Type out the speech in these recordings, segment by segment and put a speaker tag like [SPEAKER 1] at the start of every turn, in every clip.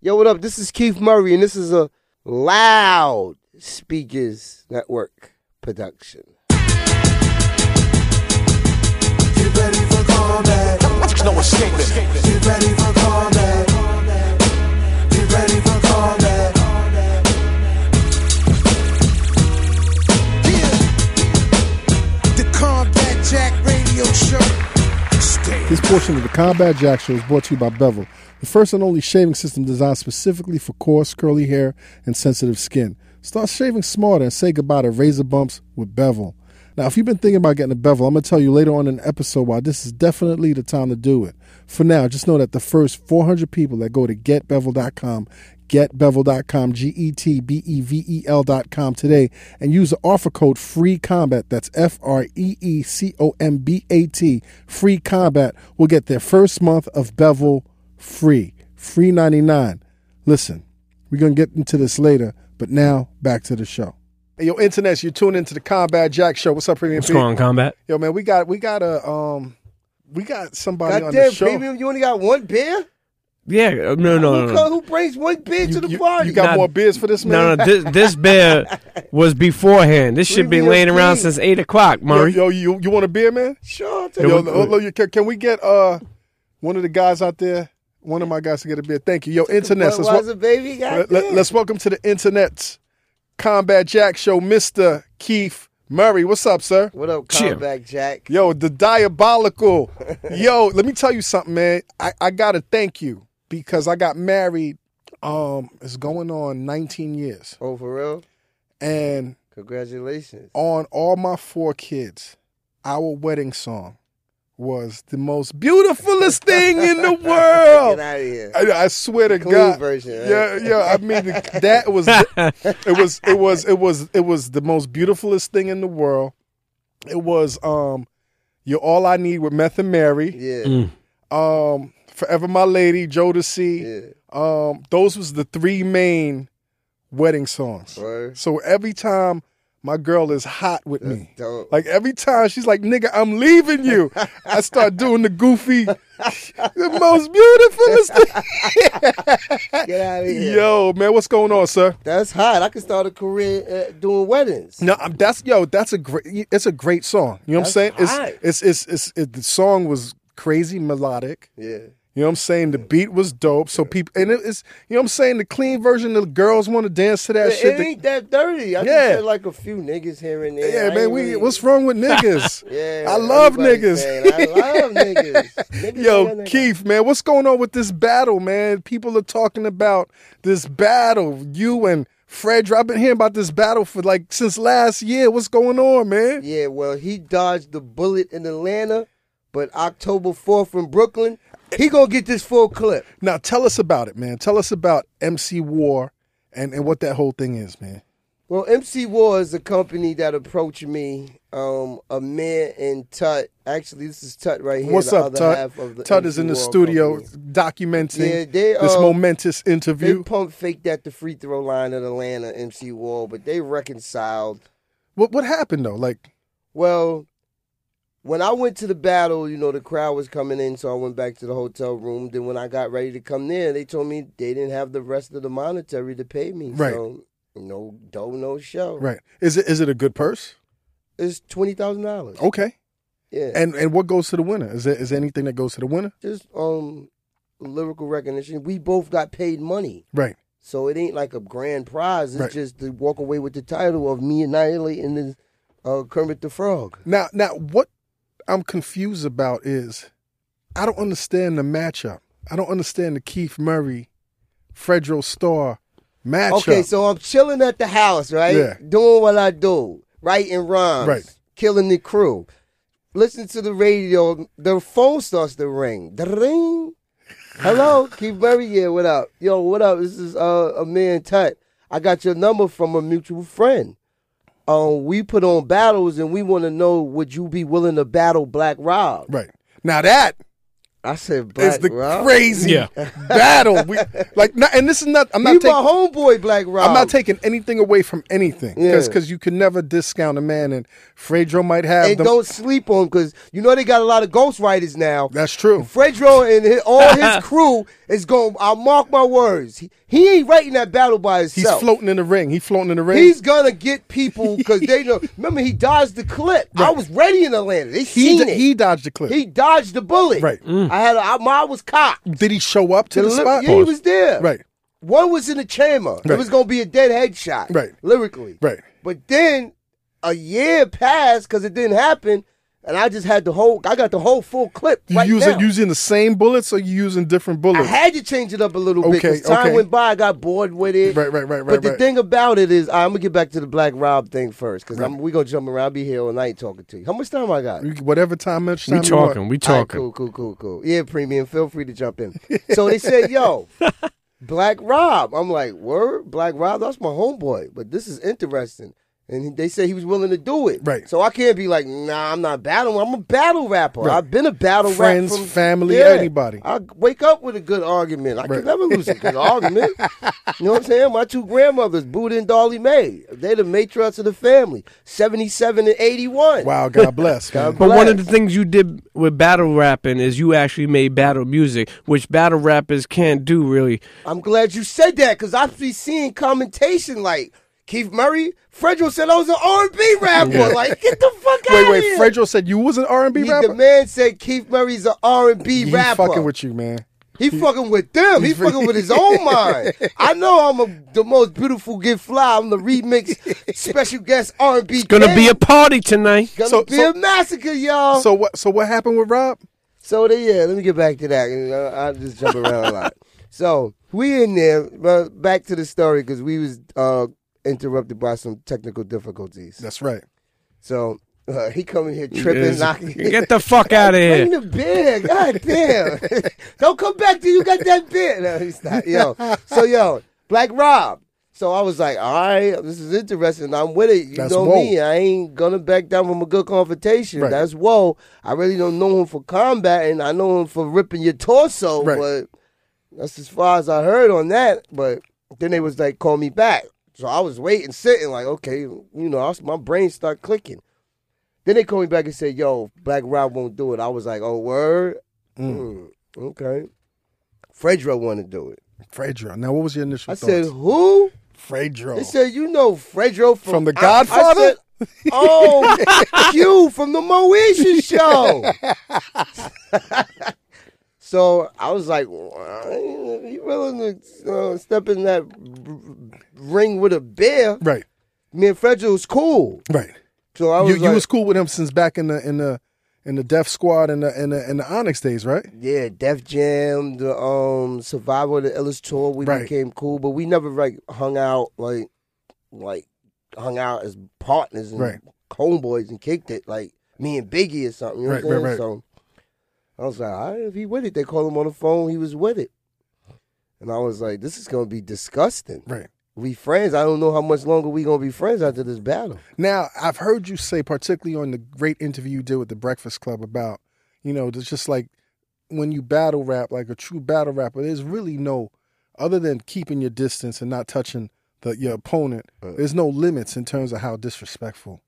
[SPEAKER 1] Yo, what up? This is Keith Murray, and this is a Loud Speakers Network production.
[SPEAKER 2] Get ready for combat.
[SPEAKER 3] No escaping.
[SPEAKER 2] Get ready for combat. Get ready for combat. Yeah. The Combat Jack Radio Show. Stay.
[SPEAKER 4] This portion of the Combat Jack Show is brought to you by Bevel, the first and only shaving system designed specifically for coarse, curly hair and sensitive skin. Start shaving smarter and say goodbye to razor bumps with Bevel. Now, if you've been thinking about getting a bevel, I'm going to tell you later on in an episode why this is definitely the time to do it. For now, just know that the first 400 people that go to getbevel.com, getbevel.com, G E T B E V E L.com today, and use the offer code FREE COMBAT, that's F R E E C O M B A T, FREE COMBAT, will get their first month of Bevel free. Free 99. Listen, we're going to get into this later, but now back to the show. Hey, yo, internets, you tune into the Combat Jack Show. What's up, Premium
[SPEAKER 5] What's going on, combat?
[SPEAKER 4] Yo, man, we got we got a um, we got somebody on
[SPEAKER 1] Goddamn
[SPEAKER 4] the show.
[SPEAKER 1] premium, you only got one beer?
[SPEAKER 5] Yeah, uh, no, no, no,
[SPEAKER 1] who,
[SPEAKER 5] no.
[SPEAKER 1] co- who brings one beer to the
[SPEAKER 4] you,
[SPEAKER 1] party?
[SPEAKER 4] you got
[SPEAKER 5] Nah.
[SPEAKER 4] more beers for this man?
[SPEAKER 5] No, no, this, this beer was beforehand. This should be
[SPEAKER 1] Premium
[SPEAKER 5] laying around
[SPEAKER 1] tea.
[SPEAKER 5] since 8 o'clock, Murray.
[SPEAKER 4] Yo, yo, you you want a beer, man?
[SPEAKER 1] sure, I'll take
[SPEAKER 4] Yo,
[SPEAKER 1] it.
[SPEAKER 5] we-
[SPEAKER 4] look, look, can, can we get uh one of the guys out there? One of my guys to get a beer. Thank you. Yo, internets, let's,
[SPEAKER 1] Budweiser,
[SPEAKER 4] wel-
[SPEAKER 1] baby. Goddamn.
[SPEAKER 4] let, us welcome to the internets Combat Jack Show, Mister Keith Murray. What's up, sir?
[SPEAKER 1] what up,
[SPEAKER 5] Chill.
[SPEAKER 1] Combat Jack?
[SPEAKER 4] Yo, the diabolical. Yo, let me tell you something, man. I, I gotta thank you because I got married. Um, it's going on 19 years,
[SPEAKER 1] Oh, for real?
[SPEAKER 4] and
[SPEAKER 1] Congratulations.
[SPEAKER 4] on all my four kids, our wedding song was the most beautifulest thing in the
[SPEAKER 1] Get
[SPEAKER 4] world.
[SPEAKER 1] out of here.
[SPEAKER 4] Oh, I, I swear to
[SPEAKER 1] Clean
[SPEAKER 4] God.
[SPEAKER 1] version, right?
[SPEAKER 4] Yeah, yeah. I mean, the- that was
[SPEAKER 5] Mm,
[SPEAKER 4] it was it was it was it was the most beautifulest thing in the world. It was um, you're all I need with Meth and Mary.
[SPEAKER 1] Yeah.
[SPEAKER 4] Um, Forever My Lady, Jodeci.
[SPEAKER 1] Yeah.
[SPEAKER 4] Um, those was the three main wedding songs.
[SPEAKER 1] Word.
[SPEAKER 4] So every time my girl is hot with
[SPEAKER 1] That's
[SPEAKER 4] me,
[SPEAKER 1] dope.
[SPEAKER 4] like every time she's like, "Nigga, I'm leaving you," I start doing the goofy, the most beautiful thing.
[SPEAKER 1] Get out of here.
[SPEAKER 4] Yo, man, what's going on, sir?
[SPEAKER 1] That's hot. I could start a career uh, doing weddings.
[SPEAKER 4] No, I'm, that's yo. That's a great. It's a great song. You know what I'm
[SPEAKER 1] That's
[SPEAKER 4] saying?
[SPEAKER 1] hot.
[SPEAKER 4] It's, it's it's it's it, the song was crazy melodic.
[SPEAKER 1] Yeah.
[SPEAKER 4] You know what I'm saying? The beat was dope. So people and it is. You know what I'm saying? The clean version. The girls want to dance to that
[SPEAKER 1] it
[SPEAKER 4] shit. The-
[SPEAKER 1] ain't that dirty. I
[SPEAKER 4] Yeah.
[SPEAKER 1] just said like a few niggas here and there. I
[SPEAKER 4] yeah,
[SPEAKER 1] ain't
[SPEAKER 4] man. We
[SPEAKER 1] really-
[SPEAKER 4] what's wrong with niggas?
[SPEAKER 1] Yeah,
[SPEAKER 4] I love
[SPEAKER 1] everybody's
[SPEAKER 4] niggas.
[SPEAKER 1] saying, I love niggas. Niggas saying
[SPEAKER 4] Yo,
[SPEAKER 1] that.
[SPEAKER 4] Keith, man, what's going on with this battle, man? People are talking about this battle. You and Fred, I've been hearing about this battle for like since last year. What's going on, man?
[SPEAKER 1] Yeah, well, he dodged the bullet in Atlanta, but October fourth in Brooklyn, he gonna get this full clip.
[SPEAKER 4] Now tell us about it, man. Tell us about MC War and, and what that whole thing is, man.
[SPEAKER 1] Well, MC War is a company that approached me. Um, a man and Tut. Actually, this is Tut right here.
[SPEAKER 4] What's
[SPEAKER 1] the
[SPEAKER 4] up,
[SPEAKER 1] other
[SPEAKER 4] Tut?
[SPEAKER 1] half of the
[SPEAKER 4] Tut is
[SPEAKER 1] MC
[SPEAKER 4] in the
[SPEAKER 1] War
[SPEAKER 4] studio
[SPEAKER 1] company.
[SPEAKER 4] documenting
[SPEAKER 1] Yeah, they,
[SPEAKER 4] this
[SPEAKER 1] um,
[SPEAKER 4] momentous
[SPEAKER 1] They
[SPEAKER 4] interview.
[SPEAKER 1] pump faked at the free throw line at Atlanta, MC Wall, but they reconciled.
[SPEAKER 4] what what happened though? Like,
[SPEAKER 1] Well, when I went to the battle, you know, the crowd was coming in, so I went back to the hotel room. Then when I got ready to come there, they told me they didn't have the rest of the monetary to pay me.
[SPEAKER 4] Right.
[SPEAKER 1] So, no dough, no show.
[SPEAKER 4] right? Is it is it a good purse?
[SPEAKER 1] It's twenty thousand dollars.
[SPEAKER 4] Okay.
[SPEAKER 1] Yeah.
[SPEAKER 4] Oh. And and what goes to the winner? Is there is there anything that goes to the winner?
[SPEAKER 1] just um lyrical recognition. We both got paid money.
[SPEAKER 4] Right.
[SPEAKER 1] So it ain't like a grand prize. It's
[SPEAKER 4] Right.
[SPEAKER 1] just to walk away with the title of me annihilating this uh Kermit the Frog.
[SPEAKER 4] Now, now, what I'm confused about is I don't understand the matchup. I don't understand the Keith Murray, Fredro Starr matchup.
[SPEAKER 1] Okay, so I'm chilling at the house, right?
[SPEAKER 4] Yeah.
[SPEAKER 1] Doing what I do, writing rhymes,
[SPEAKER 4] Right.
[SPEAKER 1] killing the crew. Listen to the radio. The phone starts to ring. Ding. Hello, Keith Murray. Yeah, what up? Yo, what up? This is uh, a man Tut. I got your number from a mutual friend. Um, we put on battles, and we want to know would you be willing to battle Black Rob?
[SPEAKER 4] right now, that
[SPEAKER 1] I said
[SPEAKER 4] It's
[SPEAKER 1] Black
[SPEAKER 4] the
[SPEAKER 1] Rob.
[SPEAKER 4] crazy
[SPEAKER 5] Yeah.
[SPEAKER 4] battle. We, like, not, and this is not. I'm
[SPEAKER 1] He
[SPEAKER 4] not taking.
[SPEAKER 1] my homeboy Black Rob.
[SPEAKER 4] I'm not taking anything away from anything because
[SPEAKER 1] Yeah.
[SPEAKER 4] you can never discount a man. And Fredro might have
[SPEAKER 1] And
[SPEAKER 4] them.
[SPEAKER 1] don't sleep on because you know they got a lot of ghostwriters now.
[SPEAKER 4] That's true.
[SPEAKER 1] Fredro and his, all his crew is going. I'll mark my words. He, he ain't writing that battle by
[SPEAKER 4] He's
[SPEAKER 1] himself.
[SPEAKER 4] floating in the ring. He's floating in the ring.
[SPEAKER 1] He's gonna get people because they know. Remember, he dodged the clip. I was ready in Atlanta. They
[SPEAKER 4] he,
[SPEAKER 1] seen
[SPEAKER 4] di-
[SPEAKER 1] it.
[SPEAKER 4] he dodged the clip.
[SPEAKER 1] He dodged the bullet.
[SPEAKER 4] Right.
[SPEAKER 1] I had. A, I, mine was cocked.
[SPEAKER 4] Did he show up to the,
[SPEAKER 1] li-
[SPEAKER 4] spot?
[SPEAKER 1] yeah, he was there.
[SPEAKER 4] Right.
[SPEAKER 1] One was in the chamber. It
[SPEAKER 4] Right.
[SPEAKER 1] was gonna be a dead headshot.
[SPEAKER 4] Right.
[SPEAKER 1] Lyrically.
[SPEAKER 4] Right.
[SPEAKER 1] But then a year passed because it didn't happen, and I just had the whole. I got the whole full clip
[SPEAKER 4] You
[SPEAKER 1] right
[SPEAKER 4] using
[SPEAKER 1] now.
[SPEAKER 4] using the same bullets or you using different
[SPEAKER 1] I
[SPEAKER 4] bullets?
[SPEAKER 1] had to change it up a little bit
[SPEAKER 4] Okay,
[SPEAKER 1] because time
[SPEAKER 4] okay.
[SPEAKER 1] went by. I got bored with it.
[SPEAKER 4] Right, right, right, right,
[SPEAKER 1] But the
[SPEAKER 4] right.
[SPEAKER 1] thing about it is, I'm gonna get back to the Black Rob thing first because we gonna jump around. I'll be here all night talking to you. How much time I got?
[SPEAKER 4] You- Whatever time, much time
[SPEAKER 5] We
[SPEAKER 4] you
[SPEAKER 5] talking.
[SPEAKER 4] want.
[SPEAKER 5] We
[SPEAKER 1] All right,
[SPEAKER 5] talking.
[SPEAKER 1] cool, cool, cool, cool. Yeah, premium. Feel free to jump in. So they said, "Yo, Black Rob." I'm like, "Word, Black Rob. That's my homeboy." But this is interesting. And they said he was willing to do it.
[SPEAKER 4] Right.
[SPEAKER 1] So I can't be like, "Nah, I'm not battling. I'm a battle rapper.
[SPEAKER 4] Right.
[SPEAKER 1] I've been a battle rapper.
[SPEAKER 4] Friends, family, anybody.
[SPEAKER 1] I wake up with a good argument. I
[SPEAKER 4] Right.
[SPEAKER 1] can never lose a good argument. You know what I'm saying? My two grandmothers, Buddha and Dolly Mae, they the matriarchs of the family. 77 and 81.
[SPEAKER 4] Wow, God bless. man.
[SPEAKER 5] But one of
[SPEAKER 1] Bless.
[SPEAKER 5] the things you did with battle rapping is you actually made battle music, which battle rappers can't do really.
[SPEAKER 1] I'm glad you said that because I be seeing commentation like Keith Murray. Fredro said I was an R&B rapper. Like, get the fuck out
[SPEAKER 4] Wait,
[SPEAKER 1] of
[SPEAKER 4] wait.
[SPEAKER 1] here.
[SPEAKER 4] Fredro said you was an R and B
[SPEAKER 1] He- The
[SPEAKER 4] rapper.
[SPEAKER 1] man said Keith Murray's an R&B
[SPEAKER 4] He
[SPEAKER 1] rapper.
[SPEAKER 4] fucking with you, man.
[SPEAKER 1] he fucking with them. He fucking with his own mind. I know I'm a, the most beautiful get fly. I'm the remix special guest R&B.
[SPEAKER 5] It's gonna be a party tonight.
[SPEAKER 1] gonna
[SPEAKER 4] So-
[SPEAKER 1] be
[SPEAKER 4] so-
[SPEAKER 1] a massacre, y'all.
[SPEAKER 4] So what? So what happened with Rob?
[SPEAKER 1] So they, yeah, let me get back to that. and I, I just jump around a lot. So we in there. But back to the story because we was uh, interrupted by some technical difficulties.
[SPEAKER 4] That's right.
[SPEAKER 1] So uh, he coming here tripping,
[SPEAKER 5] Yes.
[SPEAKER 1] knocking.
[SPEAKER 5] Get the fuck out of
[SPEAKER 1] Bring
[SPEAKER 5] here.
[SPEAKER 1] the beer, god damn! Don't come back till you got that beer. No, he's not. Yo, so yo, Black Rob. So I was like, all right, this is interesting. I'm with it. You
[SPEAKER 4] That's
[SPEAKER 1] know
[SPEAKER 4] woe.
[SPEAKER 1] me. I ain't gonna back down from a good confrontation.
[SPEAKER 4] Right.
[SPEAKER 1] That's whoa. I really don't know him for combat, and I know him for ripping your torso.
[SPEAKER 4] Right.
[SPEAKER 1] But that's as far as I heard on that. But then they was like, call me back. So I was waiting, sitting, like, okay, you know, I was, my brain start clicking. Then they called me back and said, yo, Black Rob won't do it. I was like, oh, word? Mm, okay. Fredro want to do it.
[SPEAKER 4] Fredro. Now, what was your initial
[SPEAKER 1] I
[SPEAKER 4] thoughts?
[SPEAKER 1] said, who?
[SPEAKER 4] Fredro.
[SPEAKER 1] They said, you know Fredro from,
[SPEAKER 4] Oh. From The
[SPEAKER 1] I- I,
[SPEAKER 4] Godfather?
[SPEAKER 1] said, oh, you from the Moesha show. so I was like, "Wow, you willing to uh, step in that r- ring with a bear?
[SPEAKER 4] right,
[SPEAKER 1] Me and Fredro was cool.
[SPEAKER 4] right.
[SPEAKER 1] So I was
[SPEAKER 4] you,
[SPEAKER 1] like,
[SPEAKER 4] you was cool with him since back in the in the in the Def Squad and the in the, in the Onyx days, right?
[SPEAKER 1] Yeah, Def Jam, the um Survivor, the Illest tour, we
[SPEAKER 4] Right.
[SPEAKER 1] became cool, but we never like hung out like like hung out as partners and
[SPEAKER 4] Right.
[SPEAKER 1] homeboys and kicked it like me and Biggie or something. You know what I'm
[SPEAKER 4] Right,
[SPEAKER 1] saying?
[SPEAKER 4] right,
[SPEAKER 1] So I was like, all right, if he with it, they call him on the phone. He was with it, and I was like, this is gonna be disgusting.
[SPEAKER 4] Right.
[SPEAKER 1] We friends. I don't know how much longer we gonna be friends after this battle.
[SPEAKER 4] Now, I've heard you say, particularly on the great interview you did with the Breakfast Club, about you know, it's just like when you battle rap, like a true battle rapper, there's really no other than keeping your distance and not touching the, your opponent. There's no limits in terms of how disrespectful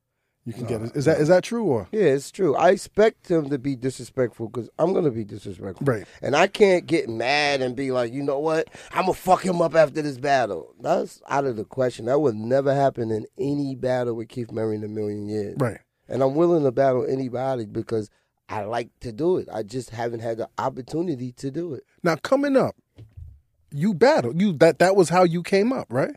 [SPEAKER 4] you can get. Is that is that true or
[SPEAKER 1] Yeah, it's true. I expect him to be disrespectful because I'm gonna be disrespectful.
[SPEAKER 4] Right.
[SPEAKER 1] And I can't get mad and be like, you know what? I'm gonna fuck him up after this battle. That's out of the question. That would never happen in any battle with Keith Murray in a million years.
[SPEAKER 4] right?
[SPEAKER 1] And I'm willing to battle anybody because I like to do it. I just haven't had the opportunity to do it.
[SPEAKER 4] Now coming up, you battled you that that was how you came up, right?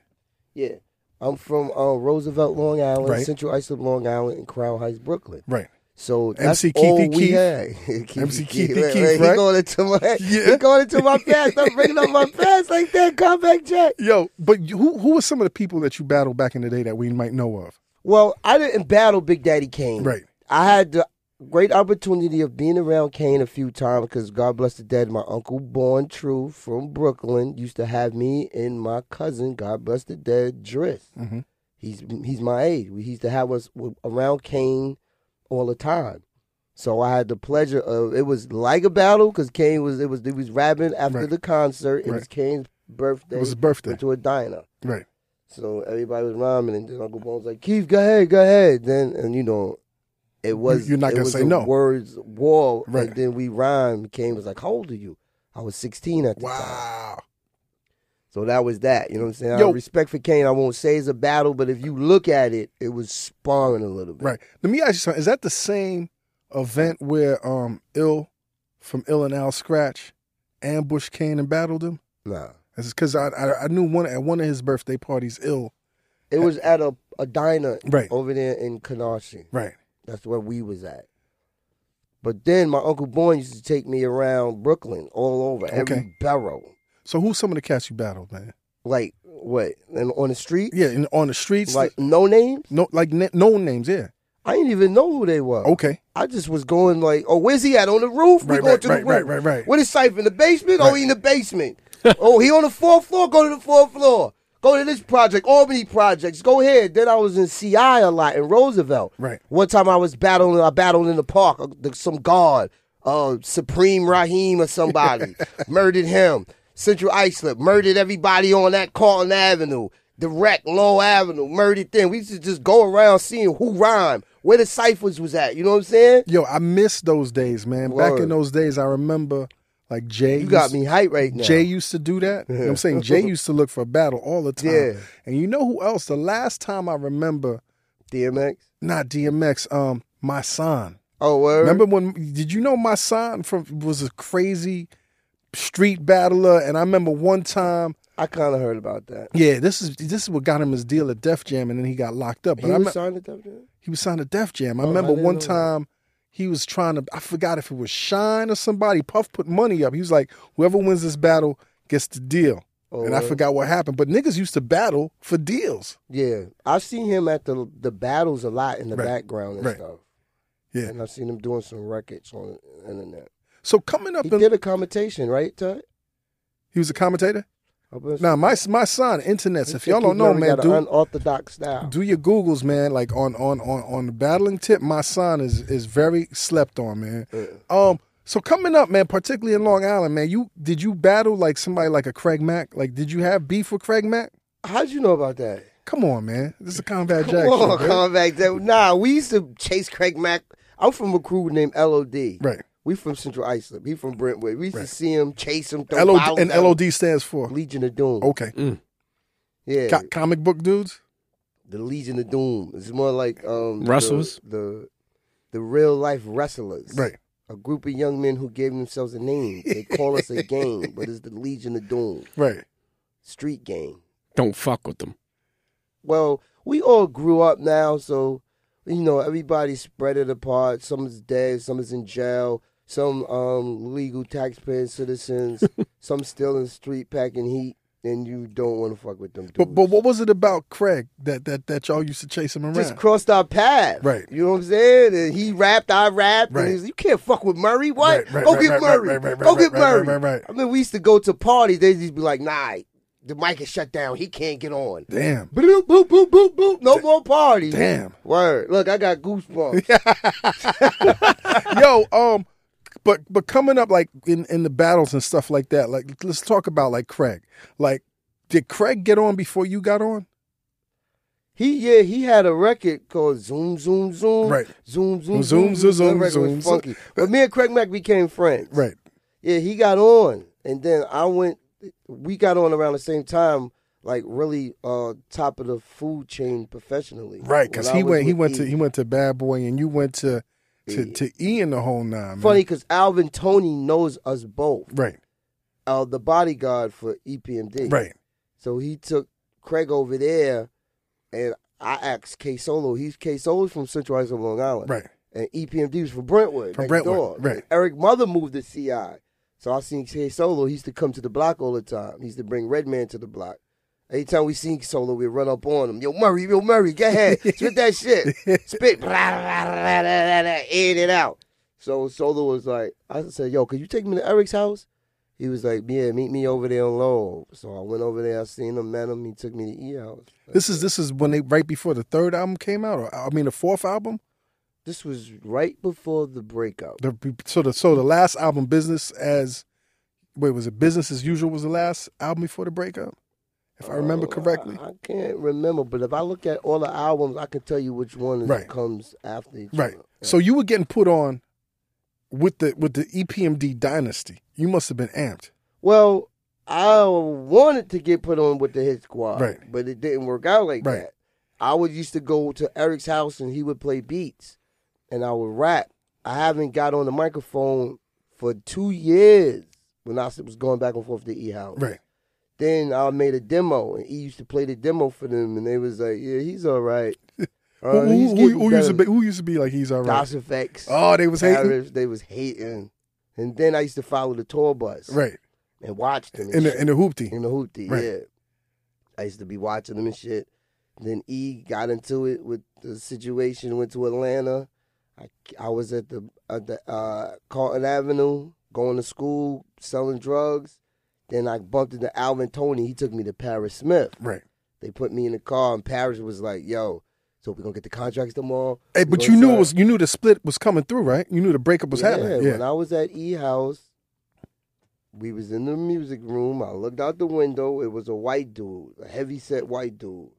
[SPEAKER 1] Yeah. I'm from uh, Roosevelt, Long Island,
[SPEAKER 4] Right.
[SPEAKER 1] Central Islip, Long Island, and Crown Heights, Brooklyn.
[SPEAKER 4] Right.
[SPEAKER 1] So that's
[SPEAKER 4] MC Keithy
[SPEAKER 1] all we
[SPEAKER 4] Keith.
[SPEAKER 1] had.
[SPEAKER 4] MC Keithy
[SPEAKER 1] Wait,
[SPEAKER 4] Keith,
[SPEAKER 1] wait, He
[SPEAKER 4] right?
[SPEAKER 1] going into my,
[SPEAKER 4] Yeah.
[SPEAKER 1] he going into my past. Stop bringing up my past like that. Comeback Jack.
[SPEAKER 4] Yo, but you, who who were some of the people that you battled back in the day that we might know of?
[SPEAKER 1] Well, I didn't battle Big Daddy Kane.
[SPEAKER 4] Right.
[SPEAKER 1] I had the great opportunity of being around Kane a few times because God bless the dead. My uncle, born true from Brooklyn, used to have me and my cousin, God bless the dead, Driss.
[SPEAKER 4] Mhm.
[SPEAKER 1] He's he's my age. He used to have us w- around Kane all the time. So I had the pleasure of it was like a battle because Kane was it was he was rapping after
[SPEAKER 4] Right.
[SPEAKER 1] the concert. It was
[SPEAKER 4] Right.
[SPEAKER 1] Kane's birthday.
[SPEAKER 4] It was his birthday.
[SPEAKER 1] Went to a diner.
[SPEAKER 4] Right.
[SPEAKER 1] So everybody was rhyming, and then Uncle Bones like, "Keith, go ahead, go ahead." Then and you know, it was
[SPEAKER 4] you're not
[SPEAKER 1] it
[SPEAKER 4] gonna
[SPEAKER 1] was
[SPEAKER 4] say
[SPEAKER 1] a
[SPEAKER 4] no.
[SPEAKER 1] Words wall,
[SPEAKER 4] Right.
[SPEAKER 1] and then we rhymed. Kane was like, "How old are you?" I was 16 at the time.
[SPEAKER 4] Wow.
[SPEAKER 1] So that was that. You know what I'm saying? I
[SPEAKER 4] Yo.
[SPEAKER 1] have respect for Kane. I won't say it's a battle, but if you look at it, it was sparring a little bit.
[SPEAKER 4] Right. Let me ask you something. Is that the same event where um Ill from Ill and Al Scratch ambushed Kane and battled him?
[SPEAKER 1] Nah.
[SPEAKER 4] That's because I, I I knew one at one of his birthday parties. Ill.
[SPEAKER 1] It was at a, a diner
[SPEAKER 4] Right.
[SPEAKER 1] over there in Kenosha.
[SPEAKER 4] Right.
[SPEAKER 1] That's where we was at. But then my Uncle Bourne used to take me around Brooklyn all over,
[SPEAKER 4] Okay.
[SPEAKER 1] every borough.
[SPEAKER 4] So who's some of the cats you battled, man?
[SPEAKER 1] Like, what? And on the street?
[SPEAKER 4] Yeah, in, on the streets.
[SPEAKER 1] Like, no names?
[SPEAKER 4] no, like na- known names. Yeah.
[SPEAKER 1] I didn't even know who they were.
[SPEAKER 4] Okay.
[SPEAKER 1] I just was going like, oh, where's he at? On the roof?
[SPEAKER 4] Right,
[SPEAKER 1] we going
[SPEAKER 4] right,
[SPEAKER 1] to
[SPEAKER 4] right,
[SPEAKER 1] the
[SPEAKER 4] right,
[SPEAKER 1] roof.
[SPEAKER 4] right, right.
[SPEAKER 1] What is Cypher in the basement? Oh,
[SPEAKER 4] Right.
[SPEAKER 1] he in the basement. oh, he on the fourth floor? Go to the fourth floor. Go to this project, Albany projects. Go ahead. Then I was in CI a lot in Roosevelt.
[SPEAKER 4] Right.
[SPEAKER 1] One time I was battling, I battled in the park, uh, the- some guard, uh, Supreme Raheem or somebody, murdered him. Central Islip, murdered everybody on that Carlton Avenue, direct Low Avenue, murdered them. We used to just go around seeing who rhymed, where the ciphers was at. You know what I'm saying?
[SPEAKER 4] Yo, I miss those days, man. Back
[SPEAKER 1] Word.
[SPEAKER 4] in those days, I remember like Jay.
[SPEAKER 1] You got
[SPEAKER 4] used-
[SPEAKER 1] me hype right now.
[SPEAKER 4] Jay used to do that. You know what I'm saying? Jay used to look for a battle all the time.
[SPEAKER 1] Yeah.
[SPEAKER 4] And you know who else? The last time I remember,
[SPEAKER 1] DMX.
[SPEAKER 4] not DMX, um, my son.
[SPEAKER 1] Oh, word.
[SPEAKER 4] Remember when? Did you know my son from was a crazy street battler? And I remember one time,
[SPEAKER 1] I kind of heard about that.
[SPEAKER 4] yeah, this is this is what got him his deal at Def Jam, and then he got locked up. But
[SPEAKER 1] He
[SPEAKER 4] I
[SPEAKER 1] was
[SPEAKER 4] me-
[SPEAKER 1] signed to WWE?
[SPEAKER 4] he was signed to Def Jam. I
[SPEAKER 1] Oh, I
[SPEAKER 4] remember
[SPEAKER 1] didn't
[SPEAKER 4] one
[SPEAKER 1] know that.
[SPEAKER 4] time he was trying to. I forgot if it was Shine or somebody. Puff put money up. He was like, whoever wins this battle gets the deal.
[SPEAKER 1] Oh,
[SPEAKER 4] and I
[SPEAKER 1] word.
[SPEAKER 4] forgot what happened. But niggas used to battle for deals.
[SPEAKER 1] Yeah, I've seen him at the the battles a lot in the
[SPEAKER 4] Right.
[SPEAKER 1] background and
[SPEAKER 4] Right.
[SPEAKER 1] stuff.
[SPEAKER 4] Yeah.
[SPEAKER 1] and I've seen him doing some records on the internet.
[SPEAKER 4] So coming up,
[SPEAKER 1] He
[SPEAKER 4] in,
[SPEAKER 1] did a commentation, right, Tut?
[SPEAKER 4] he was a commentator.
[SPEAKER 1] Up in-
[SPEAKER 4] Now my my son, internets.
[SPEAKER 1] He
[SPEAKER 4] If
[SPEAKER 1] said
[SPEAKER 4] y'all
[SPEAKER 1] Keith
[SPEAKER 4] don't know,
[SPEAKER 1] Murray
[SPEAKER 4] man,
[SPEAKER 1] got
[SPEAKER 4] dude.
[SPEAKER 1] an unorthodox style.
[SPEAKER 4] do your googles man like on on on on the battling tip my son is is very slept on man um so coming up man particularly in long island man you did you battle like somebody like a craig mack like did you have beef with craig mack
[SPEAKER 1] How'd you know about that?
[SPEAKER 4] come on man this is a combat jack
[SPEAKER 1] Come on,
[SPEAKER 4] show, man.
[SPEAKER 1] come back there. Nah, we used to chase Craig Mack. I'm from a crew named LOD.
[SPEAKER 4] right
[SPEAKER 1] We from Central Islip. He from Brentwood. We used to
[SPEAKER 4] Right.
[SPEAKER 1] see him, chase him, throw
[SPEAKER 4] LOD,
[SPEAKER 1] bottles
[SPEAKER 4] and
[SPEAKER 1] at him.
[SPEAKER 4] lod stands for
[SPEAKER 1] Legion of Doom.
[SPEAKER 4] okay
[SPEAKER 1] yeah,
[SPEAKER 4] Co- comic book dudes
[SPEAKER 1] the Legion of Doom. It's more like um the-
[SPEAKER 5] Wrestlers?
[SPEAKER 1] the the, real life wrestlers.
[SPEAKER 4] right
[SPEAKER 1] A group of young men who gave themselves a name. They call us a gang, but it's the Legion of Doom,
[SPEAKER 4] right
[SPEAKER 1] street gang.
[SPEAKER 5] Don't fuck with them.
[SPEAKER 1] Well, we all grew up now, so you know everybody's spread it apart. Some is dead, some is in jail, some um legal taxpaying citizens, some still in the street packing heat, and you don't want to fuck with them. Dudes.
[SPEAKER 4] but but what was it about craig that that that y'all used to chase him around
[SPEAKER 1] just crossed our path.
[SPEAKER 4] Right.
[SPEAKER 1] You know what I'm saying? And he rapped, I rapped.
[SPEAKER 4] Right.
[SPEAKER 1] And he was, you can't fuck with Murray. What?
[SPEAKER 4] Right, right,
[SPEAKER 1] go
[SPEAKER 4] right,
[SPEAKER 1] get
[SPEAKER 4] right,
[SPEAKER 1] Murray.
[SPEAKER 4] right, right, right,
[SPEAKER 1] go
[SPEAKER 4] right,
[SPEAKER 1] get
[SPEAKER 4] right,
[SPEAKER 1] Murray.
[SPEAKER 4] right, right, right.
[SPEAKER 1] I mean, we used to go to parties. They'd just be like, nah, the mic is shut down. He can't get on.
[SPEAKER 4] damn
[SPEAKER 1] Boop, boop, boop, boop, boop. No more parties.
[SPEAKER 4] damn
[SPEAKER 1] Word. Look, I got goosebumps.
[SPEAKER 4] yo um but but coming up like in in the battles and stuff like that like let's talk about like craig like did craig get on before you got on
[SPEAKER 1] He yeah, he had a record called Zoom Zoom Zoom.
[SPEAKER 4] Right.
[SPEAKER 1] Zoom Zoom Zoom
[SPEAKER 4] Zoom, zoom,
[SPEAKER 1] That
[SPEAKER 4] zoom,
[SPEAKER 1] record
[SPEAKER 4] zoom,
[SPEAKER 1] was
[SPEAKER 4] zoom.
[SPEAKER 1] funky. But me and Craig Mack became friends.
[SPEAKER 4] right
[SPEAKER 1] Yeah, he got on, and then I went. We got on around the same time, like really uh top of the food chain professionally.
[SPEAKER 4] right because
[SPEAKER 1] When I
[SPEAKER 4] he
[SPEAKER 1] was
[SPEAKER 4] went he
[SPEAKER 1] with
[SPEAKER 4] went
[SPEAKER 1] E.
[SPEAKER 4] to he went to bad boy and you went to to
[SPEAKER 1] E.
[SPEAKER 4] to e and the whole nine
[SPEAKER 1] Funny because Alvin Tony knows us both.
[SPEAKER 4] man. right
[SPEAKER 1] Uh, the bodyguard for E EPMD.
[SPEAKER 4] right
[SPEAKER 1] So he took Craig over there, and I asked K Solo. He's K Solo's from Central Islip, Long Island.
[SPEAKER 4] right
[SPEAKER 1] and E EPMD was from Brentwood.
[SPEAKER 4] From
[SPEAKER 1] next
[SPEAKER 4] Brentwood,
[SPEAKER 1] door.
[SPEAKER 4] right.
[SPEAKER 1] And Eric Mother moved to CI. So I seen K Solo. He used to come to the block all the time. He used to bring Redman to the block. Anytime we seen Solo, we'd run up on him. Yo, Murray, yo, Murray, get ahead. Spit that shit. Spit. Blah, blah, blah, blah, blah, blah, in and out. So Solo was like, I said, yo, could you take me to Eric's house? He was like, yeah, meet me over there on Lowell. So I went over there. I seen him, met him. He took me to E House.
[SPEAKER 4] this is this is when they right before the third album came out or i mean the fourth album
[SPEAKER 1] This was right before the breakup.
[SPEAKER 4] The, so the so the last album, business as wait, was it business as usual? Was the last album before the breakup, if I remember
[SPEAKER 1] Oh,
[SPEAKER 4] correctly.
[SPEAKER 1] I, I can't remember, but if I look at all the albums, I can tell you which one is-
[SPEAKER 4] Right.
[SPEAKER 1] comes after each
[SPEAKER 4] Right.
[SPEAKER 1] other.
[SPEAKER 4] So you were getting put on with the with the E EPMD dynasty. You must have been amped.
[SPEAKER 1] Well, I wanted to get put on with the hit squad,
[SPEAKER 4] Right.
[SPEAKER 1] but it didn't work out like
[SPEAKER 4] Right.
[SPEAKER 1] that. I would used to go to Eric's house and he would play beats and I would rap. I haven't got on the microphone for two years when I was going back and forth to E House.
[SPEAKER 4] Right.
[SPEAKER 1] Then I made a demo and he used to play the demo for them and they was like, yeah, he's all right. Uh,
[SPEAKER 4] who,
[SPEAKER 1] he's
[SPEAKER 4] who-
[SPEAKER 1] getting
[SPEAKER 4] who used to
[SPEAKER 1] better.
[SPEAKER 4] be, who used to be like he's all right?
[SPEAKER 1] DOS effects.
[SPEAKER 4] Oh, they was hating.
[SPEAKER 1] Paris, they was hating. And then I used to follow the tour bus
[SPEAKER 4] Right.
[SPEAKER 1] and watch them. And
[SPEAKER 4] In
[SPEAKER 1] shit.
[SPEAKER 4] the in the hoopty.
[SPEAKER 1] In the hoopty,
[SPEAKER 4] Right.
[SPEAKER 1] yeah. I used to be watching them and shit. Then E got into it with the situation, went to Atlanta. I, I was at the at the uh, Carlton Avenue, going to school, selling drugs. Then I bumped into Alvin Tony. He took me to Paris Smith.
[SPEAKER 4] Right.
[SPEAKER 1] They put me in the car, and Paris was like, "Yo, so we gonna get the contracts tomorrow."
[SPEAKER 4] Hey,
[SPEAKER 1] We
[SPEAKER 4] but
[SPEAKER 1] gonna
[SPEAKER 4] you knew
[SPEAKER 1] sign."
[SPEAKER 4] it was you knew the split was coming through, right? You knew the breakup was happening.
[SPEAKER 1] When
[SPEAKER 4] Yeah.
[SPEAKER 1] I was at E House, we was in the music room. I looked out the window. It was a white dude, a heavy set white dude.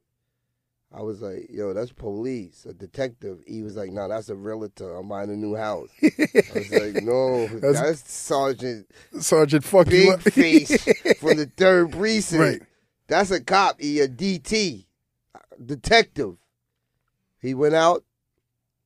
[SPEAKER 1] I was like, yo, that's police, a detective. He was like, no, that's a realtor. I'm buying a new house. I was like, no, that's,
[SPEAKER 4] That's-
[SPEAKER 1] Sergeant
[SPEAKER 4] Sergeant fuck you
[SPEAKER 1] Big
[SPEAKER 4] up.
[SPEAKER 1] Face from the third precinct.
[SPEAKER 4] Right.
[SPEAKER 1] That's a cop, he a DT, detective. He went out.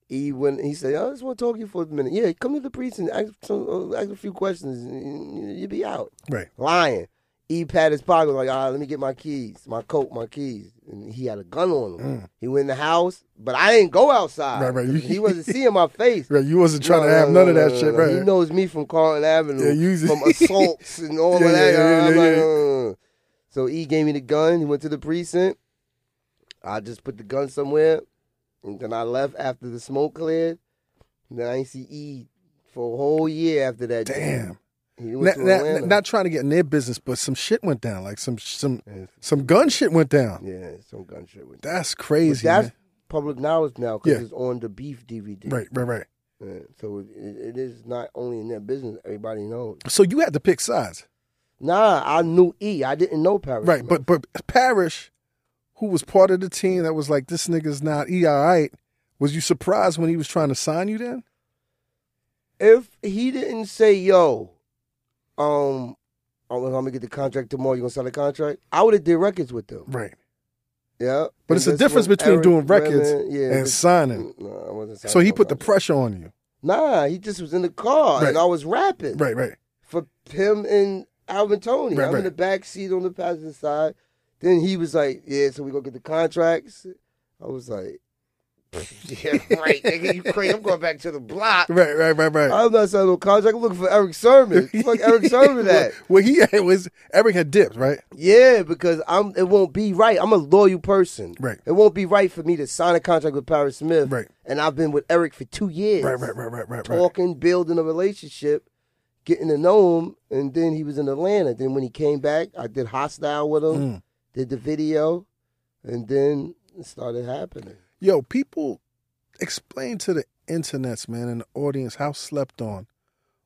[SPEAKER 1] He went. He said, "I just want to talk to you for a minute. Yeah, come to the precinct, ask, some, uh, ask a few questions, and you- you'll be out."
[SPEAKER 4] Right.
[SPEAKER 1] Lying. He pat his pocket like, "All right, let me get my keys, my coat, my keys." And he had a gun on him. He went in the house, but I didn't go outside.
[SPEAKER 4] Mm. Right, right.
[SPEAKER 1] He wasn't seeing my face.
[SPEAKER 4] Right. You wasn't trying
[SPEAKER 1] No,
[SPEAKER 4] to
[SPEAKER 1] no,
[SPEAKER 4] have
[SPEAKER 1] no,
[SPEAKER 4] none of
[SPEAKER 1] no,
[SPEAKER 4] that
[SPEAKER 1] no,
[SPEAKER 4] shit,
[SPEAKER 1] no.
[SPEAKER 4] right?
[SPEAKER 1] He knows me from Carlton Avenue,
[SPEAKER 4] Yeah, you-
[SPEAKER 1] from assaults and all
[SPEAKER 4] Yeah,
[SPEAKER 1] of that.
[SPEAKER 4] yeah, yeah,
[SPEAKER 1] I'm
[SPEAKER 4] yeah,
[SPEAKER 1] like,
[SPEAKER 4] yeah.
[SPEAKER 1] "Uh." So E gave me the gun. He went to the precinct. I just put the gun somewhere, and then I left after the smoke cleared. And then I didn't see E for a whole year after that.
[SPEAKER 4] Damn.
[SPEAKER 1] He
[SPEAKER 4] Not,
[SPEAKER 1] went to
[SPEAKER 4] not-
[SPEAKER 1] Atlanta.
[SPEAKER 4] not trying to get in their business, but some shit went down. Like some some
[SPEAKER 1] Yeah.
[SPEAKER 4] some gun shit went down.
[SPEAKER 1] yeah, some gun shit with that.
[SPEAKER 4] That's
[SPEAKER 1] But
[SPEAKER 4] crazy.
[SPEAKER 1] that's
[SPEAKER 4] man.
[SPEAKER 1] public knowledge now because
[SPEAKER 4] Yeah.
[SPEAKER 1] it's on the Beef DVD.
[SPEAKER 4] Right, right, right.
[SPEAKER 1] Yeah, Uh, so it, it is not only in their business; everybody knows.
[SPEAKER 4] So you had to pick sides,
[SPEAKER 1] Nah, I knew E. I didn't know Paris.
[SPEAKER 4] right?
[SPEAKER 1] Hilton.
[SPEAKER 4] But but Parrish, who was part of the team that was like, this nigga's not E all right. Was you surprised when he was trying to sign you then?
[SPEAKER 1] if he didn't say, "Yo, um, I'm I'm gonna get the contract tomorrow. You gonna sign the contract?" I would have did records with them.
[SPEAKER 4] Right.
[SPEAKER 1] Yeah,
[SPEAKER 4] But
[SPEAKER 1] And
[SPEAKER 4] it's a
[SPEAKER 1] that's
[SPEAKER 4] difference
[SPEAKER 1] when
[SPEAKER 4] between
[SPEAKER 1] Eric
[SPEAKER 4] doing records
[SPEAKER 1] Brennan- yeah,
[SPEAKER 4] and
[SPEAKER 1] it's-
[SPEAKER 4] signing.
[SPEAKER 1] No, I wasn't signing
[SPEAKER 4] So he
[SPEAKER 1] no
[SPEAKER 4] put the
[SPEAKER 1] contract.
[SPEAKER 4] pressure on you.
[SPEAKER 1] Nah, he just was in the car
[SPEAKER 4] Right.
[SPEAKER 1] and I was rapping
[SPEAKER 4] Right, right.
[SPEAKER 1] for him and Alvin Tony.
[SPEAKER 4] Right,
[SPEAKER 1] I'm
[SPEAKER 4] right.
[SPEAKER 1] in the back seat on the passenger side. Then he was like, "Yeah, so we gonna get the contracts." I was like, "Yeah, right, nigga, you crazy? I'm going back to the block."
[SPEAKER 4] Right, right, right, right.
[SPEAKER 1] I'm not signing no contract. I'm looking for Eric Sermon. Fuck Eric Sermon that.
[SPEAKER 4] Well, he had- was Eric had dipped, right?
[SPEAKER 1] Yeah, because I'm. It won't be right. I'm a loyal person.
[SPEAKER 4] Right.
[SPEAKER 1] It won't be right for me to sign a contract with Paris Smith.
[SPEAKER 4] Right.
[SPEAKER 1] And I've been with Eric for two years.
[SPEAKER 4] Right, right, right, right, right, right.
[SPEAKER 1] Talking, building a relationship, getting to know him, and then he was in Atlanta. Then when he came back, I did hostile with him,
[SPEAKER 4] Mm.
[SPEAKER 1] did the video, and then it started happening.
[SPEAKER 4] Yo, people, explain to the internets, man, and the audience how slept on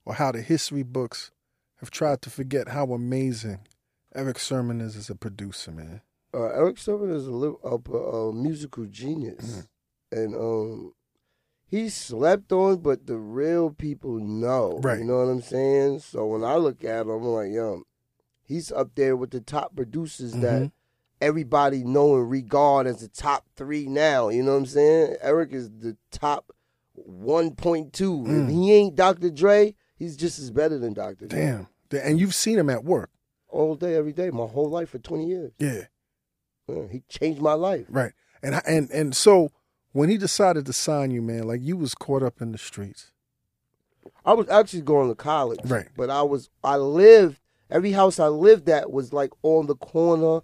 [SPEAKER 4] or how the history books have tried to forget how amazing Eric Sermon is as a producer, man.
[SPEAKER 1] uh, Eric Sermon is a, little, a, a musical genius,
[SPEAKER 4] Mm-hmm.
[SPEAKER 1] and um, he slept on, but the real people know.
[SPEAKER 4] Right.
[SPEAKER 1] You know what I'm saying? So when I look at him, I'm like, yo, he's up there with the top producers that
[SPEAKER 4] Mhm.
[SPEAKER 1] everybody know and regard as the top three now. You know what I'm saying? Eric is the top 1.2.
[SPEAKER 4] Mm.
[SPEAKER 1] If he ain't Dr. Dre, he's just as better than Dr. Dre.
[SPEAKER 4] Damn. And you've seen him at work.
[SPEAKER 1] All day, every day, my whole life for 20 years.
[SPEAKER 4] Yeah.
[SPEAKER 1] Yeah, he changed my life.
[SPEAKER 4] Right. And and and so when he decided to sign you, man, like you was caught up in the streets.
[SPEAKER 1] I was actually going to college.
[SPEAKER 4] Right.
[SPEAKER 1] But I was I lived every house I lived at was like on the corner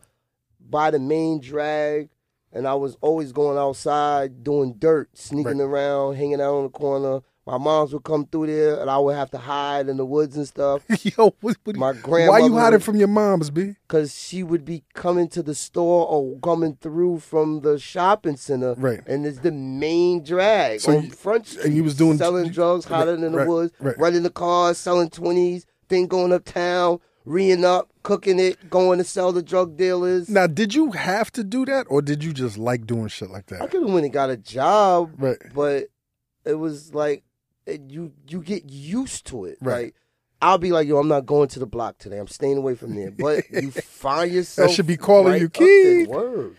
[SPEAKER 1] by the main drag and I was always going outside doing dirt, sneaking
[SPEAKER 4] Right.
[SPEAKER 1] around, hanging out on the corner, My moms would come through there, and I would have to hide in the woods and stuff.
[SPEAKER 4] Yo, what, what,
[SPEAKER 1] My
[SPEAKER 4] why you
[SPEAKER 1] grandmother
[SPEAKER 4] hiding
[SPEAKER 1] would-
[SPEAKER 4] from your moms, B?
[SPEAKER 1] Cause she would be coming to the store or coming through from the shopping center,
[SPEAKER 4] Right.
[SPEAKER 1] And it's the main drag
[SPEAKER 4] So
[SPEAKER 1] on
[SPEAKER 4] you-
[SPEAKER 1] Front Street,
[SPEAKER 4] and you was doing-
[SPEAKER 1] selling drugs,
[SPEAKER 4] Right,
[SPEAKER 1] hotter than the
[SPEAKER 4] right,
[SPEAKER 1] woods,
[SPEAKER 4] right.
[SPEAKER 1] running the cars, selling twenties, then going uptown, reeing up, cooking it, going to sell the drug dealers.
[SPEAKER 4] Now, did you have to do that, or did you just like doing shit like
[SPEAKER 1] I
[SPEAKER 4] that?
[SPEAKER 1] could have went and got a job,
[SPEAKER 4] Right.
[SPEAKER 1] but it was like it, you you get used to it.
[SPEAKER 4] Right.
[SPEAKER 1] Like, I'll be like, yo, I'm not going to the block today. I'm staying away from there. But you find yourself
[SPEAKER 4] should be calling
[SPEAKER 1] right
[SPEAKER 4] you,
[SPEAKER 1] up there.
[SPEAKER 4] Keith.
[SPEAKER 1] Word.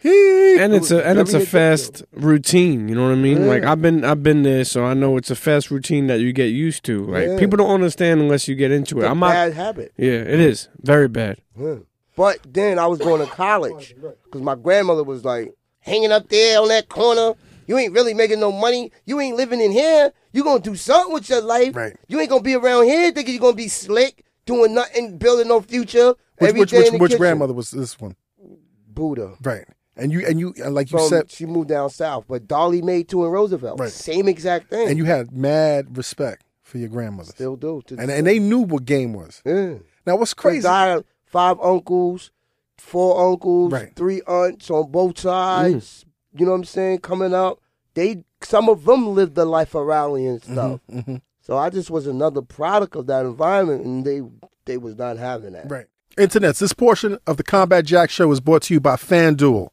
[SPEAKER 5] and it's a and it's
[SPEAKER 1] Very
[SPEAKER 5] a
[SPEAKER 1] addictive.
[SPEAKER 5] fast routine. You know what I mean? Like I've been I've been there, so I know it's a fast routine that you get used to. Like
[SPEAKER 1] Yeah.
[SPEAKER 5] people don't understand unless you get into it.
[SPEAKER 1] It's a
[SPEAKER 5] I'm not.
[SPEAKER 1] bad habit.
[SPEAKER 5] Yeah, it is very bad.
[SPEAKER 1] Yeah. But then I was going to college because my grandmother was like hanging up there on that corner. You ain't really making no money. You ain't living in here. You gonna do something with your life.
[SPEAKER 4] Right.
[SPEAKER 1] You ain't gonna be around here thinking you gonna be slick, doing nothing, building no future.
[SPEAKER 4] Which
[SPEAKER 1] every
[SPEAKER 4] which
[SPEAKER 1] day in
[SPEAKER 4] which,
[SPEAKER 1] the
[SPEAKER 4] which
[SPEAKER 1] kitchen.
[SPEAKER 4] grandmother was this one?
[SPEAKER 1] Buddha.
[SPEAKER 4] Right. And you and you and like you
[SPEAKER 1] From,
[SPEAKER 4] said,
[SPEAKER 1] she moved down south, but Dolly made two in Roosevelt.
[SPEAKER 4] Right.
[SPEAKER 1] Same exact thing.
[SPEAKER 4] and you had mad respect for your grandmother,
[SPEAKER 1] still do. to this
[SPEAKER 4] and and they knew what game was.
[SPEAKER 1] day. Yeah.
[SPEAKER 4] Now, what's
[SPEAKER 1] Cause
[SPEAKER 4] crazy?
[SPEAKER 1] I had five uncles, four uncles,
[SPEAKER 4] Right. Mm.
[SPEAKER 1] three aunts on both sides. You know what I'm saying? Coming up, they some of them lived the life of Raleigh and stuff.
[SPEAKER 4] Mhm.
[SPEAKER 1] So I just was another product of that environment, and they they was not having that.
[SPEAKER 4] Right. Internets, this portion of the Combat Jack Show is brought to you by FanDuel.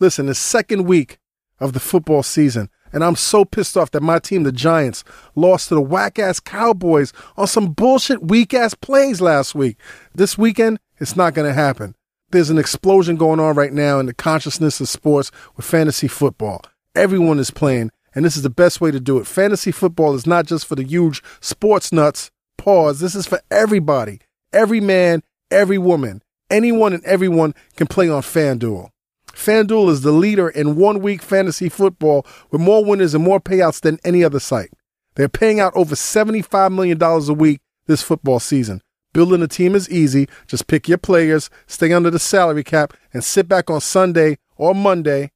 [SPEAKER 4] Listen, the second week of the football season, and I'm so pissed off that my team, the Giants, lost to the whack ass Cowboys on some bullshit weak ass plays last week. This weekend, it's not going to happen. There's an explosion going on right now in the consciousness of sports with fantasy football. Everyone is playing, and this is the best way to do it. Fantasy football is not just for the huge sports nuts. Pause. This is for everybody. Every man, every woman, anyone and everyone can play on FanDuel. FanDuel is the leader in one week fantasy football with more winners and more payouts than any other site. They're paying out over $75 million a week this football season. Building a team is easy. Just pick your players, stay under the salary cap, and sit back on Sunday or Monday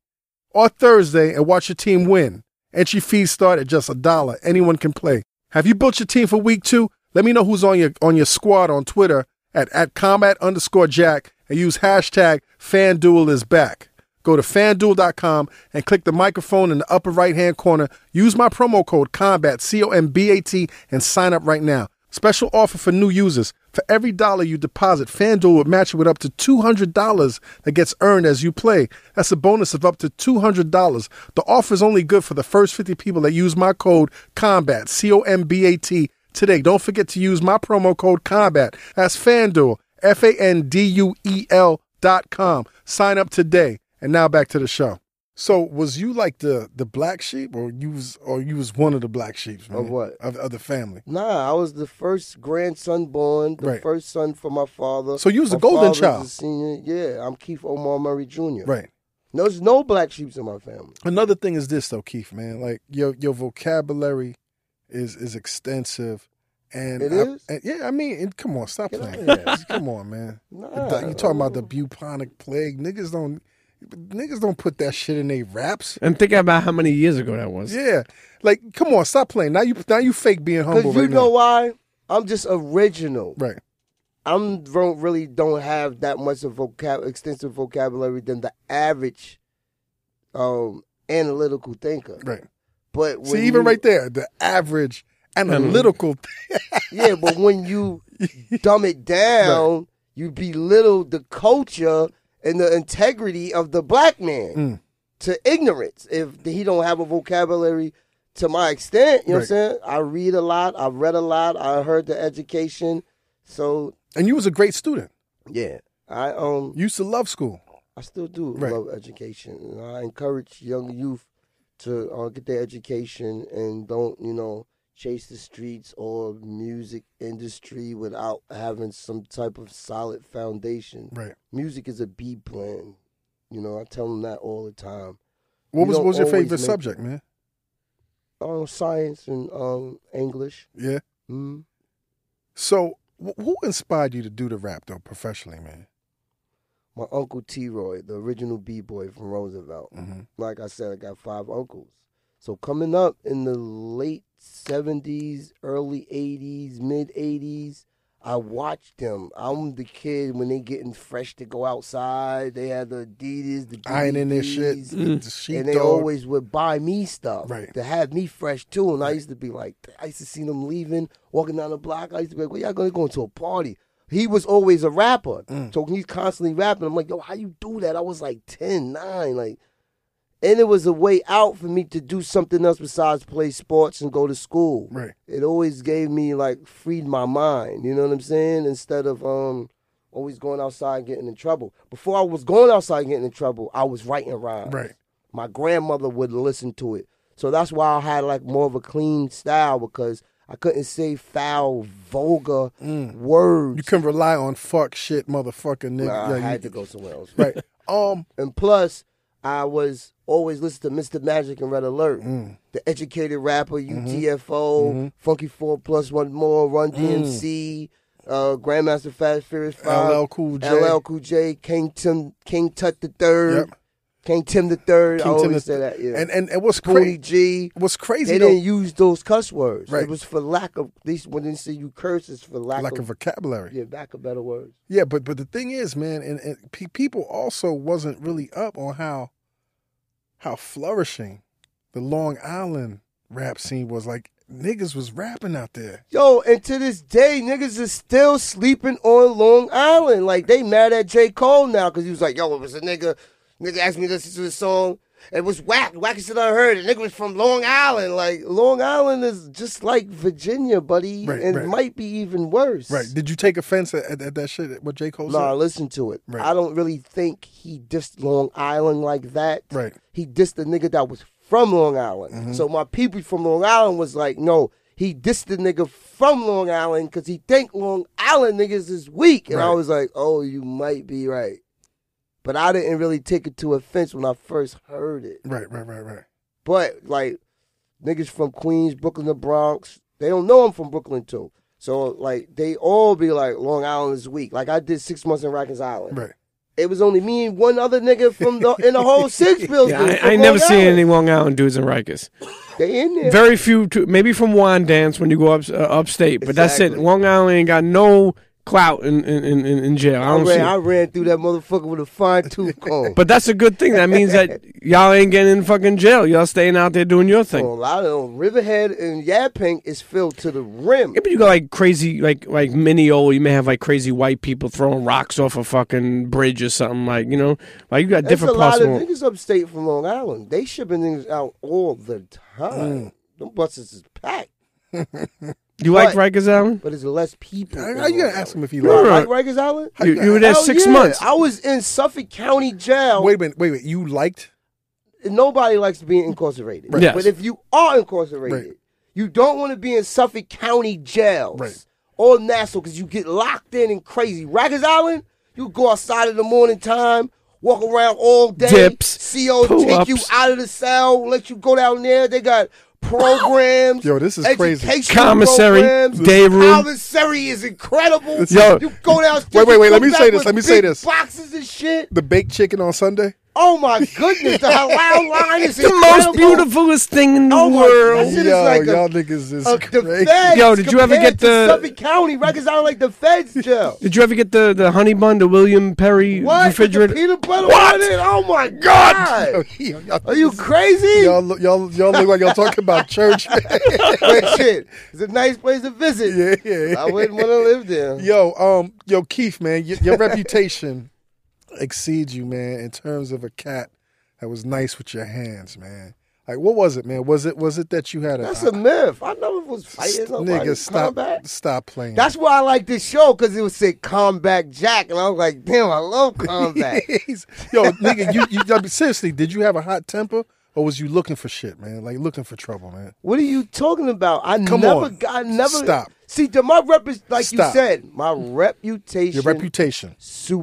[SPEAKER 4] or Thursday and watch your team win. Entry fees start at just a dollar. Anyone can play. Have you built your team for week two? Let me know who's on your on your squad on Twitter at, at combat underscore jack and use hashtag FanDuel is back. Go to fanduel.com and click the microphone in the upper right hand corner. Use my promo code COMBAT, C O M B A T, and sign up right now. Special offer for new users. For every dollar you deposit, FanDuel will match it with up to $200 that gets earned as you play. That's a bonus of up to $200. The offer is only good for the first 50 people that use my code COMBAT, C O M B A T, today. Don't forget to use my promo code COMBAT. That's FanDuel, F A N D U E L dot com. Sign up today. And now back to the show. So was you like the the black sheep, or you was, or you was one of the black sheep
[SPEAKER 1] Of what?
[SPEAKER 4] of, of the family?
[SPEAKER 1] Nah, I was the first grandson born, the
[SPEAKER 4] Right.
[SPEAKER 1] first son for my father.
[SPEAKER 4] So you was
[SPEAKER 1] My
[SPEAKER 4] the golden
[SPEAKER 1] father's
[SPEAKER 4] child.
[SPEAKER 1] a senior. Yeah, I'm Keith Omar Murray Jr.
[SPEAKER 4] Right.
[SPEAKER 1] No, there's no black sheeps in my family.
[SPEAKER 4] Another thing is this though, Keith, man. Like your your vocabulary is is extensive, and
[SPEAKER 1] It
[SPEAKER 4] I-
[SPEAKER 1] is?
[SPEAKER 4] and- yeah, I mean, and come on, stop
[SPEAKER 1] Get
[SPEAKER 4] playing.
[SPEAKER 1] out of here. Oh.
[SPEAKER 4] come on, man.
[SPEAKER 1] Nah,
[SPEAKER 4] you talking about the bubonic plague? Niggas don't niggas don't put that shit in their raps.
[SPEAKER 5] And think about how many years ago that was.
[SPEAKER 4] Yeah, like come on, stop playing. Now you now you fake being
[SPEAKER 1] Because
[SPEAKER 4] humble
[SPEAKER 1] you
[SPEAKER 4] right
[SPEAKER 1] know why? I'm just original.
[SPEAKER 4] now. Right.
[SPEAKER 1] I'm don't really don't have that much of vocab extensive vocabulary than the average um analytical thinker.
[SPEAKER 4] Right.
[SPEAKER 1] But when
[SPEAKER 4] See,
[SPEAKER 1] you-
[SPEAKER 4] even
[SPEAKER 1] Mm.
[SPEAKER 4] right there, the average analytical.
[SPEAKER 1] yeah, but when you dumb it down, you belittle the culture and the integrity of the black man
[SPEAKER 4] Mm.
[SPEAKER 1] to ignorance if he don't have a vocabulary to my extent. You know what I'm
[SPEAKER 4] Right.
[SPEAKER 1] saying? I read a lot. I've read a lot. I heard the education. So
[SPEAKER 4] and you was a great student.
[SPEAKER 1] yeah, I um.
[SPEAKER 4] You used to love school.
[SPEAKER 1] I still do
[SPEAKER 4] Right.
[SPEAKER 1] love education, and I encourage young youth to uh, get their education and don't, you know, chase the streets or music industry without having some type of solid foundation.
[SPEAKER 4] Right.
[SPEAKER 1] Music is a B plan. You know, I tell them that all the time.
[SPEAKER 4] What
[SPEAKER 1] You
[SPEAKER 4] was
[SPEAKER 1] don't
[SPEAKER 4] what was your
[SPEAKER 1] always
[SPEAKER 4] favorite
[SPEAKER 1] make-
[SPEAKER 4] subject, man?
[SPEAKER 1] Um, science and um, English.
[SPEAKER 4] Yeah.
[SPEAKER 1] Mm.
[SPEAKER 4] So, wh- who inspired you to do the rap though, professionally, man?
[SPEAKER 1] My uncle T. Roy, the original B boy from Roosevelt.
[SPEAKER 4] Mm-hmm.
[SPEAKER 1] Like I said, I got five uncles. So coming up in the late 70s, early 80s, mid 80s, I watched them. I'm the kid when they getting fresh to go outside. They had the Adidas, the
[SPEAKER 4] Ironing their shit.
[SPEAKER 1] DVDs,
[SPEAKER 4] The sheep
[SPEAKER 1] and they
[SPEAKER 4] dog.
[SPEAKER 1] always would buy me stuff
[SPEAKER 4] Right.
[SPEAKER 1] to have me fresh too. And I used to be like, I used to see them leaving, walking down the block. I used to be like, well, y'all going to go to a party. He was always a rapper. So he's constantly rapping. I'm like, yo, how you do that? I was like 10, 9. Like, and it was a way out for me to do something else besides play sports and go to school.
[SPEAKER 4] Right.
[SPEAKER 1] It always gave me like freed my mind, you know what I'm saying? Instead of um always going outside and getting in trouble. Before I was going outside and getting in trouble, I was writing rhymes.
[SPEAKER 4] Right.
[SPEAKER 1] My grandmother would listen to it. So that's why I had like more of a clean style because I couldn't say foul, vulgar words.
[SPEAKER 4] You can rely on fuck shit, motherfucker, nigga.
[SPEAKER 1] Nah,
[SPEAKER 4] Yeah,
[SPEAKER 1] I
[SPEAKER 4] Mm. you-
[SPEAKER 1] had to go somewhere else.
[SPEAKER 4] Right. Um.
[SPEAKER 1] And plus, I was always listening to Mr. Magic and Red Alert,
[SPEAKER 4] Mm.
[SPEAKER 1] the educated rapper,
[SPEAKER 4] Mm-hmm.
[SPEAKER 1] UTFO, Funky Four Plus One More,
[SPEAKER 4] Mm.
[SPEAKER 1] Run DMC, uh, Grandmaster Fast Furious Five,
[SPEAKER 4] LL Cool J.
[SPEAKER 1] LL Cool J, King Tim, King Tut the Third,
[SPEAKER 4] Yep.
[SPEAKER 1] King Tim the Third. I
[SPEAKER 4] King
[SPEAKER 1] always
[SPEAKER 4] Tim the-
[SPEAKER 1] say that. Yeah.
[SPEAKER 4] And and, and what's
[SPEAKER 1] Coolie
[SPEAKER 4] crazy?
[SPEAKER 1] G.
[SPEAKER 4] What's crazy
[SPEAKER 1] They
[SPEAKER 4] though?
[SPEAKER 1] didn't use those cuss words.
[SPEAKER 4] Right.
[SPEAKER 1] It was for lack of. These when they say you curse, it's for lack,
[SPEAKER 4] Lack
[SPEAKER 1] of.
[SPEAKER 4] of vocabulary.
[SPEAKER 1] yeah, lack of better words.
[SPEAKER 4] Yeah, but but the thing is, man, and, and pe- people also wasn't really up on how how flourishing the Long Island rap scene was. Like niggas was rapping out there.
[SPEAKER 1] Yo, and to this day, niggas is still sleeping on Long Island. Like they mad at J. Cole now because he was like, yo, it was a nigga. Nigga asked me to listen to the song. It was whack, wackest shit I heard. The nigga was from Long Island. Like Long Island is just like Virginia, buddy,
[SPEAKER 4] Right,
[SPEAKER 1] and
[SPEAKER 4] right.
[SPEAKER 1] might be even worse.
[SPEAKER 4] Right? Did you take offense at, at, at that shit? What J Cole
[SPEAKER 1] No, nah,
[SPEAKER 4] said?
[SPEAKER 1] listen to it.
[SPEAKER 4] Right.
[SPEAKER 1] I don't really think he dissed Long Island like that.
[SPEAKER 4] Right.
[SPEAKER 1] He dissed the nigga that was from Long Island.
[SPEAKER 5] Mm-hmm.
[SPEAKER 1] So my people from Long Island was like, no, he dissed the nigga from Long Island because he think Long Island niggas is weak. And I
[SPEAKER 4] Right.
[SPEAKER 1] was like, oh, you might be right. But I didn't really take it to offense when I first heard it.
[SPEAKER 4] Right, right, right, right.
[SPEAKER 1] But like niggas from Queens, Brooklyn, the Bronx, they don't know I'm from Brooklyn too. So like they all be like Long Island is weak. Like I did six months in Rikers Island.
[SPEAKER 4] Right.
[SPEAKER 1] It was only me and one other nigga from the in the whole six bills.
[SPEAKER 5] Yeah, I, I ain't never seen any Long Island dudes in Rikers.
[SPEAKER 1] They in there.
[SPEAKER 5] Very few, to, maybe from Wine Dance when you go up uh, upstate, but that's it.
[SPEAKER 1] Exactly.
[SPEAKER 5] Long Island ain't got no clout in in, in, in- in jail. I
[SPEAKER 1] I
[SPEAKER 5] don't see.
[SPEAKER 1] ran,
[SPEAKER 5] it.
[SPEAKER 1] I ran through that motherfucker with a fine tooth comb.
[SPEAKER 5] But that's a good thing. That means that y'all ain't getting in fucking jail. Y'all staying out there doing your
[SPEAKER 1] a
[SPEAKER 5] thing.
[SPEAKER 1] lot of them, Riverhead and Yapink is filled to the rim.
[SPEAKER 5] Yeah, but you got like crazy, like like mini old. You may have like crazy white people throwing rocks off a fucking bridge or something. Like you know, like you got
[SPEAKER 1] There's a
[SPEAKER 5] different
[SPEAKER 1] lot of
[SPEAKER 5] possible.
[SPEAKER 1] niggas upstate from Long Island. They shipping niggas out all the time.
[SPEAKER 5] Mm.
[SPEAKER 1] Them buses is packed,
[SPEAKER 5] You like Rikers Island?
[SPEAKER 1] but it's less people.
[SPEAKER 4] How
[SPEAKER 1] in
[SPEAKER 4] how you
[SPEAKER 1] Long
[SPEAKER 4] gonna ask
[SPEAKER 1] Island.
[SPEAKER 4] him if he
[SPEAKER 1] You don't
[SPEAKER 4] liked?
[SPEAKER 1] like Rikers Island?
[SPEAKER 5] You, you were there
[SPEAKER 1] Hell
[SPEAKER 5] six
[SPEAKER 1] yeah.
[SPEAKER 5] months.
[SPEAKER 1] I was in Suffolk County Jail.
[SPEAKER 4] Wait a minute, wait a minute. You liked?
[SPEAKER 1] Nobody likes being incarcerated.
[SPEAKER 5] Right. Yes.
[SPEAKER 1] But if you are incarcerated,
[SPEAKER 4] Right.
[SPEAKER 1] you don't want to be in Suffolk County jails
[SPEAKER 4] Right.
[SPEAKER 1] or Nassau because you get locked in and crazy. Rikers Island, you go outside in the morning time, walk around all day.
[SPEAKER 5] Dips,
[SPEAKER 1] CO take you
[SPEAKER 5] pull-ups.
[SPEAKER 1] out of the cell, let you go down there. They got programs.
[SPEAKER 4] Yo, this is crazy.
[SPEAKER 1] educational
[SPEAKER 5] Commissary,
[SPEAKER 1] programs.
[SPEAKER 5] day room.
[SPEAKER 1] Commissary is incredible.
[SPEAKER 5] Yo.
[SPEAKER 1] you go downstairs.
[SPEAKER 4] Wait, wait,
[SPEAKER 1] you
[SPEAKER 4] wait, let
[SPEAKER 1] come
[SPEAKER 4] me
[SPEAKER 1] back
[SPEAKER 4] say this,
[SPEAKER 1] with
[SPEAKER 4] let me say
[SPEAKER 1] big
[SPEAKER 4] this.
[SPEAKER 1] Boxes and shit.
[SPEAKER 4] The baked chicken on Sunday.
[SPEAKER 1] Oh my goodness, the halal line is
[SPEAKER 5] the most beautifulest thing in the
[SPEAKER 1] Oh my
[SPEAKER 5] world.
[SPEAKER 1] That shit is
[SPEAKER 4] Yo,
[SPEAKER 1] like a-
[SPEAKER 4] y'all niggas is
[SPEAKER 1] Uh, the
[SPEAKER 4] crazy.
[SPEAKER 1] feds
[SPEAKER 5] Yo, did you ever
[SPEAKER 1] compared
[SPEAKER 5] get
[SPEAKER 1] to
[SPEAKER 5] the-
[SPEAKER 1] Suffolk County records? I don't like the feds jail.
[SPEAKER 5] Did you ever get the, the honey bun, the William Perry
[SPEAKER 1] What?
[SPEAKER 5] refrigerator?
[SPEAKER 1] The peanut butter
[SPEAKER 5] What?
[SPEAKER 1] on it? Oh my god!
[SPEAKER 4] Yo, y'all-
[SPEAKER 1] Are you crazy?
[SPEAKER 4] Y'all, look- y'all, y'all look like y'all talking about church. man.
[SPEAKER 1] But shit, it's a nice place to visit.
[SPEAKER 4] yeah, yeah.
[SPEAKER 1] I wouldn't want to live there.
[SPEAKER 4] Yo, um, yo, Keith, man, your, your reputation exceeds you, man, in terms of a cat that was nice with your hands, man. Like, what was it, man? Was it was it that you had a,
[SPEAKER 1] That's a myth. I never was fighting nobody.
[SPEAKER 4] nigga? Stop,
[SPEAKER 1] Combat.
[SPEAKER 4] stop playing.
[SPEAKER 1] That's why I like this show because it was said Combat Jack, and I was like, damn, I love Combat.
[SPEAKER 4] He's- yo, nigga, you, you I mean, seriously? Did you have a hot temper, or was you looking for shit, man? Like looking for trouble, man?
[SPEAKER 1] What are you talking about? I
[SPEAKER 4] Come
[SPEAKER 1] never
[SPEAKER 4] on.
[SPEAKER 1] got I never
[SPEAKER 4] Stop.
[SPEAKER 1] See, to my rep is like
[SPEAKER 4] Stop.
[SPEAKER 1] you said, my reputation
[SPEAKER 4] Your reputation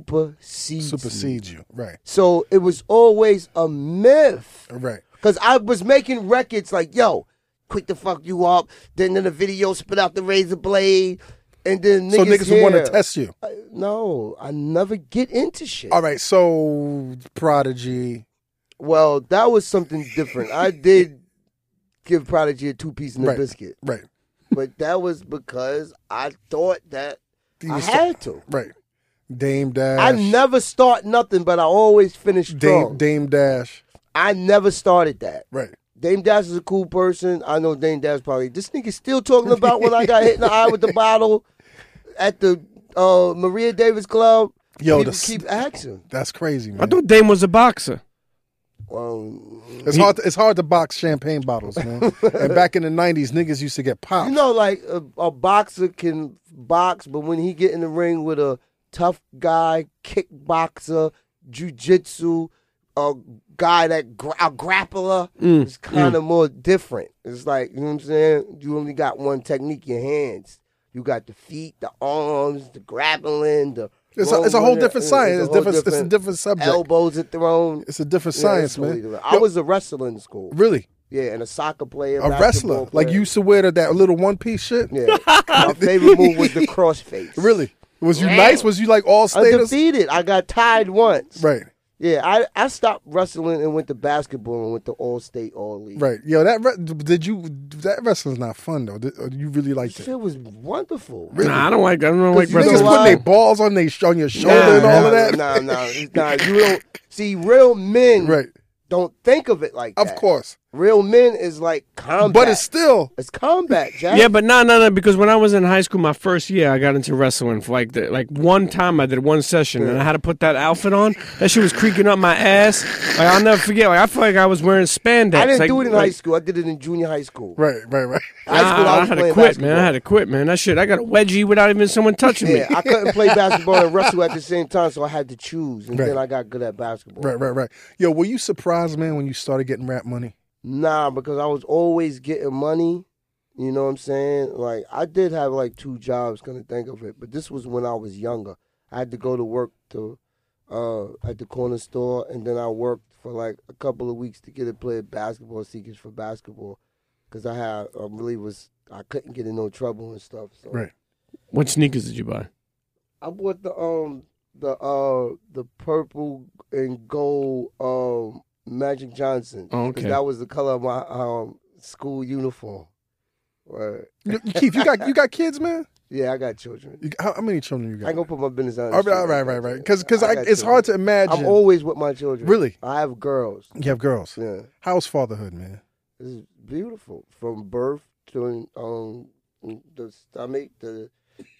[SPEAKER 1] supersedes. me.
[SPEAKER 4] supersedes you, right?
[SPEAKER 1] So it was always a myth.
[SPEAKER 4] Right.
[SPEAKER 1] Cause I was making records like, yo, quick to fuck you up. Then in the video spit out the razor blade. And then niggas
[SPEAKER 4] so niggas would want
[SPEAKER 1] here.
[SPEAKER 4] to test you.
[SPEAKER 1] I- no, I never get into shit.
[SPEAKER 4] All right, so Prodigy.
[SPEAKER 1] Well, that was something different. I did give Prodigy a two piece and a
[SPEAKER 4] Right.
[SPEAKER 1] biscuit,
[SPEAKER 4] Right.
[SPEAKER 1] but that was because I thought that
[SPEAKER 4] You
[SPEAKER 1] I
[SPEAKER 4] just-
[SPEAKER 1] had to.
[SPEAKER 4] Right. Dame Dash.
[SPEAKER 1] I never start nothing, but I always finish strong.
[SPEAKER 4] Dame, Dame Dash.
[SPEAKER 1] I never started that.
[SPEAKER 4] Right.
[SPEAKER 1] Dame Dash is a cool person. I know Dame Dash probably. This nigga's still talking about when I got hit in the eye with the bottle at the uh, Maria Davis Club.
[SPEAKER 4] Yo,
[SPEAKER 1] People
[SPEAKER 4] the-
[SPEAKER 1] keep asking.
[SPEAKER 4] That's crazy,
[SPEAKER 5] I
[SPEAKER 4] man.
[SPEAKER 5] thought Dame was a boxer.
[SPEAKER 1] Um,
[SPEAKER 4] It's hard. To, it's hard to box champagne bottles, man. and back in the '90s, niggas used to get popped.
[SPEAKER 1] you know, like a, a boxer can box, but when he get in the ring with a tough guy, kickboxer, jujitsu, a guy that gra- a grappler,
[SPEAKER 4] Mm,
[SPEAKER 1] it's kind of more different. It's like you know what I'm saying. You only got one technique: your hands. You got the feet, the arms, the grappling. The
[SPEAKER 4] it's, a, it's a whole
[SPEAKER 1] rolling,
[SPEAKER 4] different
[SPEAKER 1] it's a
[SPEAKER 4] science. It's
[SPEAKER 1] whole
[SPEAKER 4] different. It's a different subject.
[SPEAKER 1] Elbows are thrown.
[SPEAKER 4] It's a different
[SPEAKER 1] Yeah,
[SPEAKER 4] science,
[SPEAKER 1] it's totally
[SPEAKER 4] man.
[SPEAKER 1] different. I
[SPEAKER 4] Yo,
[SPEAKER 1] was a wrestler in school.
[SPEAKER 4] really
[SPEAKER 1] Yeah, and a soccer player,
[SPEAKER 4] a
[SPEAKER 1] basketball
[SPEAKER 4] wrestler. Like
[SPEAKER 1] player.
[SPEAKER 4] you used to wear that, that little one piece shit.
[SPEAKER 1] Yeah. My favorite move was the cross face.
[SPEAKER 4] Really? Was you nice? Was you like all status?
[SPEAKER 1] Undefeated. I got tied once.
[SPEAKER 4] Right.
[SPEAKER 1] Yeah, I, I stopped wrestling and went to basketball and went to All State All League.
[SPEAKER 4] Right. Yo, that re- did you? That wrestling's not fun though. Did- or you really liked
[SPEAKER 1] This
[SPEAKER 4] it?
[SPEAKER 1] shit was wonderful.
[SPEAKER 5] Nah, I don't like. I don't like
[SPEAKER 1] you know
[SPEAKER 5] wrestling.
[SPEAKER 4] Niggas
[SPEAKER 1] why?
[SPEAKER 4] putting their balls on they on your shoulder
[SPEAKER 5] Nah,
[SPEAKER 4] and all of that.
[SPEAKER 1] Nah, nah, nah. You don't see real men
[SPEAKER 4] Right.
[SPEAKER 1] don't think of it like
[SPEAKER 4] Of
[SPEAKER 1] that.
[SPEAKER 4] course.
[SPEAKER 1] Real men is like combat.
[SPEAKER 4] But it's still
[SPEAKER 1] it's combat, Jack.
[SPEAKER 5] Yeah, but no, no, no. Because when I was in high school, my first year, I got into wrestling for like the, like one time. I did one session, and I had to put that outfit on. That shit was creaking up my ass. Like I'll never forget. Like I feel like I was wearing spandex.
[SPEAKER 1] I didn't
[SPEAKER 5] like,
[SPEAKER 1] do it in
[SPEAKER 5] like,
[SPEAKER 1] high school. I did it in junior high school.
[SPEAKER 4] right. Right. Right.
[SPEAKER 1] High school,
[SPEAKER 5] Nah,
[SPEAKER 1] I
[SPEAKER 5] I,
[SPEAKER 1] was
[SPEAKER 5] had to
[SPEAKER 1] playing
[SPEAKER 5] quit,
[SPEAKER 1] basketball.
[SPEAKER 5] man. I had to quit, man. That shit. I got a wedgie without even someone touching
[SPEAKER 1] Yeah,
[SPEAKER 5] me.
[SPEAKER 1] I couldn't play basketball and wrestle at the same time, so I had to choose. And
[SPEAKER 4] Right.
[SPEAKER 1] then I got good at basketball.
[SPEAKER 4] Right. Right. Right. Yo, were you surprised, man, when you started getting rap money?
[SPEAKER 1] Nah, because I was always getting money. You know what I'm saying? Like I did have like two jobs, gonna think of it, but this was when I was younger. I had to go to work to uh at the corner store and then I worked for like a couple of weeks to get to play basketball secrets for basketball cuz I had I really was I couldn't get in no trouble and stuff. So
[SPEAKER 4] Right.
[SPEAKER 5] What sneakers did you buy?
[SPEAKER 1] I bought the um the uh the purple and gold um Magic Johnson. 'Cause
[SPEAKER 5] Oh, okay.
[SPEAKER 1] That was the color of my um school uniform. Right.
[SPEAKER 4] You- you- Keith, you got you got kids, man.
[SPEAKER 1] Yeah, I got children.
[SPEAKER 4] You, how, how many children you
[SPEAKER 1] I ain't gonna
[SPEAKER 4] got?
[SPEAKER 1] put my business out.
[SPEAKER 4] All right, all right, right, right. Because because
[SPEAKER 1] I got
[SPEAKER 4] it's hard to imagine.
[SPEAKER 1] I'm always with my children.
[SPEAKER 4] Really?
[SPEAKER 1] I have girls.
[SPEAKER 4] You have girls.
[SPEAKER 1] Yeah,
[SPEAKER 4] How's fatherhood, man?
[SPEAKER 1] it's beautiful from birth to um the stomach to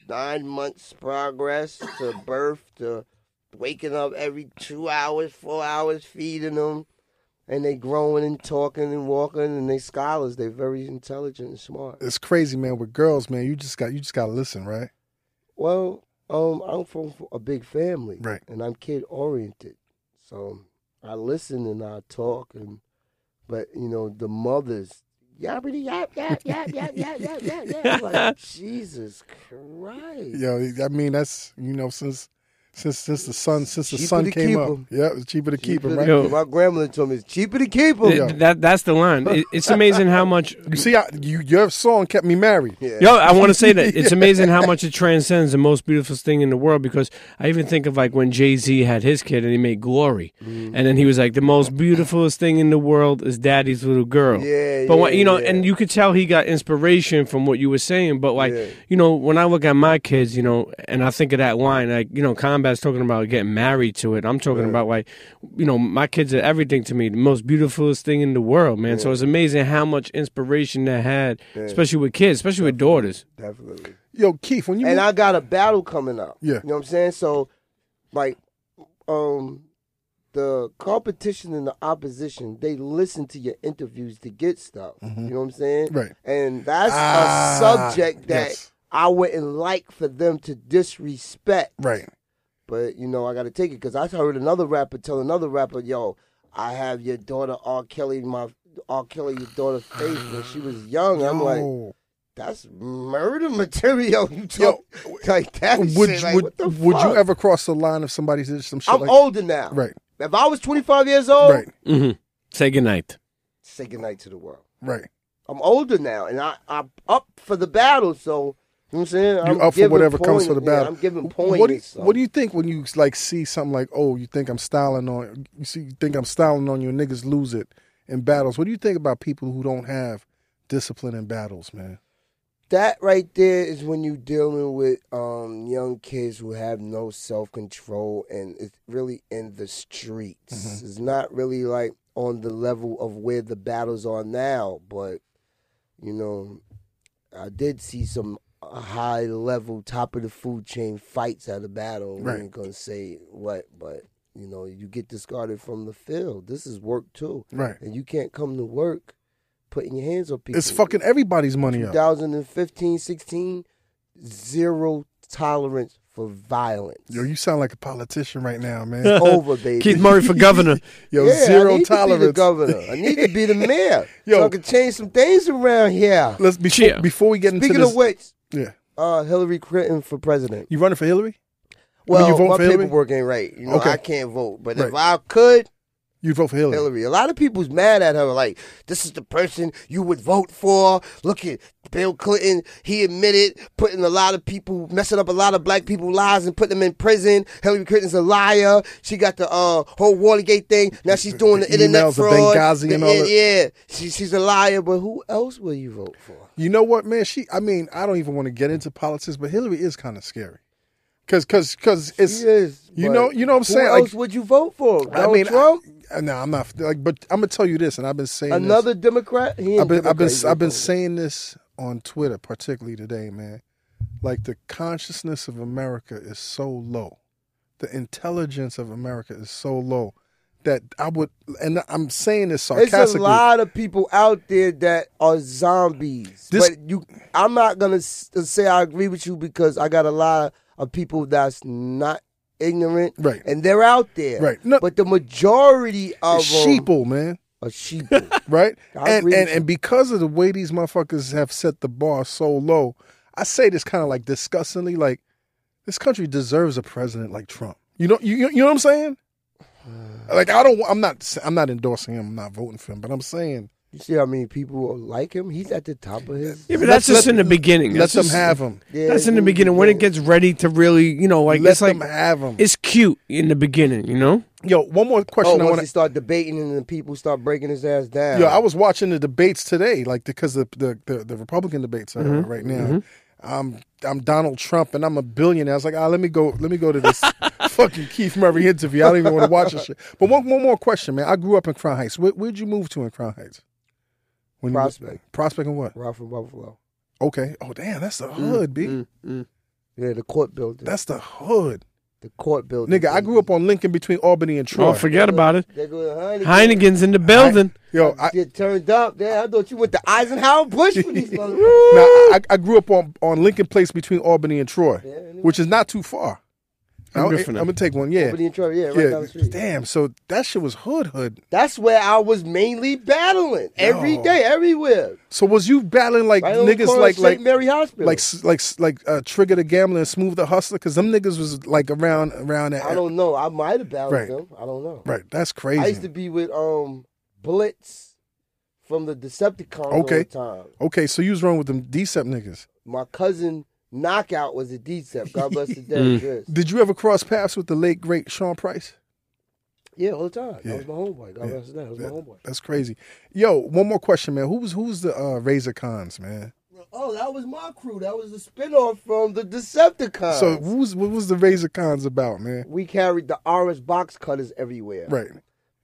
[SPEAKER 1] nine months progress to birth to waking up every two hours, four hours, feeding them, and they growing and talking and walking, and they scholars. They're very intelligent and smart.
[SPEAKER 4] It's crazy, man. With girls, man, you just got you just got to listen, right?
[SPEAKER 1] Well, um, I'm from a big family,
[SPEAKER 4] Right.
[SPEAKER 1] And I'm kid oriented, so I listen and I talk, and but you know the mothers. Yappity yap yap yap yap yap yap yap yap. I'm Like Jesus Christ!
[SPEAKER 4] Yo, I mean, that's you know, since since since the sun since the
[SPEAKER 1] Cheaper
[SPEAKER 4] sun
[SPEAKER 1] to
[SPEAKER 4] came
[SPEAKER 1] keep
[SPEAKER 4] up,
[SPEAKER 1] 'em.
[SPEAKER 4] yeah, it's cheaper to keep
[SPEAKER 1] Cheaper
[SPEAKER 4] them,
[SPEAKER 1] to
[SPEAKER 4] right?
[SPEAKER 5] Yo.
[SPEAKER 1] keep- My grandmother told me it's cheaper to keep them.
[SPEAKER 5] Th- that that's the line. It, it's amazing how much.
[SPEAKER 4] You see, I, you your song kept me married.
[SPEAKER 1] Yeah.
[SPEAKER 5] Yo, I want to say that it's amazing how much it transcends the most beautiful thing in the world. Because I even think of like when Jay Z had his kid and he made Glory,
[SPEAKER 1] Mm.
[SPEAKER 5] and then he was like, "The most beautifulest thing in the world is Daddy's little girl."
[SPEAKER 1] Yeah,
[SPEAKER 5] but what
[SPEAKER 1] yeah,
[SPEAKER 5] you know,
[SPEAKER 1] yeah.
[SPEAKER 5] and you could tell he got inspiration from what you were saying. But like,
[SPEAKER 1] Yeah.
[SPEAKER 5] you know, when I look at my kids, you know, and I think of that line, like, you know, Combat's talking about getting married to it. I'm talking about like, you know, my kids are everything to me, the most beautifulest thing in the world, man. So it's amazing how much inspiration that had, especially with kids, especially with daughters.
[SPEAKER 1] Definitely.
[SPEAKER 4] Yo, Keith, when you
[SPEAKER 1] and
[SPEAKER 4] moved-
[SPEAKER 1] I got a battle coming up.
[SPEAKER 4] Yeah.
[SPEAKER 1] You know what I'm saying? So like um the competition and the opposition, they listen to your interviews to get stuff. You know what I'm saying?
[SPEAKER 4] Mm-hmm. Right.
[SPEAKER 1] And that's
[SPEAKER 4] Ah,
[SPEAKER 1] a subject that
[SPEAKER 4] yes.
[SPEAKER 1] I wouldn't like for them to disrespect.
[SPEAKER 4] right,
[SPEAKER 1] But you know, I got to take it because I heard another rapper tell another rapper, "Yo, I have your daughter R. Kelly, my R. Kelly, your daughter Faith, when she was young." I'm like,
[SPEAKER 4] Yo.
[SPEAKER 1] that's murder material. You
[SPEAKER 4] Yo,
[SPEAKER 1] talk like that.
[SPEAKER 4] would
[SPEAKER 1] shit.
[SPEAKER 4] you
[SPEAKER 1] Like,
[SPEAKER 4] would,
[SPEAKER 1] what the
[SPEAKER 4] would you
[SPEAKER 1] fuck?
[SPEAKER 4] ever cross the line if somebody did some shit
[SPEAKER 1] I'm
[SPEAKER 4] like
[SPEAKER 1] older now.
[SPEAKER 4] right,
[SPEAKER 1] If I was 25 years old,
[SPEAKER 4] right,
[SPEAKER 5] Mm-hmm. Say goodnight.
[SPEAKER 1] say goodnight to the world.
[SPEAKER 4] right?
[SPEAKER 1] I'm older now, and I I'm up for the battle. So you know what I'm saying. I'm
[SPEAKER 4] You up for
[SPEAKER 1] giving
[SPEAKER 4] whatever comes for the
[SPEAKER 1] pointers. Yeah,
[SPEAKER 4] battle.
[SPEAKER 1] I'm giving points.
[SPEAKER 4] What do, you, what do you think when you like see something like, oh, you think I'm styling on you see you think I'm styling on you and niggas lose it in battles. What do you think about people who don't have discipline in battles, man.
[SPEAKER 1] that right there is when you're dealing with um, young kids who have no self control and it's really in the streets.
[SPEAKER 4] Mm-hmm.
[SPEAKER 1] It's not really like on the level of where the battles are now, but you know, I did see some uh, high level, top of the food chain fights at a battle.
[SPEAKER 4] Right.
[SPEAKER 1] We ain't gonna say what, but you know, you get discarded from the field. This is work too,
[SPEAKER 4] Right.
[SPEAKER 1] and you can't come to work putting your hands on people.
[SPEAKER 4] It's fucking everybody's money up.
[SPEAKER 1] 2015, 16, zero tolerance for violence.
[SPEAKER 4] Yo, you sound like a politician right now,
[SPEAKER 1] It's
[SPEAKER 4] man.
[SPEAKER 1] over, baby.
[SPEAKER 5] Oh, Keith Murray for governor.
[SPEAKER 4] Yo,
[SPEAKER 1] yeah, I need To
[SPEAKER 4] zero
[SPEAKER 1] be the
[SPEAKER 4] tolerance.
[SPEAKER 1] governor. I need to be the mayor.
[SPEAKER 4] Yo.
[SPEAKER 1] so I can change some things around here.
[SPEAKER 4] Let's before,
[SPEAKER 5] Yeah.
[SPEAKER 4] before we get into
[SPEAKER 1] Speaking
[SPEAKER 4] this.
[SPEAKER 1] of which,
[SPEAKER 4] yeah,
[SPEAKER 1] uh, Hillary Clinton for president.
[SPEAKER 4] you running for Hillary?
[SPEAKER 1] Well,
[SPEAKER 4] you vote
[SPEAKER 1] my
[SPEAKER 4] for Hillary?
[SPEAKER 1] paperwork ain't right. You know,
[SPEAKER 4] Okay.
[SPEAKER 1] I can't vote. But if
[SPEAKER 4] Right.
[SPEAKER 1] I could,
[SPEAKER 4] You vote for Hillary?
[SPEAKER 1] Hillary. A lot of people's mad at her. Like, this is the person you would vote for. Look at Bill Clinton. He admitted putting a lot of people, messing up a lot of black people's lives and putting them in prison. Hillary Clinton's a liar. She got the uh, whole Watergate thing. Now she's doing the,
[SPEAKER 4] The
[SPEAKER 1] internet
[SPEAKER 4] emails of
[SPEAKER 1] fraud.
[SPEAKER 4] Benghazi and
[SPEAKER 1] The-
[SPEAKER 4] all
[SPEAKER 1] yeah,
[SPEAKER 4] that.
[SPEAKER 1] yeah, she, she's a liar. But who else will you vote for?
[SPEAKER 4] You know what, man? She. I mean, I don't even want to get into politics, but Hillary is kind of scary. Cause, cause, cause it's.
[SPEAKER 1] She is,
[SPEAKER 4] you
[SPEAKER 1] but
[SPEAKER 4] know- you know what I'm saying?
[SPEAKER 1] Who
[SPEAKER 4] Like-
[SPEAKER 1] else would you vote for?
[SPEAKER 4] I
[SPEAKER 1] Donald
[SPEAKER 4] mean,
[SPEAKER 1] Trump,
[SPEAKER 4] I, no, I'm not. Like, but I'm gonna tell you this, and I've been saying this-
[SPEAKER 1] another Democrat. He ain't
[SPEAKER 4] I've been, I've been,
[SPEAKER 1] Democrat, he
[SPEAKER 4] I've been
[SPEAKER 1] vote for.
[SPEAKER 4] saying this on Twitter, particularly today, man. Like the consciousness of America is so low, the intelligence of America is so low that I would, and I'm saying this
[SPEAKER 1] There's a
[SPEAKER 4] sarcastically.
[SPEAKER 1] lot of people out there that are zombies.
[SPEAKER 4] This-
[SPEAKER 1] but you, I'm not gonna s- say I agree with you because I got a lot of people that's not ignorant,
[SPEAKER 4] Right.
[SPEAKER 1] And they're out there,
[SPEAKER 4] Right. No-
[SPEAKER 1] but the majority of
[SPEAKER 4] It's
[SPEAKER 1] 'em
[SPEAKER 4] sheeple, man.
[SPEAKER 1] are sheeple.
[SPEAKER 4] right?
[SPEAKER 1] I
[SPEAKER 4] and
[SPEAKER 1] agree
[SPEAKER 4] and,
[SPEAKER 1] with
[SPEAKER 4] and because of the way these motherfuckers have set the bar so low, I say this kind of like disgustingly, like this country deserves a president like Trump. You know, you you know what I'm saying? Like I don't, I'm not, I'm not endorsing him. I'm not voting for him, but I'm saying
[SPEAKER 1] you see how many people like him? He's at the top of his.
[SPEAKER 5] Yeah, but that's
[SPEAKER 4] Let's-
[SPEAKER 5] just in the beginning.
[SPEAKER 4] let
[SPEAKER 5] That's
[SPEAKER 4] them
[SPEAKER 5] just-
[SPEAKER 4] have him.
[SPEAKER 1] Yeah,
[SPEAKER 5] That's in the
[SPEAKER 1] he-
[SPEAKER 5] beginning. When
[SPEAKER 1] yeah.
[SPEAKER 5] it gets ready to really, you know, like
[SPEAKER 4] let
[SPEAKER 5] it's like
[SPEAKER 4] them have him.
[SPEAKER 5] it's cute in the beginning, you know.
[SPEAKER 4] Yo, one more
[SPEAKER 1] oh,
[SPEAKER 4] question.
[SPEAKER 1] once
[SPEAKER 4] I want
[SPEAKER 1] he
[SPEAKER 4] to.
[SPEAKER 1] start debating and the people start breaking his ass down.
[SPEAKER 4] Yo, I was watching the debates today, like because the the the, the Republican debates are on right now. I'm I'm Donald Trump and I'm a billionaire. I was like, ah, let me go, let me go to this fucking Keith Murray interview. I don't even want to watch this shit. But one one more question, man. I grew up in Crown Heights. Where, where'd you move to in Crown Heights? When you-
[SPEAKER 1] Prospect.
[SPEAKER 4] prospect and what?
[SPEAKER 1] Ralph from Buffalo.
[SPEAKER 4] Okay. Oh damn, that's the hood, b.
[SPEAKER 1] Yeah, the court building.
[SPEAKER 4] That's the hood,
[SPEAKER 1] the court building.
[SPEAKER 4] nigga. I grew up on Lincoln between Albany and Troy.
[SPEAKER 5] Oh, forget about it.
[SPEAKER 1] They go to Heineken.
[SPEAKER 5] Heineken's in the building.
[SPEAKER 4] Yo, I,
[SPEAKER 1] Get turned up. Damn, I thought you went to Eisenhower Bush with these motherfuckers.
[SPEAKER 4] Now, I, I grew up on, on Lincoln Place between Albany and Troy, which is not too far.
[SPEAKER 5] I'm
[SPEAKER 4] I'm,
[SPEAKER 5] good for
[SPEAKER 4] I'm
[SPEAKER 5] that.
[SPEAKER 4] gonna take one. Yeah,
[SPEAKER 1] Albany and Troy, yeah, right down
[SPEAKER 4] yeah.
[SPEAKER 1] the street.
[SPEAKER 4] Damn. So that shit was hood hood.
[SPEAKER 1] That's where I was mainly battling every
[SPEAKER 4] Yo.
[SPEAKER 1] day, everywhere.
[SPEAKER 4] So was you battling like
[SPEAKER 1] Right on the
[SPEAKER 4] niggas
[SPEAKER 1] corner of
[SPEAKER 4] like
[SPEAKER 1] St.
[SPEAKER 4] like
[SPEAKER 1] Mary Hospital.
[SPEAKER 4] like s- like s- like uh, Trigger the Gambler and Smooth the Hustler? Because them niggas was like around around that.
[SPEAKER 1] I don't know. I might have battled
[SPEAKER 4] Right.
[SPEAKER 1] them. I don't know.
[SPEAKER 4] Right. That's
[SPEAKER 1] I used
[SPEAKER 4] crazy.
[SPEAKER 1] to be with um Blitz from the Decepticons
[SPEAKER 4] Okay.
[SPEAKER 1] all the time.
[SPEAKER 4] okay. So you was wrong with them Decept niggas.
[SPEAKER 1] My cousin Knockout was a Decept. God bless his dead. yes.
[SPEAKER 4] Did you ever cross paths with the late great Sean Price?
[SPEAKER 1] Yeah, all the time.
[SPEAKER 4] Yeah.
[SPEAKER 1] That was my homeboy. God bless his dead. That was my homeboy.
[SPEAKER 4] That's crazy. Yo, one more question, man. Who was who was the uh, Razor Cons, man?
[SPEAKER 1] Oh, that was my crew. That was the spinoff from the Decepticons.
[SPEAKER 4] So who was what was the Razor Cons about, man?
[SPEAKER 1] we carried the RS box cutters everywhere.
[SPEAKER 4] Right.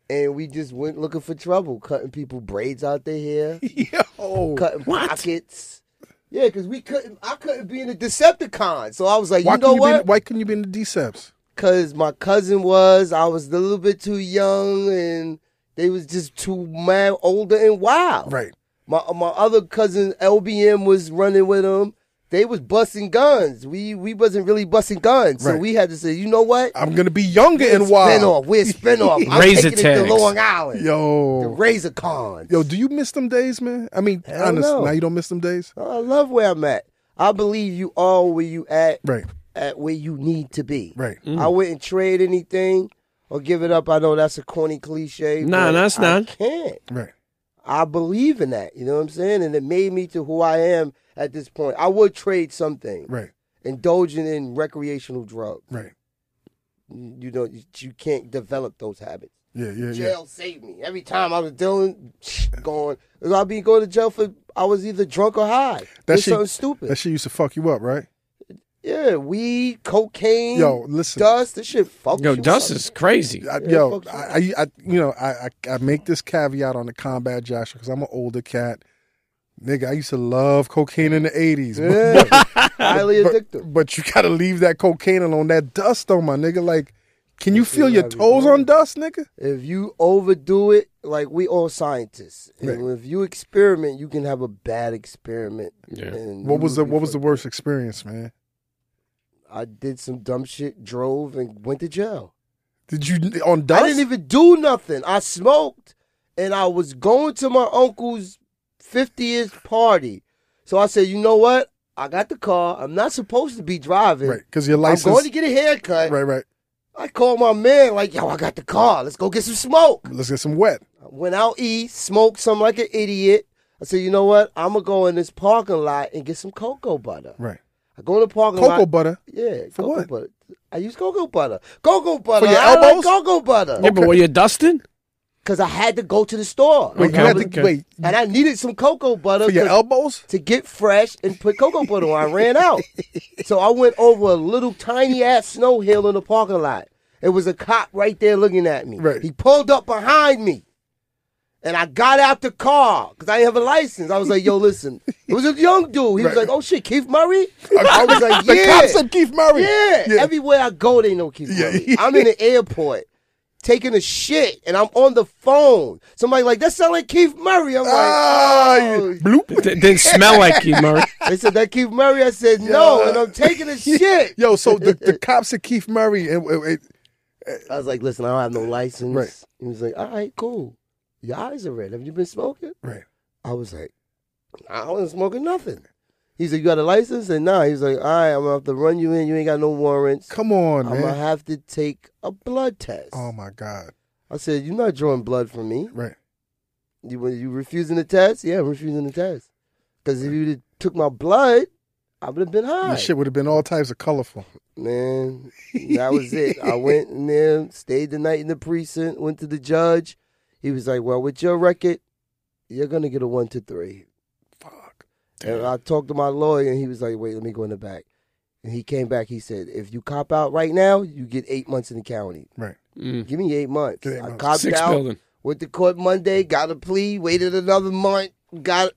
[SPEAKER 1] And we just went looking for trouble, cutting people braids out their hair,
[SPEAKER 4] Yo.
[SPEAKER 1] cutting pockets. Yeah, because we couldn't. I couldn't be in the Decepticon, so I was like,
[SPEAKER 4] Why
[SPEAKER 1] you know
[SPEAKER 4] couldn't you be
[SPEAKER 1] what?
[SPEAKER 4] in, why couldn't you be in the Deceps?
[SPEAKER 1] Because my cousin was. I was a little bit too young, and they was just too mad, older and wild.
[SPEAKER 4] Right.
[SPEAKER 1] My my other cousin LBM was running with them. They was busting guns. We we wasn't really busting guns, so
[SPEAKER 4] Right.
[SPEAKER 1] we had to say, you know what?
[SPEAKER 4] I'm gonna be younger and
[SPEAKER 1] spin
[SPEAKER 4] wild.
[SPEAKER 1] off. We're spin off. I'm
[SPEAKER 5] Razor
[SPEAKER 1] taking it to
[SPEAKER 5] tags.
[SPEAKER 1] Long Island. The
[SPEAKER 4] Yo.
[SPEAKER 1] Razor Cons.
[SPEAKER 4] Yo, do you miss them days, man? I mean,
[SPEAKER 1] Hell
[SPEAKER 4] honest,
[SPEAKER 1] no.
[SPEAKER 4] now you don't miss them days?
[SPEAKER 1] I love where I'm at. I believe you are where you at,
[SPEAKER 4] Right.
[SPEAKER 1] at where you need to be.
[SPEAKER 4] Right.
[SPEAKER 5] Mm.
[SPEAKER 1] I wouldn't trade anything or give it up. I know that's a corny cliche.
[SPEAKER 5] Nah,
[SPEAKER 1] but
[SPEAKER 5] that's
[SPEAKER 1] I
[SPEAKER 5] not.
[SPEAKER 1] can't.
[SPEAKER 4] Right.
[SPEAKER 1] I believe in that. You know what I'm saying? And it made me to who I am at this point. I would trade something.
[SPEAKER 4] Right.
[SPEAKER 1] Indulging in recreational drugs.
[SPEAKER 4] Right.
[SPEAKER 1] You know, you, you can't develop those habits.
[SPEAKER 4] Yeah, yeah, yeah.
[SPEAKER 1] Jail saved me. Every time I was dealing, going, I'd be going to jail for, I was either drunk or high. That's something stupid.
[SPEAKER 4] That shit used to fuck you up, right?
[SPEAKER 1] yeah, weed, cocaine,
[SPEAKER 4] Yo, listen.
[SPEAKER 1] dust, this shit fucks
[SPEAKER 5] Yo,
[SPEAKER 1] you
[SPEAKER 5] dust
[SPEAKER 1] up.
[SPEAKER 5] is crazy.
[SPEAKER 4] I,
[SPEAKER 1] Yeah,
[SPEAKER 4] yo,
[SPEAKER 1] fuck
[SPEAKER 4] I, I, I, you know, I, I, I make this caveat on the combat Joshua because I'm an older cat. Nigga, I used to love cocaine in the 80s.
[SPEAKER 1] Yeah. highly addictive.
[SPEAKER 4] But, but you gotta leave that cocaine alone. That dust on my nigga. Like, can you feel
[SPEAKER 1] yeah,
[SPEAKER 4] your
[SPEAKER 1] I be
[SPEAKER 4] toes on
[SPEAKER 1] worried.
[SPEAKER 4] dust, nigga?
[SPEAKER 1] If you overdo it, like we all scientists, and
[SPEAKER 4] Right.
[SPEAKER 1] if you experiment, you can have a bad experiment.
[SPEAKER 5] Yeah.
[SPEAKER 1] And
[SPEAKER 4] What
[SPEAKER 1] you
[SPEAKER 4] was the
[SPEAKER 1] would be
[SPEAKER 4] What was the
[SPEAKER 1] fucked.
[SPEAKER 4] worst experience, man?
[SPEAKER 1] I did some dumb shit, drove, and went to jail.
[SPEAKER 4] Did you on dust?
[SPEAKER 1] I didn't even do nothing. I smoked and I was going to my uncle's 50th party. So I said, you know what? I got the car. I'm not supposed to be driving.
[SPEAKER 4] right, because your
[SPEAKER 1] I'm
[SPEAKER 4] license.
[SPEAKER 1] going to get a haircut.
[SPEAKER 4] right, right.
[SPEAKER 1] I called my man, like, yo, I got the car. Let's go get some smoke.
[SPEAKER 4] Let's get some wet.
[SPEAKER 1] I went out eat, smoked some like an idiot. I said, you know what? I'm going to go in this parking lot and get some cocoa butter.
[SPEAKER 4] Right,
[SPEAKER 1] I go in the parking
[SPEAKER 4] cocoa
[SPEAKER 1] lot.
[SPEAKER 4] butter.
[SPEAKER 1] Yeah,
[SPEAKER 4] For
[SPEAKER 1] cocoa
[SPEAKER 4] what?
[SPEAKER 1] butter. I use cocoa butter. Cocoa butter.
[SPEAKER 4] your
[SPEAKER 1] I
[SPEAKER 4] elbows? Oh,
[SPEAKER 1] like cocoa butter.
[SPEAKER 5] Yeah, but were you dusting?
[SPEAKER 1] because I had to go to the store.
[SPEAKER 4] Wait,
[SPEAKER 5] Okay.
[SPEAKER 4] you had to
[SPEAKER 5] Okay.
[SPEAKER 4] wait
[SPEAKER 1] And I needed some cocoa butter
[SPEAKER 4] for your
[SPEAKER 1] 'cause-
[SPEAKER 4] elbows.
[SPEAKER 1] to get fresh and put cocoa butter on. I ran out. So I went over a little tiny ass snow hill in the parking lot. It was a cop right there looking at me.
[SPEAKER 4] Right.
[SPEAKER 1] He pulled up behind me. And I got out the car because I didn't have a license. I was like, yo, listen. It was a young dude. He was
[SPEAKER 4] Right.
[SPEAKER 1] like, oh shit, Keith Murray? I was like,
[SPEAKER 4] The
[SPEAKER 1] yeah.
[SPEAKER 4] cop said Keith Murray.
[SPEAKER 1] Yeah. Everywhere I go, they know Keith
[SPEAKER 4] Yeah.
[SPEAKER 1] Murray. I'm in the airport taking a shit and I'm on the phone. Somebody like, that sound like Keith Murray. I'm like,
[SPEAKER 4] Ah,
[SPEAKER 1] oh.
[SPEAKER 4] you- bloop.
[SPEAKER 5] D- didn't smell like you, Murray.
[SPEAKER 1] They said that Keith Murray. I said, no, and I'm taking a shit.
[SPEAKER 4] Yo, so the, the cops at Keith Murray and and- and-
[SPEAKER 1] I was like, listen, I don't have no license.
[SPEAKER 4] Right.
[SPEAKER 1] He was like, all right, cool. Your eyes are red. Have you been smoking?
[SPEAKER 4] right.
[SPEAKER 1] I was like, I wasn't smoking nothing. He said, you got a license? And nah. He was like, all right, I'm going to have to run you in. You ain't got no warrants.
[SPEAKER 4] Come on,
[SPEAKER 1] I'm going to
[SPEAKER 4] man.
[SPEAKER 1] have to take a blood test.
[SPEAKER 4] Oh my God.
[SPEAKER 1] I said, you're not drawing blood from me.
[SPEAKER 4] Right.
[SPEAKER 1] You were you refusing the test? Yeah, I'm refusing the test. Because if you took my blood, I would have been high.
[SPEAKER 4] This shit would have been all types of colorful.
[SPEAKER 1] Man, that was it. I went in there, stayed the night in the precinct, went to the judge. He was like, Well, with your record, you're going to get a one to three.
[SPEAKER 4] Fuck.
[SPEAKER 1] And I talked to my lawyer, and he was like, Wait, let me go in the back. And he came back. He said, If you cop out right now, you get eight months in the county.
[SPEAKER 4] Right.
[SPEAKER 5] Mm.
[SPEAKER 1] Give me eight months.
[SPEAKER 4] Hmm. Give me eight
[SPEAKER 1] I
[SPEAKER 4] months.
[SPEAKER 1] copped
[SPEAKER 5] Six
[SPEAKER 1] out,
[SPEAKER 5] building.
[SPEAKER 1] went to court Monday, got a plea, waited another month, got,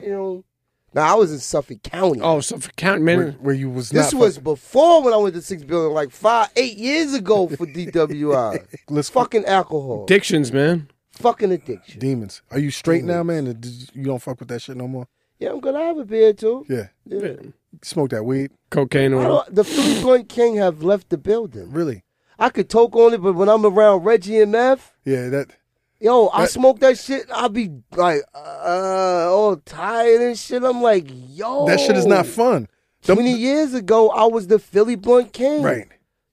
[SPEAKER 1] you know. Now, I was in Suffolk County.
[SPEAKER 5] Oh, so for count
[SPEAKER 4] Where,
[SPEAKER 5] man.
[SPEAKER 4] where you was
[SPEAKER 1] This
[SPEAKER 4] not.
[SPEAKER 1] was before when I went to six billion, like five, eight years ago for DWI.
[SPEAKER 4] Let's
[SPEAKER 1] fucking alcohol,
[SPEAKER 5] Addictions, man.
[SPEAKER 1] fucking addiction.
[SPEAKER 4] demons. Are you straight now, man? Or did You you don't fuck with that shit no more.
[SPEAKER 1] Yeah, I'm gonna have a beer too.
[SPEAKER 4] Yeah.
[SPEAKER 1] Yeah.
[SPEAKER 4] Smoke that weed.
[SPEAKER 5] Cocaine
[SPEAKER 1] I
[SPEAKER 5] oil.
[SPEAKER 1] don't- the Philly Blunt King have left the building.
[SPEAKER 4] Really?
[SPEAKER 1] I could toke on it, but when I'm around Reggie and Meth,
[SPEAKER 4] Yeah. That.
[SPEAKER 1] yo, I
[SPEAKER 4] That-
[SPEAKER 1] smoke that shit. I'll be like, uh, all tired and shit. I'm like, yo,
[SPEAKER 4] That shit is
[SPEAKER 1] Oh.
[SPEAKER 4] not fun. Them-
[SPEAKER 1] Twenty years ago, I was the Philly Blunt King.
[SPEAKER 4] Right.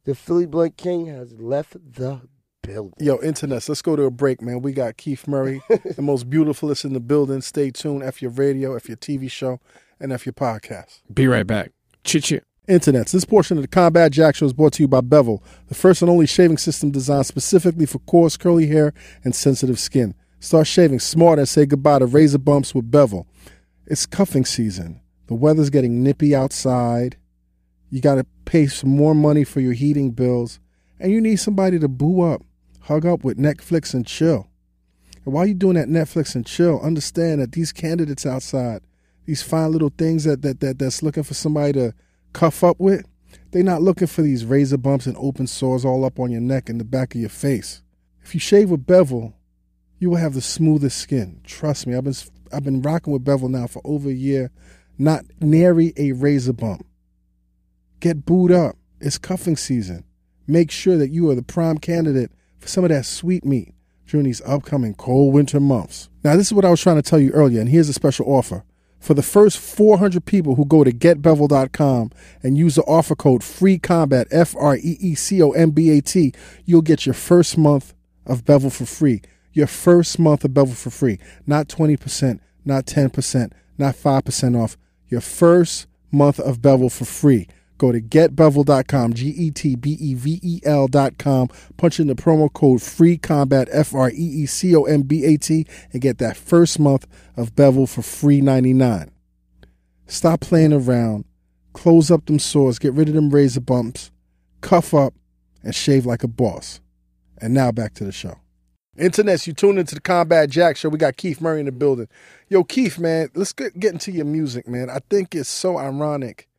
[SPEAKER 1] The Philly Blunt King has left the building.
[SPEAKER 4] Yo, internets, let's go to a break, man. We got Keith Murray, the most beautifulest in the building. Stay tuned. F your radio, F your TV show, and F your podcast.
[SPEAKER 5] Be right back. Chit chit.
[SPEAKER 4] Internets. This portion of the Combat Jack Show is brought to you by Bevel, the first and only shaving system designed specifically for coarse, curly hair and sensitive skin. Start shaving smart and say goodbye to razor bumps with Bevel. It's cuffing season. The weather's getting nippy outside. You got to pay some more money for your heating bills. And you need somebody to boo up, hug up with Netflix and chill. And while you're doing that Netflix and chill, understand that these candidates outside, these fine little things that, that, that that's looking for somebody to cuff up with, they're not looking for these razor bumps and open sores all up on your neck and the back of your face. If you shave with Bevel, you will have the smoothest skin. Trust me, I've been I've been rocking with Bevel now for over a year, not nary a razor bump. Get booed up. It's cuffing season. Make sure that you are the prime candidate for some of that sweet meat during these upcoming cold winter months. Now, this is what I was trying to tell you earlier, and here's a special offer. For the first 400 people who go to getbevel.com and use the offer code FREECOMBAT, F R E E C O M B A T, you'll get your first month of Bevel for free. Your first month of Bevel for free. Not 20%, not 10%, not 5% off. Your first month of Bevel for free. Go to getbevel.com, G E T B E V E L.com, punch in the promo code Free Combat, F R E E C O M B A T, and get that first month of Bevel for free 99. Stop playing around, close up them sores, get rid of them razor bumps, cuff up, and shave like a boss. And now back to the show. Internets, you tune into the Combat Jack show. We got Keith Murray in the building. Yo, Keith, man, let's get, get into your music, man. I think it's so ironic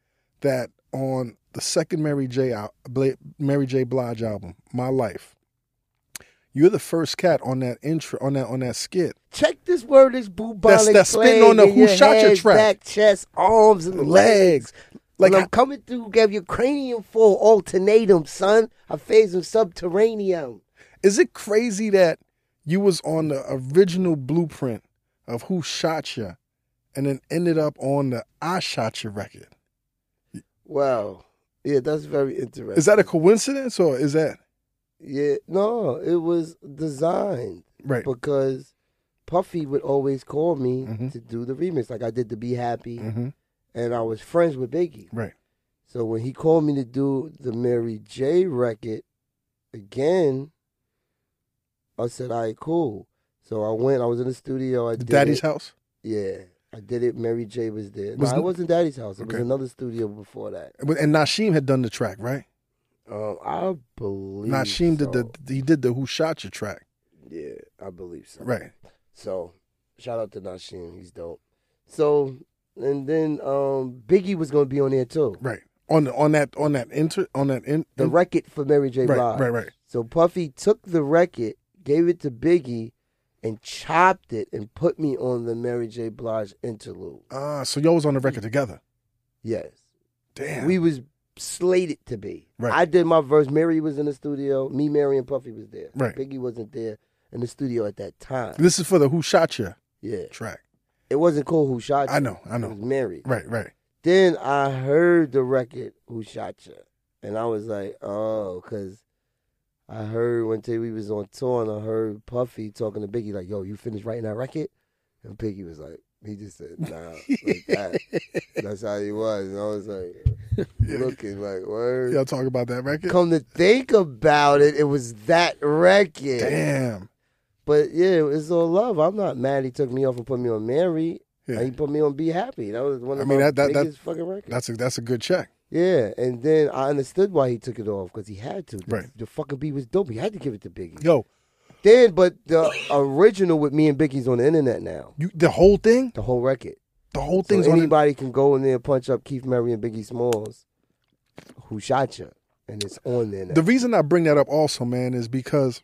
[SPEAKER 4] that on the second Mary J. al- Bla- Mary J. Blige album, My Life, you're the first cat on that intro on that on that skit.
[SPEAKER 1] Check this word is bubonic
[SPEAKER 4] That's- that's spitting
[SPEAKER 1] plague
[SPEAKER 4] on the
[SPEAKER 1] in
[SPEAKER 4] who
[SPEAKER 1] your
[SPEAKER 4] shot your
[SPEAKER 1] head,
[SPEAKER 4] track.
[SPEAKER 1] Back, chest, arms, and
[SPEAKER 4] Legs.
[SPEAKER 1] legs.
[SPEAKER 4] Like
[SPEAKER 1] Like I'm coming through, grab your cranium full alternatum, son. I phase them subterraneum.
[SPEAKER 4] Is it crazy that you was on the original blueprint of Who Shot Ya and then ended up on the I Shot Ya record?
[SPEAKER 1] Wow. Yeah, that's very interesting.
[SPEAKER 4] Is that a coincidence or is that
[SPEAKER 1] Yeah, no, it was designed
[SPEAKER 4] right?
[SPEAKER 1] because Puffy would always call me
[SPEAKER 4] Mhm.
[SPEAKER 1] to do the remix. Like I did the Be Happy,
[SPEAKER 4] Mhm.
[SPEAKER 1] and I was friends with Biggie.
[SPEAKER 4] Right.
[SPEAKER 1] So when he called me to do the Mary J record again, I said, "All right, cool." So I went. I was in the studio. I
[SPEAKER 4] The
[SPEAKER 1] did
[SPEAKER 4] Daddy's
[SPEAKER 1] it.
[SPEAKER 4] house.
[SPEAKER 1] Yeah, I did it. Mary J was there.
[SPEAKER 4] Was-
[SPEAKER 1] no, it wasn't Daddy's house. It
[SPEAKER 4] Okay.
[SPEAKER 1] was another studio before that.
[SPEAKER 4] And Nasheem had done the track, right?
[SPEAKER 1] Um, I believe
[SPEAKER 4] Nasheem did
[SPEAKER 1] so.
[SPEAKER 4] the he did the Who Shot Ya track,
[SPEAKER 1] Yeah, I believe so.
[SPEAKER 4] right?
[SPEAKER 1] So shout out to Nasheem, he's dope. So and then um Biggie was gonna be on there too.
[SPEAKER 4] Right on the on that on that inter on that in
[SPEAKER 1] The record for Mary J.
[SPEAKER 4] right
[SPEAKER 1] Blige.
[SPEAKER 4] right right.
[SPEAKER 1] So Puffy took the record, gave it to Biggie, and chopped it and put me on the Mary J. Blige interlude.
[SPEAKER 4] Ah, so y'all was on the record together.
[SPEAKER 1] Yes.
[SPEAKER 4] Damn.
[SPEAKER 1] We was slated to be.
[SPEAKER 4] Right.
[SPEAKER 1] I did my verse. Mary was in the studio. Me, Mary, and Puffy was there.
[SPEAKER 4] Right.
[SPEAKER 1] Biggie wasn't there in the studio at that time.
[SPEAKER 4] this is for the Who Shot Ya
[SPEAKER 1] Yeah.
[SPEAKER 4] track.
[SPEAKER 1] It wasn't called Who Shot You.
[SPEAKER 4] I know, I
[SPEAKER 1] It was
[SPEAKER 4] know.
[SPEAKER 1] Mary.
[SPEAKER 4] Right, right.
[SPEAKER 1] then I heard the record "Who Shot Ya," and I was like, "Oh," because I heard one day we was on tour, and I heard Puffy talking to Biggie like, "Yo, you finished writing that record?" And Biggie was like, "He just said, nah, like that." That's how he was, and I was like, looking like, "Word."
[SPEAKER 4] Y'all talk about that record.
[SPEAKER 1] Come to think about it, it was that record.
[SPEAKER 4] Damn.
[SPEAKER 1] But yeah, it's all love. I'm not mad he took me off and put me on Mary.
[SPEAKER 4] Yeah.
[SPEAKER 1] And he put me on Be Happy. That was one of
[SPEAKER 4] I mean,
[SPEAKER 1] my
[SPEAKER 4] that- that- that-
[SPEAKER 1] biggest fucking records.
[SPEAKER 4] That's a that's a good check.
[SPEAKER 1] Yeah, and then I understood why he took it off because he had to. The,
[SPEAKER 4] Right.
[SPEAKER 1] the fucking beat was dope. He had to give it to Biggie.
[SPEAKER 4] Yo,
[SPEAKER 1] Then, but the original with me and Biggie's on the internet now.
[SPEAKER 4] you the whole thing,
[SPEAKER 1] The whole record.
[SPEAKER 4] the whole
[SPEAKER 1] So
[SPEAKER 4] thing's on. the-
[SPEAKER 1] anybody can go in there and punch up Keith Murray and Biggie Smalls, who shot you, and it's on there now.
[SPEAKER 4] The reason I bring that up also, man, is because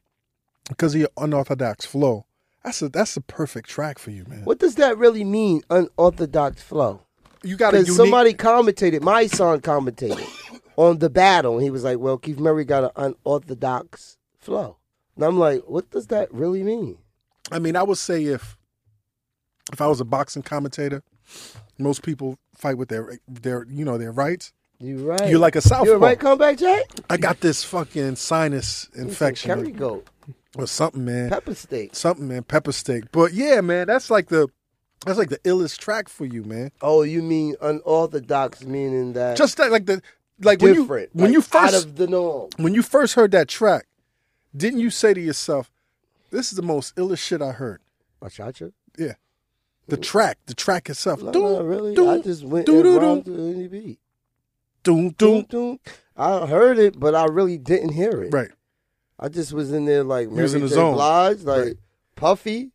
[SPEAKER 4] because of your unorthodox flow. That's a that's a perfect track for you, man.
[SPEAKER 1] what does that really mean? Unorthodox flow.
[SPEAKER 4] You got a unique.
[SPEAKER 1] Because somebody commentated, my son commentated on the battle, and he was like, "Well, Keith Murray got an unorthodox flow," and I'm like, "What does that really mean?"
[SPEAKER 4] I mean, I would say if if I was a boxing commentator, most people fight with their their you know their rights.
[SPEAKER 1] You right.
[SPEAKER 4] You're like a southpaw.
[SPEAKER 1] You're right. Come back, Jack.
[SPEAKER 4] I got this fucking sinus
[SPEAKER 1] Curry
[SPEAKER 4] infection
[SPEAKER 1] goat,
[SPEAKER 4] or, or something, man.
[SPEAKER 1] pepper steak.
[SPEAKER 4] something, man. Pepper steak. But yeah, man, that's like the that's like the illest track for you, man.
[SPEAKER 1] Oh, you mean unorthodox, meaning that
[SPEAKER 4] Just that, like the like when you when
[SPEAKER 1] different.
[SPEAKER 4] you
[SPEAKER 1] like, out
[SPEAKER 4] first
[SPEAKER 1] of the norm.
[SPEAKER 4] when you first heard that track, didn't you say to yourself, "This is the most illest shit I heard"?
[SPEAKER 1] I shot you.
[SPEAKER 4] The track, the track itself.
[SPEAKER 1] No,
[SPEAKER 4] Doom,
[SPEAKER 1] no, really.
[SPEAKER 4] doom,
[SPEAKER 1] I just went
[SPEAKER 4] doom,
[SPEAKER 1] and
[SPEAKER 4] doom,
[SPEAKER 1] rhymed to any beat.
[SPEAKER 4] doom, doom.
[SPEAKER 1] Doom, doom. I heard it, but I really didn't hear it.
[SPEAKER 4] Right.
[SPEAKER 1] I just was in there like
[SPEAKER 4] You was
[SPEAKER 1] Mary
[SPEAKER 4] in
[SPEAKER 1] J.
[SPEAKER 4] the zone.
[SPEAKER 1] Blige, like
[SPEAKER 4] Right.
[SPEAKER 1] Puffy.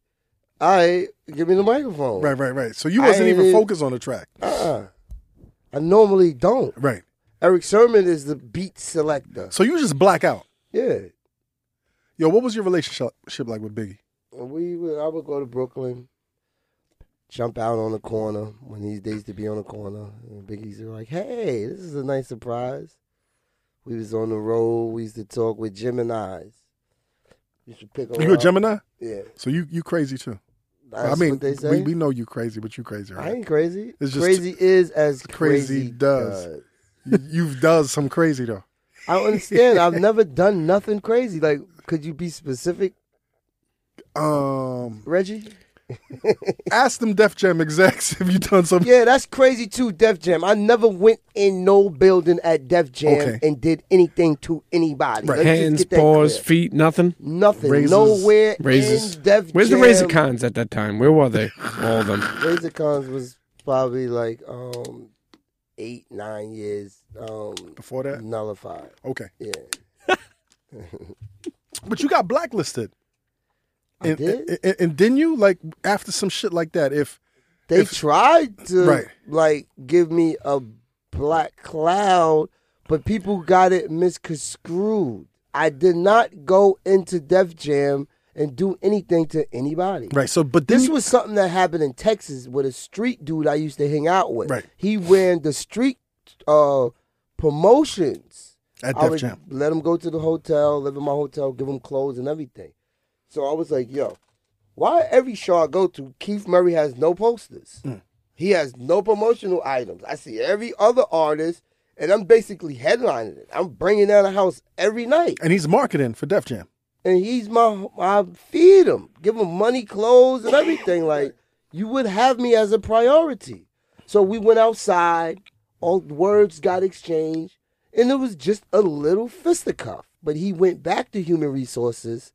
[SPEAKER 1] All right, give me the microphone.
[SPEAKER 4] Right, right, right. So you
[SPEAKER 1] I
[SPEAKER 4] wasn't
[SPEAKER 1] ain't
[SPEAKER 4] even
[SPEAKER 1] even-
[SPEAKER 4] focused on the track.
[SPEAKER 1] Uh-uh. I normally don't.
[SPEAKER 4] Right.
[SPEAKER 1] Eric Sermon is the beat selector.
[SPEAKER 4] So you just black out.
[SPEAKER 1] Yeah.
[SPEAKER 4] Yo, what was your relationship like with Biggie?
[SPEAKER 1] we would, I would go to Brooklyn, jump out on the corner when these days to be on the corner. And Biggie's were like, "Hey, this is a nice surprise." We was on the road. We used to talk with Gemini's. You should pick 'em
[SPEAKER 4] You a
[SPEAKER 1] up.
[SPEAKER 4] Gemini?
[SPEAKER 1] Yeah,
[SPEAKER 4] So you you crazy too.
[SPEAKER 1] that's
[SPEAKER 4] I mean,
[SPEAKER 1] what they say.
[SPEAKER 4] we, we know you crazy, but you crazy,
[SPEAKER 1] I
[SPEAKER 4] right?
[SPEAKER 1] ain't crazy.
[SPEAKER 4] It's just-
[SPEAKER 1] crazy is as
[SPEAKER 4] Crazy
[SPEAKER 1] crazy,
[SPEAKER 4] does. You- You've does some crazy though.
[SPEAKER 1] I don't understand. I've never done nothing crazy. Like, could you be specific,
[SPEAKER 4] Um,
[SPEAKER 1] Reggie?
[SPEAKER 4] Ask them Def Jam execs if you done something.
[SPEAKER 1] Yeah, that's crazy too, Def Jam. I never went in no building at Def Jam
[SPEAKER 4] Okay.
[SPEAKER 1] and did anything to anybody. Let's just
[SPEAKER 5] Hands,
[SPEAKER 1] get that
[SPEAKER 5] paws,
[SPEAKER 1] clear.
[SPEAKER 5] feet, nothing.
[SPEAKER 1] Nothing.
[SPEAKER 4] Razors.
[SPEAKER 1] Nowhere
[SPEAKER 5] Razors.
[SPEAKER 1] in Def
[SPEAKER 5] Where's
[SPEAKER 1] Jam.
[SPEAKER 5] the Razor Cons at that time? Where were they? All of them.
[SPEAKER 1] Razor Cons was probably like um eight, nine years um
[SPEAKER 4] Before that,
[SPEAKER 1] nullified.
[SPEAKER 4] okay.
[SPEAKER 1] Yeah.
[SPEAKER 4] But you got blacklisted.
[SPEAKER 1] I
[SPEAKER 4] and,
[SPEAKER 1] did?
[SPEAKER 4] And, and didn't you like after some shit like that? If
[SPEAKER 1] They
[SPEAKER 4] If-
[SPEAKER 1] tried to
[SPEAKER 4] Right.
[SPEAKER 1] like give me a black cloud, but people got it misconstrued. I did not go into Def Jam and do anything to anybody.
[SPEAKER 4] right, so but
[SPEAKER 1] This
[SPEAKER 4] this
[SPEAKER 1] was something that happened in Texas with a street dude I used to hang out with.
[SPEAKER 4] Right.
[SPEAKER 1] He ran the street uh, promotions.
[SPEAKER 4] at
[SPEAKER 1] I
[SPEAKER 4] Def
[SPEAKER 1] would
[SPEAKER 4] Jam.
[SPEAKER 1] let him go to the hotel, live in my hotel, give him clothes and everything. So I was like, yo, why every show I go to, Keith Murray has no posters.
[SPEAKER 4] Mm.
[SPEAKER 1] He has no promotional items. I see every other artist, and I'm basically headlining it. I'm bringing down a house every night
[SPEAKER 4] and he's marketing for Def Jam.
[SPEAKER 1] and he's my I feed him, give him money, clothes, and everything. Like you would have me as a priority. So we went outside. All words got exchanged, and it was just a little fisticuff. But he went back to human resources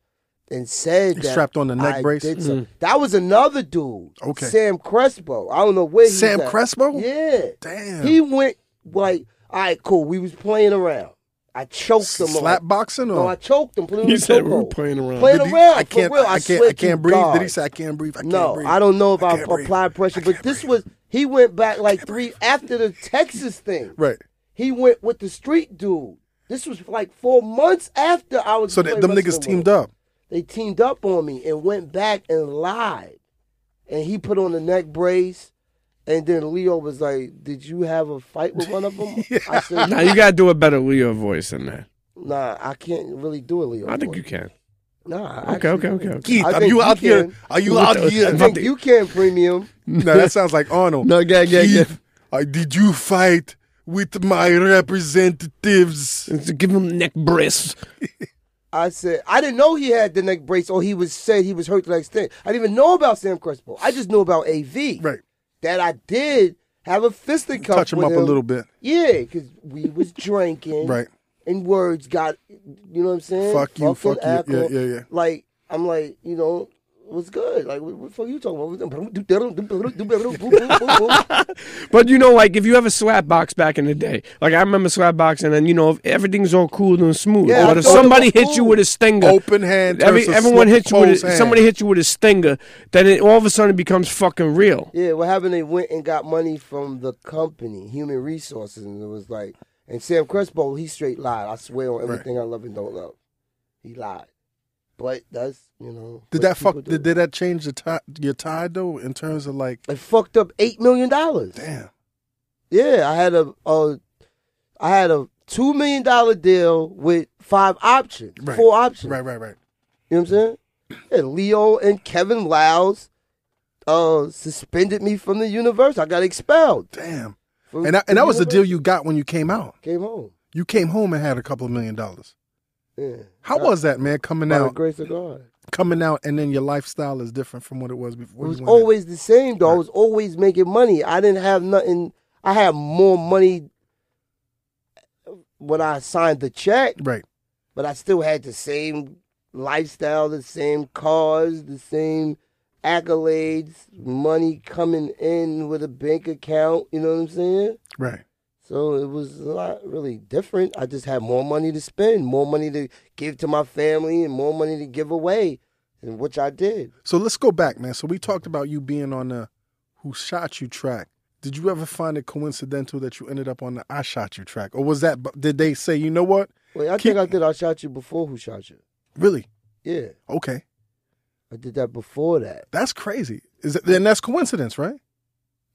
[SPEAKER 1] and said
[SPEAKER 4] He
[SPEAKER 1] that
[SPEAKER 4] strapped on the neck
[SPEAKER 1] I
[SPEAKER 4] brace?
[SPEAKER 1] did some- That was another dude.
[SPEAKER 4] Okay.
[SPEAKER 1] Sam Crespo. I don't know where he's
[SPEAKER 4] Sam
[SPEAKER 1] at.
[SPEAKER 4] Crespo?
[SPEAKER 1] Yeah.
[SPEAKER 4] Damn.
[SPEAKER 1] He went like, all right, cool. We was playing around. I choked him. on-
[SPEAKER 4] Slap boxing or
[SPEAKER 1] no, I choked him. Put him
[SPEAKER 5] He
[SPEAKER 1] in
[SPEAKER 5] said we
[SPEAKER 1] chokehold.
[SPEAKER 5] were playing around.
[SPEAKER 1] Playing
[SPEAKER 4] Did he-
[SPEAKER 1] around.
[SPEAKER 4] I can't.
[SPEAKER 1] For real,
[SPEAKER 4] I, can't.
[SPEAKER 1] swear
[SPEAKER 4] I can't
[SPEAKER 1] to
[SPEAKER 4] breathe.
[SPEAKER 1] God.
[SPEAKER 4] Did he say I can't breathe? I can't
[SPEAKER 1] no,
[SPEAKER 4] breathe.
[SPEAKER 1] I don't know about
[SPEAKER 4] can't breathe.
[SPEAKER 1] applied pressure, but this was he went back like three after the Texas thing.
[SPEAKER 4] Right.
[SPEAKER 1] He went with the street dude. This was like four months after I was.
[SPEAKER 4] So that them niggas teamed up.
[SPEAKER 1] They teamed up on me and went back and lied, and he put on the neck brace. And then Leo was like, "Did you have a fight with one of them?" I said,
[SPEAKER 5] Now you gotta do a better Leo voice than that.
[SPEAKER 1] "Nah, I can't really do it, Leo."
[SPEAKER 5] I think
[SPEAKER 1] boy.
[SPEAKER 5] you can.
[SPEAKER 1] Nah. I
[SPEAKER 5] Okay,
[SPEAKER 1] actually
[SPEAKER 5] okay,
[SPEAKER 1] can't.
[SPEAKER 5] okay, okay.
[SPEAKER 4] Keith,
[SPEAKER 1] I
[SPEAKER 4] are
[SPEAKER 1] think
[SPEAKER 4] you
[SPEAKER 1] you
[SPEAKER 4] out here?
[SPEAKER 1] can.
[SPEAKER 4] Are you
[SPEAKER 5] What
[SPEAKER 4] out
[SPEAKER 5] the-
[SPEAKER 4] here?
[SPEAKER 1] I think you can premium.
[SPEAKER 4] No, that sounds like Arnold.
[SPEAKER 5] No, yeah, yeah, yeah.
[SPEAKER 4] Keith, uh, did you fight with my representatives?
[SPEAKER 5] Give him neck brace.
[SPEAKER 1] I said I didn't know he had the neck brace or he was said he was hurt to that extent. I didn't even know about Sam Crespo. I just knew about AV.
[SPEAKER 4] Right.
[SPEAKER 1] That I did have a fisticuff.
[SPEAKER 4] Touch him
[SPEAKER 1] with
[SPEAKER 4] up a little bit.
[SPEAKER 1] Yeah, because we was drinking.
[SPEAKER 4] Right.
[SPEAKER 1] And words got, you know what I'm saying?
[SPEAKER 4] Fuck you,
[SPEAKER 1] Fucking
[SPEAKER 4] fuck you. Yeah,
[SPEAKER 1] alcohol.
[SPEAKER 4] yeah, yeah.
[SPEAKER 1] Like I'm like you know. What's good? Like, what, what the fuck you talking about?
[SPEAKER 5] But you know, like if you have a slap box back in the day, like I remember slap boxing, and you know if everything's all cool and smooth.
[SPEAKER 1] Yeah, I
[SPEAKER 5] but if
[SPEAKER 1] thought it
[SPEAKER 5] somebody
[SPEAKER 1] was
[SPEAKER 5] hits you
[SPEAKER 1] cool.
[SPEAKER 5] with a stinger,
[SPEAKER 4] Open hand.
[SPEAKER 5] every,
[SPEAKER 4] versus
[SPEAKER 5] everyone hits you with
[SPEAKER 4] closed
[SPEAKER 5] a,
[SPEAKER 4] hand.
[SPEAKER 5] somebody hits you with a stinger, then it all of a sudden it becomes fucking real.
[SPEAKER 1] Yeah, what happened? They went and got money from the company, Human Resources, and it was like, and Sam Crespo, he straight lied. I swear on everything I love and don't love, he lied. But that's you know.
[SPEAKER 4] Did
[SPEAKER 1] what
[SPEAKER 4] that fuck?
[SPEAKER 1] people do.
[SPEAKER 4] Did, did that change the tie, your tie though? In terms of like,
[SPEAKER 1] It fucked up eight million dollars.
[SPEAKER 4] damn,
[SPEAKER 1] Yeah, I had a, a I had a two million dollar deal with five options,
[SPEAKER 4] Right.
[SPEAKER 1] four options.
[SPEAKER 4] right, right, right.
[SPEAKER 1] You know what I'm saying? Yeah, Leo and Kevin Lyles uh, suspended me from the universe. I got expelled.
[SPEAKER 4] Damn.
[SPEAKER 1] from
[SPEAKER 4] And that, and that was the deal
[SPEAKER 1] universe.
[SPEAKER 4] you got when you came out.
[SPEAKER 1] Came home.
[SPEAKER 4] You came home and had a couple of million dollars.
[SPEAKER 1] Yeah.
[SPEAKER 4] How was that, man? Coming
[SPEAKER 1] By the
[SPEAKER 4] out,
[SPEAKER 1] grace of God.
[SPEAKER 4] coming out, and then your lifestyle is different from what it was
[SPEAKER 1] It
[SPEAKER 4] before. you
[SPEAKER 1] was
[SPEAKER 4] went in.
[SPEAKER 1] always the same though. I was always making money. I didn't have nothing. I had more money when I signed the check,
[SPEAKER 4] right.
[SPEAKER 1] but I still had the same lifestyle, the same cars, the same accolades, money coming in with a bank account. You know what I'm saying?
[SPEAKER 4] Right.
[SPEAKER 1] So it was not really different. I just had more money to spend, more money to give to my family, and more money to give away, and which I did.
[SPEAKER 4] So let's go back, man. So we talked about you being on the "Who Shot You" track. Did you ever find it coincidental that you ended up on the "I Shot You" track, or was that? Did they say, you know what?
[SPEAKER 1] Wait, I
[SPEAKER 4] Keep-
[SPEAKER 1] think I did. I shot you before. Who shot you?
[SPEAKER 4] Really?
[SPEAKER 1] Yeah,
[SPEAKER 4] Okay,
[SPEAKER 1] I did that before that.
[SPEAKER 4] that's crazy. Is it, and that's coincidence, right?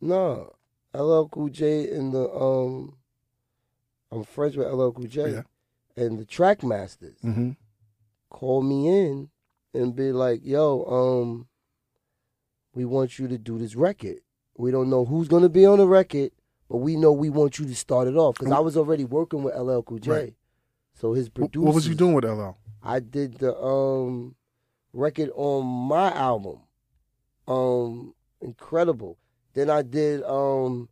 [SPEAKER 1] No, LL Cool J and the um, I'm friends with LL Cool J
[SPEAKER 4] Yeah.
[SPEAKER 1] and the Track Masters
[SPEAKER 4] Mm-hmm.
[SPEAKER 1] called me in and be like, "Yo, um, we want you to do this record. We don't know who's gonna be on the record, but we know we want you to start it off because I was already working with LL Cool J,
[SPEAKER 4] Right.
[SPEAKER 1] so his producer.
[SPEAKER 4] What was you doing with LL?
[SPEAKER 1] I did the um record on my album. um, incredible. Then I did um,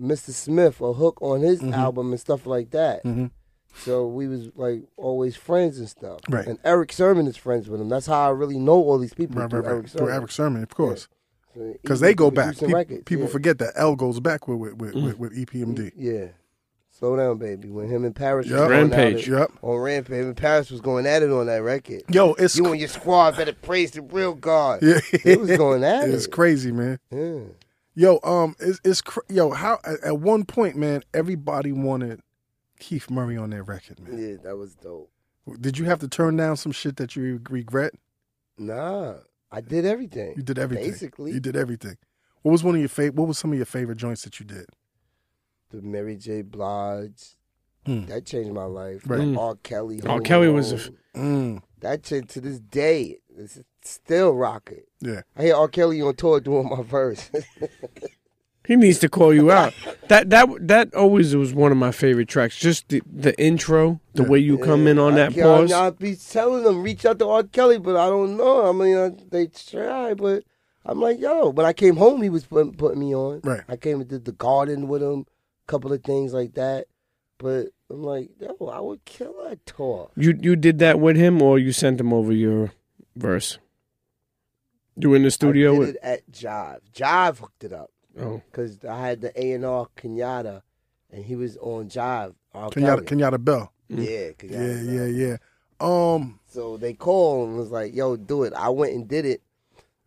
[SPEAKER 1] Mr. Smith a hook on his
[SPEAKER 4] Mm-hmm.
[SPEAKER 1] album and stuff like that.
[SPEAKER 4] Mhm.
[SPEAKER 1] So we was like always friends and stuff.
[SPEAKER 4] Right.
[SPEAKER 1] And Eric Sermon is friends with him. That's how I really know all these people
[SPEAKER 4] Right,
[SPEAKER 1] through
[SPEAKER 4] right, right.
[SPEAKER 1] Eric
[SPEAKER 4] Through
[SPEAKER 1] Sermon.
[SPEAKER 4] Eric Sermon, of course,
[SPEAKER 1] So
[SPEAKER 4] because
[SPEAKER 1] he
[SPEAKER 4] they
[SPEAKER 1] was
[SPEAKER 4] go back.
[SPEAKER 1] producing
[SPEAKER 4] People,
[SPEAKER 1] records,
[SPEAKER 4] people
[SPEAKER 1] yeah. Mm-hmm.
[SPEAKER 4] forget that L goes back with with with, with, E with EPMD.
[SPEAKER 1] Yeah. Slow down, baby. When him and Paris
[SPEAKER 4] Yup.
[SPEAKER 1] was going at
[SPEAKER 5] Rampage.
[SPEAKER 1] it-
[SPEAKER 4] Yup.
[SPEAKER 1] on Rampage, him and Paris was going at it on that record.
[SPEAKER 4] Yo, it's
[SPEAKER 1] You and your squad better praise the real God.
[SPEAKER 4] Yeah.
[SPEAKER 1] They was going at
[SPEAKER 4] it's
[SPEAKER 1] it.
[SPEAKER 4] crazy, man.
[SPEAKER 1] yeah.
[SPEAKER 4] Yo, um, it's it's cr- yo how at, at one point, man, everybody wanted Keith Murray on their record, man.
[SPEAKER 1] yeah, that was dope.
[SPEAKER 4] Did you have to turn down some shit that you regret?
[SPEAKER 1] Nah, I did everything.
[SPEAKER 4] You did everything.
[SPEAKER 1] Basically.
[SPEAKER 4] you did everything. What was one of your favorite? What was some of your favorite joints that you did?
[SPEAKER 1] the Mary J. Blige.
[SPEAKER 4] Hmm.
[SPEAKER 1] That changed my life.
[SPEAKER 4] Right.
[SPEAKER 1] The R. Kelly.
[SPEAKER 5] R.
[SPEAKER 1] Home
[SPEAKER 5] Kelly was a
[SPEAKER 1] Alone.
[SPEAKER 4] Mm,
[SPEAKER 1] that shit to this day. It's still rocking.
[SPEAKER 4] yeah,
[SPEAKER 1] I hear R. Kelly on tour doing my verse.
[SPEAKER 5] He needs to call you out. that that that always was one of my favorite tracks. Just the, the intro, the way you come in on that
[SPEAKER 1] I,
[SPEAKER 5] pause.
[SPEAKER 1] I, I be telling them reach out to R. Kelly, but I don't know. I mean, I, they try, but I'm like, yo. When I came home, he was putting, putting me on.
[SPEAKER 4] Right.
[SPEAKER 1] I came and did the garden with him, couple of things like that. But I'm like, yo, I would kill that tour.
[SPEAKER 5] You you did that with him, or you sent him over your verse. You were in the studio
[SPEAKER 1] I did
[SPEAKER 5] with
[SPEAKER 1] it at Jive. Jive hooked it up.
[SPEAKER 5] oh
[SPEAKER 1] because I had the A and R Kenyatta, and he was on Jive. R. Kelly.
[SPEAKER 4] Kenyatta, Kenyatta Bell.
[SPEAKER 1] yeah,
[SPEAKER 4] Yeah,
[SPEAKER 1] Kenyatta.
[SPEAKER 4] yeah, yeah. Um,
[SPEAKER 1] So they called and was like, "Yo, do it." I went and did it.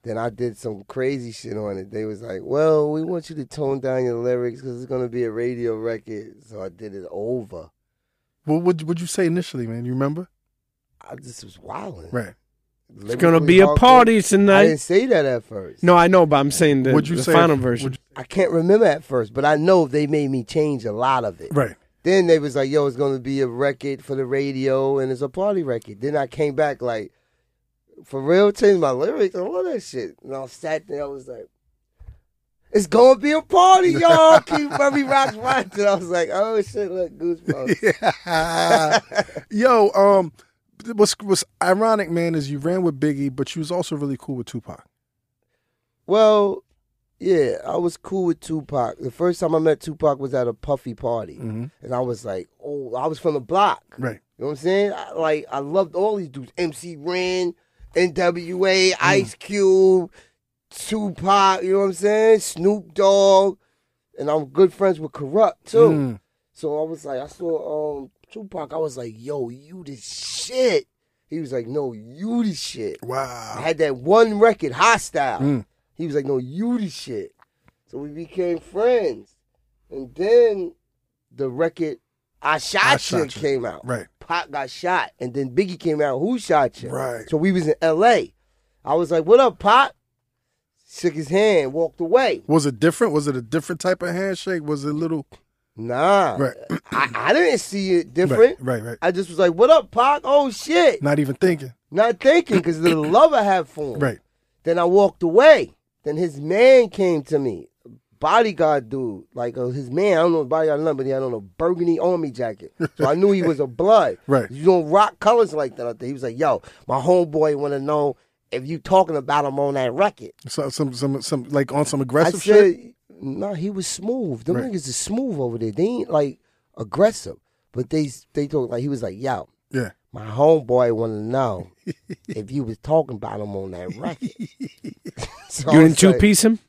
[SPEAKER 1] Then I did some crazy shit on it. They was like, "Well, we want you to tone down your lyrics because it's gonna be a radio record." So I did it over.
[SPEAKER 4] what would would you say initially, man? You remember?
[SPEAKER 1] I just was wilding.
[SPEAKER 4] Right.
[SPEAKER 5] it's gonna be a party
[SPEAKER 1] I
[SPEAKER 5] tonight.
[SPEAKER 1] didn't say that at first.
[SPEAKER 5] No, I know, but I'm saying the,
[SPEAKER 4] would you
[SPEAKER 5] the
[SPEAKER 4] say
[SPEAKER 5] final
[SPEAKER 4] would
[SPEAKER 5] version.
[SPEAKER 4] you-
[SPEAKER 1] I can't remember at first, but I know they made me change a lot of it.
[SPEAKER 4] right.
[SPEAKER 1] Then they was like, "Yo, it's gonna be a record for the radio, and it's a party record." Then I came back like, for real, changed my lyrics and all that shit. And I sat there, I was like, "It's gonna be a party, y'all." Keep Bobby Rocks watching. I was like, "Oh shit, look, goosebumps."
[SPEAKER 4] Yo, um, what's what's ironic, man, is you ran with Biggie, but you was also really cool with Tupac.
[SPEAKER 1] well, yeah, I was cool with Tupac. The first time I met Tupac was at a puffy party,
[SPEAKER 4] Mm.
[SPEAKER 1] and I was like, "Oh, I was from the block."
[SPEAKER 4] Right.
[SPEAKER 1] You know what I'm saying? I, like I loved all these dudes: MC Ren, N.W.A., Ice Cube, Tupac. You know what I'm saying? Snoop Dogg, and I'm good friends with Corrupt too.
[SPEAKER 4] Mm.
[SPEAKER 1] So I was like, I saw um Tupac. I was like, Yo, you the shit. He was like, No, you the shit. I
[SPEAKER 4] Wow.
[SPEAKER 1] had that one record, Hostile.
[SPEAKER 4] Mm.
[SPEAKER 1] He was like, No, you the shit. So we became friends, and then the record. I shot,
[SPEAKER 4] I
[SPEAKER 1] you
[SPEAKER 4] Shot Ya.
[SPEAKER 1] came out.
[SPEAKER 4] Right.
[SPEAKER 1] Pop got shot, and then Biggie came out. Who shot you?
[SPEAKER 4] Right.
[SPEAKER 1] So we was in L.A. I was like, "What up, Pop?" Shook his hand, walked away.
[SPEAKER 4] Was it different? Was it a different type of handshake? Was it a little
[SPEAKER 1] Nah,
[SPEAKER 4] right?
[SPEAKER 1] I, I didn't see it different.
[SPEAKER 4] Right, right, right.
[SPEAKER 1] I just was like, "What up, Pop?" Oh shit,
[SPEAKER 4] Not even thinking.
[SPEAKER 1] not thinking because the love I have for him.
[SPEAKER 4] Right.
[SPEAKER 1] Then I walked away. Then his man came to me, bodyguard dude, like uh, his man. I don't know bodyguard number, but he had on a burgundy army jacket, so I knew he was a blood.
[SPEAKER 4] Right.
[SPEAKER 1] You don't rock colors like that out there. He was like, "Yo, my homeboy want to know if you talking about him on that record."
[SPEAKER 4] So, some some some like on some
[SPEAKER 1] I
[SPEAKER 4] aggressive shit.
[SPEAKER 1] said, "No, nah, he was smooth. Them
[SPEAKER 4] Right.
[SPEAKER 1] niggas is smooth over there. They ain't like aggressive, but they they talk like he was like, yo,
[SPEAKER 4] Yeah.
[SPEAKER 1] my homeboy want to know if you was talking about him on that record." So I
[SPEAKER 5] You
[SPEAKER 1] was
[SPEAKER 5] didn't two
[SPEAKER 1] like,
[SPEAKER 5] piece him.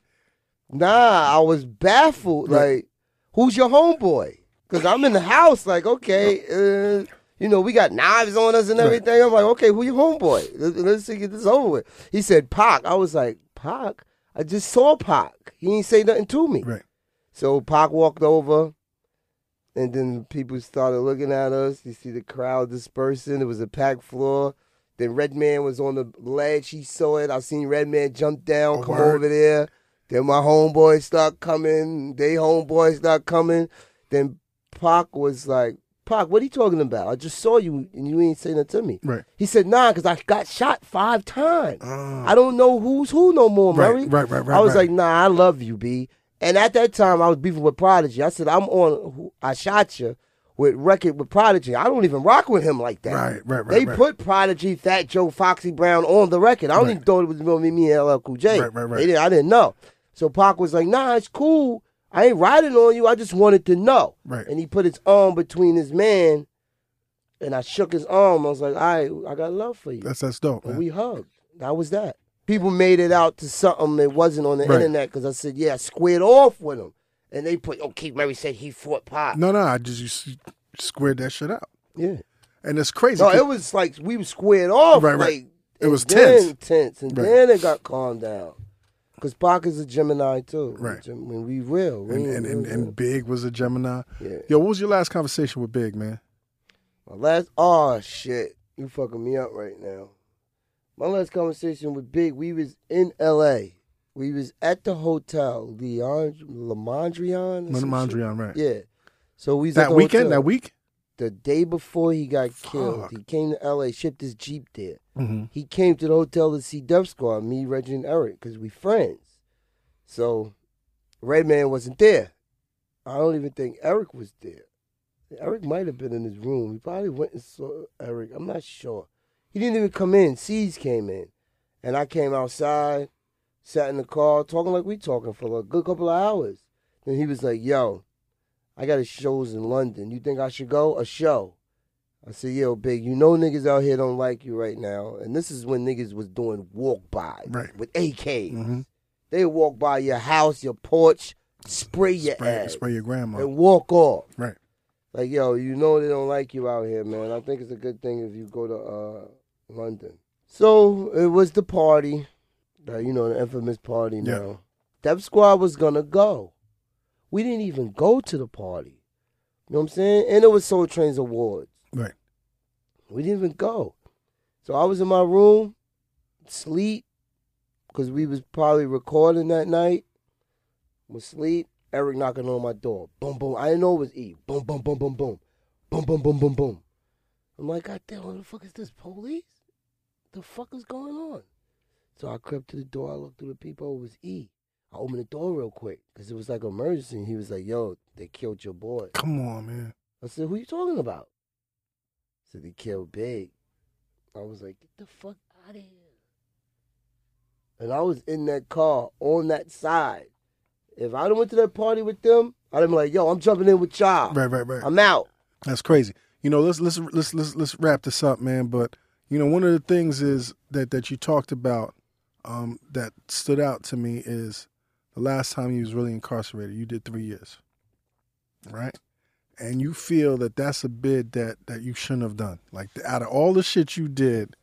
[SPEAKER 1] Nah, I was baffled.
[SPEAKER 4] Right.
[SPEAKER 1] Like, who's your homeboy? Because I'm in the house, like, okay, uh, you know, we got knives on us and everything. I'm like, okay, who your homeboy? Let- Let's see, get this over with. He said, Pac. I was like, Pac? I just saw Pac. He ain't say nothing to me.
[SPEAKER 4] Right.
[SPEAKER 1] So Pac walked over, and then people started looking at us. You see the crowd dispersing. It was a packed floor. Then Redman was on the ledge. He saw it. I seen Redman jump down,
[SPEAKER 4] Oh,
[SPEAKER 1] come
[SPEAKER 4] word.
[SPEAKER 1] over there. Then my homeboys start coming. They homeboys start coming. Then Pac was like, Pac, what are you talking about? I just saw you and you ain't saying nothing to me.
[SPEAKER 4] Right.
[SPEAKER 1] He said, nah, because I got shot five times.
[SPEAKER 4] Ah.
[SPEAKER 1] I don't know who's who no more,
[SPEAKER 4] Right,
[SPEAKER 1] Murray.
[SPEAKER 4] right, right, right,
[SPEAKER 1] I was
[SPEAKER 4] right.
[SPEAKER 1] like, nah, I love you, B. And at that time, I was beefing with Prodigy. I said, I'm on Who- I Shot You. with record with Prodigy. I don't even rock with him like that.
[SPEAKER 4] Right, right, right,
[SPEAKER 1] They
[SPEAKER 4] right.
[SPEAKER 1] put Prodigy, Fat Joe, Foxy Brown on the record. I don't even thought it was gonna be me and LL Cool J.
[SPEAKER 4] Right, right, right.
[SPEAKER 1] They didn't, I didn't know. So Pac was like, "Nah, it's cool. I ain't riding on you. I just wanted to know."
[SPEAKER 4] Right.
[SPEAKER 1] And he put his arm between his man, and I shook his arm. I was like, "All right, I got love for you."
[SPEAKER 4] That's that's dope.
[SPEAKER 1] And
[SPEAKER 4] man.
[SPEAKER 1] we hugged. That was that. People made it out to something that wasn't on the
[SPEAKER 4] Right.
[SPEAKER 1] internet because I said, yeah, I squared off with him. And they put, oh, Keith Murray said he fought Pop.
[SPEAKER 4] no, no, I just you s- squared that shit out,
[SPEAKER 1] Yeah.
[SPEAKER 4] and it's crazy.
[SPEAKER 1] No,
[SPEAKER 4] 'cause-
[SPEAKER 1] it was like we were squared off.
[SPEAKER 4] Right, right.
[SPEAKER 1] Like,
[SPEAKER 4] It
[SPEAKER 1] and
[SPEAKER 4] was
[SPEAKER 1] then
[SPEAKER 4] tense.
[SPEAKER 1] tense. And
[SPEAKER 4] Right.
[SPEAKER 1] then it got calmed down. Because Pac is a Gemini, too.
[SPEAKER 4] Right.
[SPEAKER 1] Gem- When we real. We
[SPEAKER 4] and,
[SPEAKER 1] ain't
[SPEAKER 4] and, and,
[SPEAKER 1] real.
[SPEAKER 4] and Big was a Gemini.
[SPEAKER 1] Mm-hmm. Yeah.
[SPEAKER 4] Yo, what was your last conversation with Big, man?
[SPEAKER 1] My last, oh shit, you fucking me up right now. My last conversation with Big, we was in L.A. We was at the hotel, Leon, Lamondrian. or some
[SPEAKER 4] Mondrian, right?
[SPEAKER 1] shit. Yeah. "Oh, So we was at
[SPEAKER 4] That
[SPEAKER 1] the
[SPEAKER 4] weekend,
[SPEAKER 1] hotel.
[SPEAKER 4] that week.
[SPEAKER 1] the day before he got killed,
[SPEAKER 4] Fuck.
[SPEAKER 1] he came to L.A. Shipped his jeep there.
[SPEAKER 4] Mm-hmm.
[SPEAKER 1] He came to the hotel to see Death Squad, me, Reggie, and Eric, because we friends. So Redman wasn't there. I don't even think Eric was there. Eric might have been in his room. He probably went and saw Eric. I'm not sure. He didn't even come in. Seeds came in. And I came outside, sat in the car, talking like we talking for a good couple of hours. Then he was like, yo, I got a shows in London. You think I should go? A show. I said, yo, big, you know niggas out here don't like you right now. And this is when niggas was doing walk-bys
[SPEAKER 4] Right.
[SPEAKER 1] with AKs.
[SPEAKER 4] Mm-hmm.
[SPEAKER 1] They walk by your house, your porch, spray your
[SPEAKER 4] Spray,
[SPEAKER 1] ass,
[SPEAKER 4] spray your grandma.
[SPEAKER 1] and walk off.
[SPEAKER 4] Right.
[SPEAKER 1] Like, yo, you know they don't like you out here, man. I think it's a good thing if you go to uh, London. So it was the party, uh, you know, the infamous party
[SPEAKER 4] Yeah.
[SPEAKER 1] now. Def Squad was going to go. We didn't even go to the party. You know what I'm saying? And it was Soul Train's Awards.
[SPEAKER 4] Right.
[SPEAKER 1] We didn't even go. So I was in my room, sleep, because we was probably recording that night. Was sleep. Eric knocking on my door. Boom, boom. I didn't know it was E. Boom, boom, boom, boom, boom. Boom, boom, boom, boom, boom. I'm like, God damn, what the fuck is this? Police? The fuck is going on? So I crept to the door. I looked through the people. It was E. I opened the door real quick because it was like an emergency. And he was like, yo, they killed your boy.
[SPEAKER 4] Come on, man.
[SPEAKER 1] I said, "Who you talking about?" He said, "They killed Big." I was like, "Get the fuck out of here!" And I was in that car on that side. If I'd have went to that party with them, I'd have been like, "Yo, I'm jumping in with y'all.
[SPEAKER 4] Right, right, right.
[SPEAKER 1] Ah. I'm out."
[SPEAKER 4] That's crazy. You know, let's let's let's let's let's wrap this up, man. But you know, one of the things is that that you talked about um, that stood out to me is the last time you was really incarcerated. You did three years, right? And you feel that that's a bid that that you shouldn't have done. Like out of all the shit you did,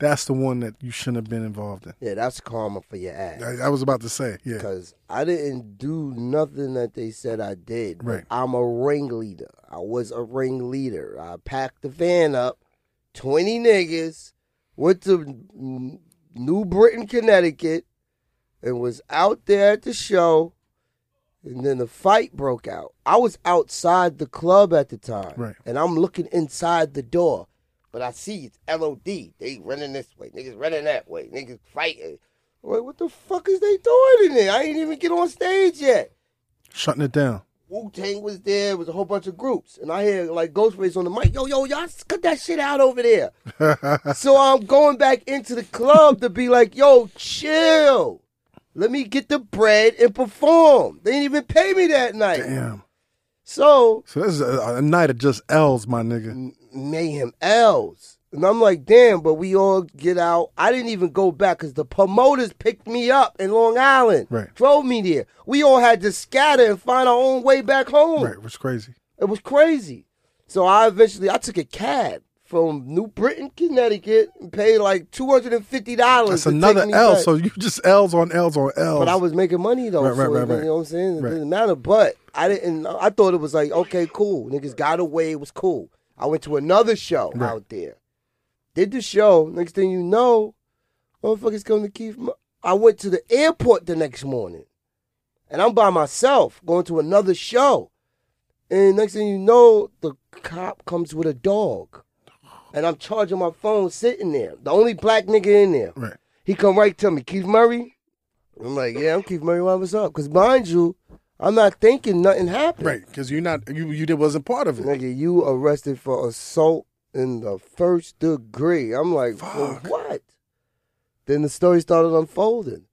[SPEAKER 4] that's the one that you shouldn't have been involved in.
[SPEAKER 1] Yeah, that's karma for your ass.
[SPEAKER 4] I, I was about to say, yeah,
[SPEAKER 1] Because I didn't do nothing that they said I did.
[SPEAKER 4] Right.
[SPEAKER 1] I'm a ringleader. I was a ringleader. I packed the van up, 20 niggas, went to mm, New Britain, Connecticut, and was out there at the show. And then the fight broke out. I was outside the club at the time.
[SPEAKER 4] Right.
[SPEAKER 1] And I'm looking inside the door. But I see it's LOD. They running this way. Niggas running that way. Niggas fighting. Wait, what the fuck is they doing in there? I ain't even get on stage yet.
[SPEAKER 4] shutting it down.
[SPEAKER 1] Wu Tang was there. It was a whole bunch of groups, and I hear like Ghostface on the mic. Yo, yo, y'all cut that shit out over there. so I'm going back into the club to be like, yo, chill. Let me get the bread and perform. They didn't even pay me that night.
[SPEAKER 4] Damn.
[SPEAKER 1] So
[SPEAKER 4] So this is a, a night of just L's, my nigga.
[SPEAKER 1] m- mayhem L's. And I'm like, damn, but we all get out. I didn't even go back because the promoters picked me up in Long Island,
[SPEAKER 4] Right.
[SPEAKER 1] drove me there. We all had to scatter and find our own way back home.
[SPEAKER 4] Right, which crazy.
[SPEAKER 1] It was crazy. So I eventually I took a cab from New Britain, Connecticut, and paid like two hundred and fifty dollars.
[SPEAKER 4] That's another L. So you just L's on L's on L's.
[SPEAKER 1] but I was making money though.
[SPEAKER 4] Right, right,
[SPEAKER 1] so
[SPEAKER 4] right,
[SPEAKER 1] it-
[SPEAKER 4] right.
[SPEAKER 1] You know what I'm saying? It
[SPEAKER 4] Right.
[SPEAKER 1] didn't matter. But I didn't. I thought it was like okay, cool. Niggas got away. It was cool. I went to another show
[SPEAKER 4] Right.
[SPEAKER 1] out there. Did the show. Next thing you know, motherfuckers come to Keith. Mo- I went to the airport the next morning, and I'm by myself going to another show. And next thing you know, the cop comes with a dog, and I'm charging my phone sitting there. The only black nigga in there.
[SPEAKER 4] right.
[SPEAKER 1] He come right to me, Keith Murray. I'm like, yeah, I'm Keith Murray. Why, what's up? Because mind you, I'm not thinking nothing happened.
[SPEAKER 4] Right, because you're not you you did wasn't part of it.
[SPEAKER 1] Nigga, you arrested for assault in the first degree. I'm like, for
[SPEAKER 4] Fuck.
[SPEAKER 1] what? Then the story started unfolding.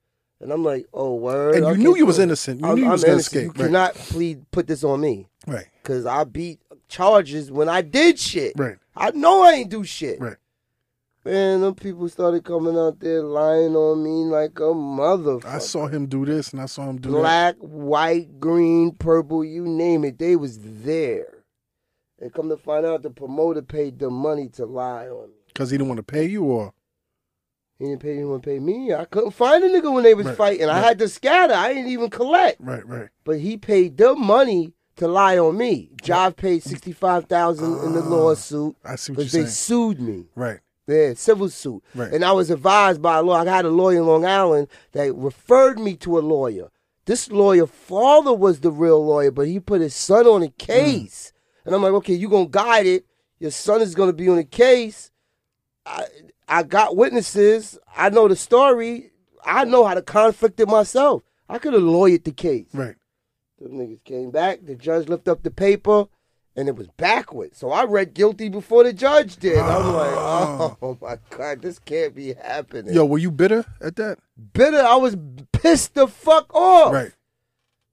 [SPEAKER 1] And I'm like, oh, word.
[SPEAKER 4] And you
[SPEAKER 1] okay,
[SPEAKER 4] knew you was
[SPEAKER 1] cool.
[SPEAKER 4] innocent. You
[SPEAKER 1] I'm,
[SPEAKER 4] knew you
[SPEAKER 1] I'm
[SPEAKER 4] was gonna
[SPEAKER 1] innocent.
[SPEAKER 4] escape.
[SPEAKER 1] You
[SPEAKER 4] Right.
[SPEAKER 1] cannot plead, put this on me
[SPEAKER 4] Right,
[SPEAKER 1] because I beat charges when I did shit.
[SPEAKER 4] right,
[SPEAKER 1] I know I ain't do shit.
[SPEAKER 4] right.
[SPEAKER 1] Man, them people started coming out there lying on me like a motherfucker.
[SPEAKER 4] I saw him do this and I saw him do
[SPEAKER 1] black, white, green, purple, you name it. They was there. And come to find out the promoter paid them money to lie on me.
[SPEAKER 4] that because he didn't want to pay you or
[SPEAKER 1] He didn't pay anyone to pay me. I couldn't find a nigga when they was
[SPEAKER 4] Right,
[SPEAKER 1] fighting. I
[SPEAKER 4] right.
[SPEAKER 1] had to scatter. I didn't even collect.
[SPEAKER 4] right, right.
[SPEAKER 1] But he paid them money to lie on me. Jive paid sixty five thousand in the
[SPEAKER 4] Ah,
[SPEAKER 1] lawsuit
[SPEAKER 4] I see what you're
[SPEAKER 1] because they
[SPEAKER 4] saying.
[SPEAKER 1] sued me.
[SPEAKER 4] Right,
[SPEAKER 1] Yeah, civil suit.
[SPEAKER 4] Right.
[SPEAKER 1] And I was advised by a lawyer. I had a lawyer in Long Island that referred me to a lawyer. This lawyer father was the real lawyer, but he put his son on the case. And I'm like, okay, you gonna guide it. Your son is gonna be on the case. I I got witnesses. I know the story. I know how to conflict it myself. I could have lawyered the case.
[SPEAKER 4] right.
[SPEAKER 1] Them niggas came back. The judge lifted up the paper, and it was backwards. So I read guilty before the judge did. I'm like, oh my god, this can't be happening.
[SPEAKER 4] Yo, were you bitter at that?
[SPEAKER 1] bitter. I was pissed the fuck off.
[SPEAKER 4] Right,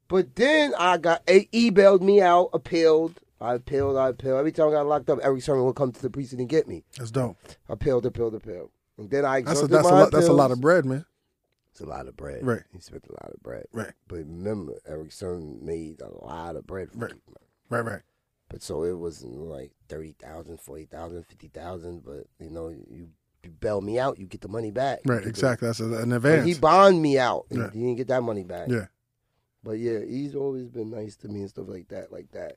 [SPEAKER 1] But then I got they emailed me out, appealed. I appealed. I appealed. Every time I got locked up, Eric Sermon would come to the precinct and get me.
[SPEAKER 4] that's dope.
[SPEAKER 1] Appealed, appealed, appealed. And then I
[SPEAKER 4] That's a
[SPEAKER 1] exhausted
[SPEAKER 4] that's a
[SPEAKER 1] my
[SPEAKER 4] lot, that's a lot
[SPEAKER 1] appeals.
[SPEAKER 4] of bread, man.
[SPEAKER 1] It's a lot of bread.
[SPEAKER 4] Right.
[SPEAKER 1] He spent a lot of bread.
[SPEAKER 4] Right,
[SPEAKER 1] But remember, Eric Sermon made a lot of bread.
[SPEAKER 4] Right. right, right.
[SPEAKER 1] But so it was like 30,000, 40,000, 50,000. But you know, you, you bail me out, you get the money back. You
[SPEAKER 4] Right,
[SPEAKER 1] get the-
[SPEAKER 4] exactly. That's a, an
[SPEAKER 1] But he
[SPEAKER 4] advance.
[SPEAKER 1] bond me out. and
[SPEAKER 4] Yeah.
[SPEAKER 1] He didn't get that money back.
[SPEAKER 4] Yeah.
[SPEAKER 1] But yeah, he's always been nice to me and stuff like that, like that.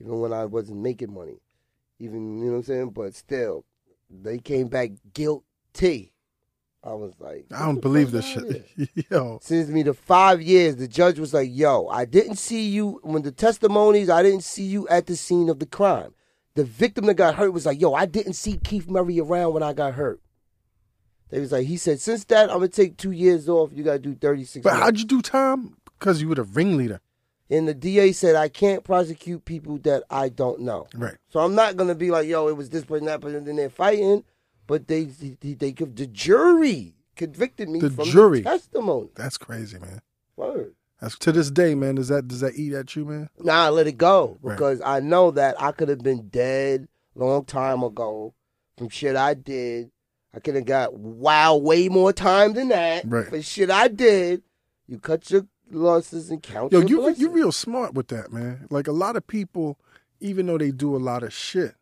[SPEAKER 1] Even when I wasn't making money. Even, you know what I'm saying? But still, they came back guilty. I was like,
[SPEAKER 4] I don't believe this shit. Yo,
[SPEAKER 1] Sends me to five years. The judge was like, yo, I didn't see you when the testimonies, I didn't see you at the scene of the crime. The victim that got hurt was like, yo, I didn't see Keith Murray around when I got hurt. They was like, he said, since that, I'm gonna take two years off. You gotta do 36
[SPEAKER 4] but
[SPEAKER 1] months."
[SPEAKER 4] how'd you do time? Because you were the ringleader.
[SPEAKER 1] And the DA said, I can't prosecute people that I don't know.
[SPEAKER 4] Right,
[SPEAKER 1] So I'm not gonna be like, yo, it was this person, that person, then they're fighting. But they, they, they could, the jury convicted me
[SPEAKER 4] The
[SPEAKER 1] from
[SPEAKER 4] jury.
[SPEAKER 1] the testimony.
[SPEAKER 4] that's crazy, man.
[SPEAKER 1] Word.
[SPEAKER 4] That's to this day, man. Does that does that eat at you, man?
[SPEAKER 1] Nah, I let it go
[SPEAKER 4] Right.
[SPEAKER 1] because I know that I could have been dead long time ago from shit I did. I could have got wow way more time than that
[SPEAKER 4] Right.
[SPEAKER 1] for shit I did. You cut your losses and count
[SPEAKER 4] Yo,
[SPEAKER 1] your
[SPEAKER 4] you re-
[SPEAKER 1] blessings.
[SPEAKER 4] you real smart with that, man. Like a lot of people, even though they do a lot of shit,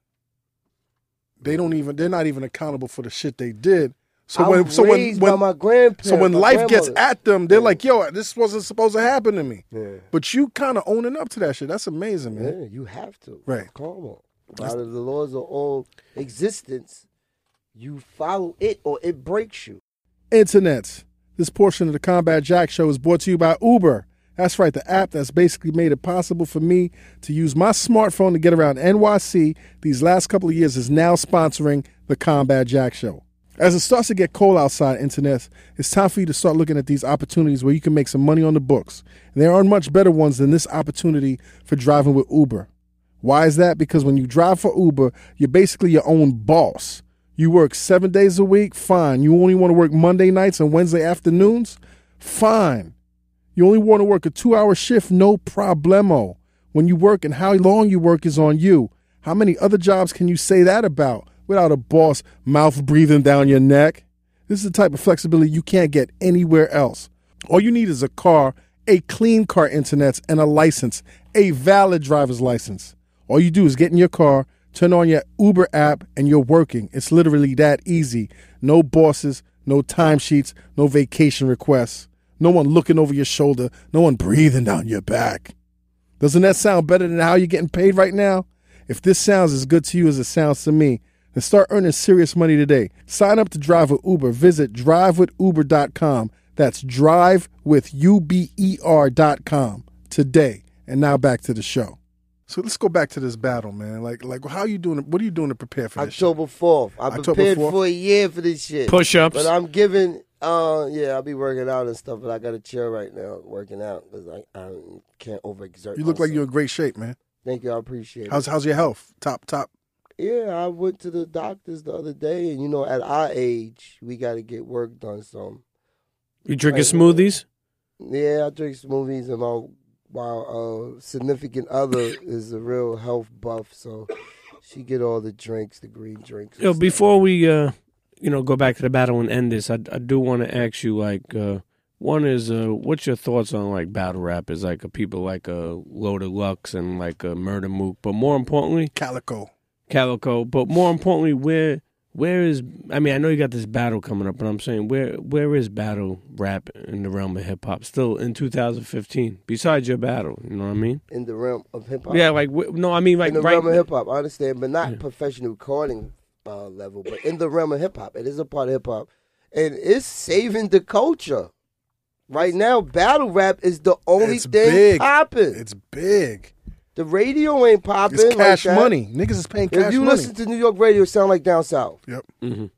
[SPEAKER 4] they don't even they're not even accountable for the shit they did. So
[SPEAKER 1] I
[SPEAKER 4] when
[SPEAKER 1] was
[SPEAKER 4] so when,
[SPEAKER 1] raised by
[SPEAKER 4] when
[SPEAKER 1] my grandparents,
[SPEAKER 4] so when
[SPEAKER 1] my
[SPEAKER 4] life gets
[SPEAKER 1] grandmother.
[SPEAKER 4] at them, they're like, "Yo, this wasn't supposed to happen to me."
[SPEAKER 1] yeah.
[SPEAKER 4] But you kind of owning up to that shit. That's amazing, man.
[SPEAKER 1] Yeah, you have to.
[SPEAKER 4] Right.
[SPEAKER 1] Karma.
[SPEAKER 4] That's-
[SPEAKER 1] Out of the laws of all existence, you follow it or it breaks you.
[SPEAKER 4] Internets. This portion of the Combat Jack Show is brought to you by Uber. That's right, the app that's basically made it possible for me to use my smartphone to get around NYC these last couple of years is now sponsoring the Combat Jack Show. As it starts to get cold outside, internets, it's time for you to start looking at these opportunities where you can make some money on the books. And there aren't much better ones than this opportunity for driving with Uber. Why is that? Because when you drive for Uber, you're basically your own boss. You work seven days a week, fine. You only want to work Monday nights and Wednesday afternoons, fine. You only want to work a two hour shift, no problemo. When you work and how long you work is on you. How many other jobs can you say that about without a boss mouth breathing down your neck? This is the type of flexibility you can't get anywhere else. All you need is a car, a clean car internets, and a license, a valid driver's license. All you do is get in your car, turn on your Uber app, and you're working. It's literally that easy. No bosses, no timesheets, no vacation requests, no one looking over your shoulder, no one breathing down your back. Doesn't that sound better than how you're getting paid right now? If this sounds as good to you as it sounds to me, then start earning serious money today. Sign up to drive with Uber. Visit drivewithuber.com. That's drive with E U-B-E-R.com today. And now back to the show. So let's go back to this battle, man. Like, like, how you doing? What are you doing to prepare for this? shit?
[SPEAKER 1] October 4th. I
[SPEAKER 4] October
[SPEAKER 1] prepared
[SPEAKER 4] 4th?
[SPEAKER 1] for a year for this shit.
[SPEAKER 5] Push ups.
[SPEAKER 1] But I'm giving Uh, yeah, I'll be working out and stuff, but I gotta chill right now working out because I, I can't overexert.
[SPEAKER 4] You look like
[SPEAKER 1] myself.
[SPEAKER 4] you're in great shape, man.
[SPEAKER 1] Thank you, I appreciate it.
[SPEAKER 4] How's how's your health? Top top.
[SPEAKER 1] Yeah, I went to the doctors the other day, and you know, at our age, we gotta get work done. So
[SPEAKER 5] You drinking
[SPEAKER 1] Right.
[SPEAKER 5] smoothies?
[SPEAKER 1] yeah, I drink smoothies, and my my uh, significant other is a real health buff, so she get all the drinks, the green drinks. and
[SPEAKER 5] Yo,
[SPEAKER 1] stuff.
[SPEAKER 5] before we, uh, you know, go back to the battle and end this, I, I do want to ask you, like, uh, one is, uh, what's your thoughts on like battle rap? Is like uh, people like uh, Loaded Lux and like uh, Murder Mook, but more importantly,
[SPEAKER 4] Calico.
[SPEAKER 5] Calico. But more importantly, where where is? I mean, I know you got this battle coming up, but I'm saying where where is battle rap in the realm of hip hop still in 2015? Besides your battle, you know what I mean?
[SPEAKER 1] in the realm of hip hop,
[SPEAKER 5] Yeah, like wh- no, I mean like
[SPEAKER 1] in the
[SPEAKER 5] right.
[SPEAKER 1] realm of hip hop, I understand, but not professional recording uh, level, but in the realm of hip hop, it is a part of hip hop, and it's saving the culture. Right now, battle rap is the only
[SPEAKER 4] It's
[SPEAKER 1] thing
[SPEAKER 4] big.
[SPEAKER 1] popping.
[SPEAKER 4] It's big.
[SPEAKER 1] The radio ain't popping.
[SPEAKER 4] It's cash
[SPEAKER 1] like that.
[SPEAKER 4] money. Niggas is paying
[SPEAKER 1] If
[SPEAKER 4] cash
[SPEAKER 1] you
[SPEAKER 4] money.
[SPEAKER 1] listen to New York radio, it sound like down south.
[SPEAKER 4] yep.
[SPEAKER 5] Mhm.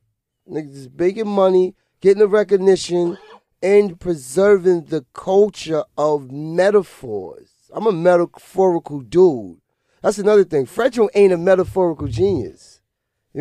[SPEAKER 1] Niggas is making money, getting the recognition, and preserving the culture of metaphors. I'm a metaphorical dude. That's another thing. Fredro ain't a metaphorical genius. You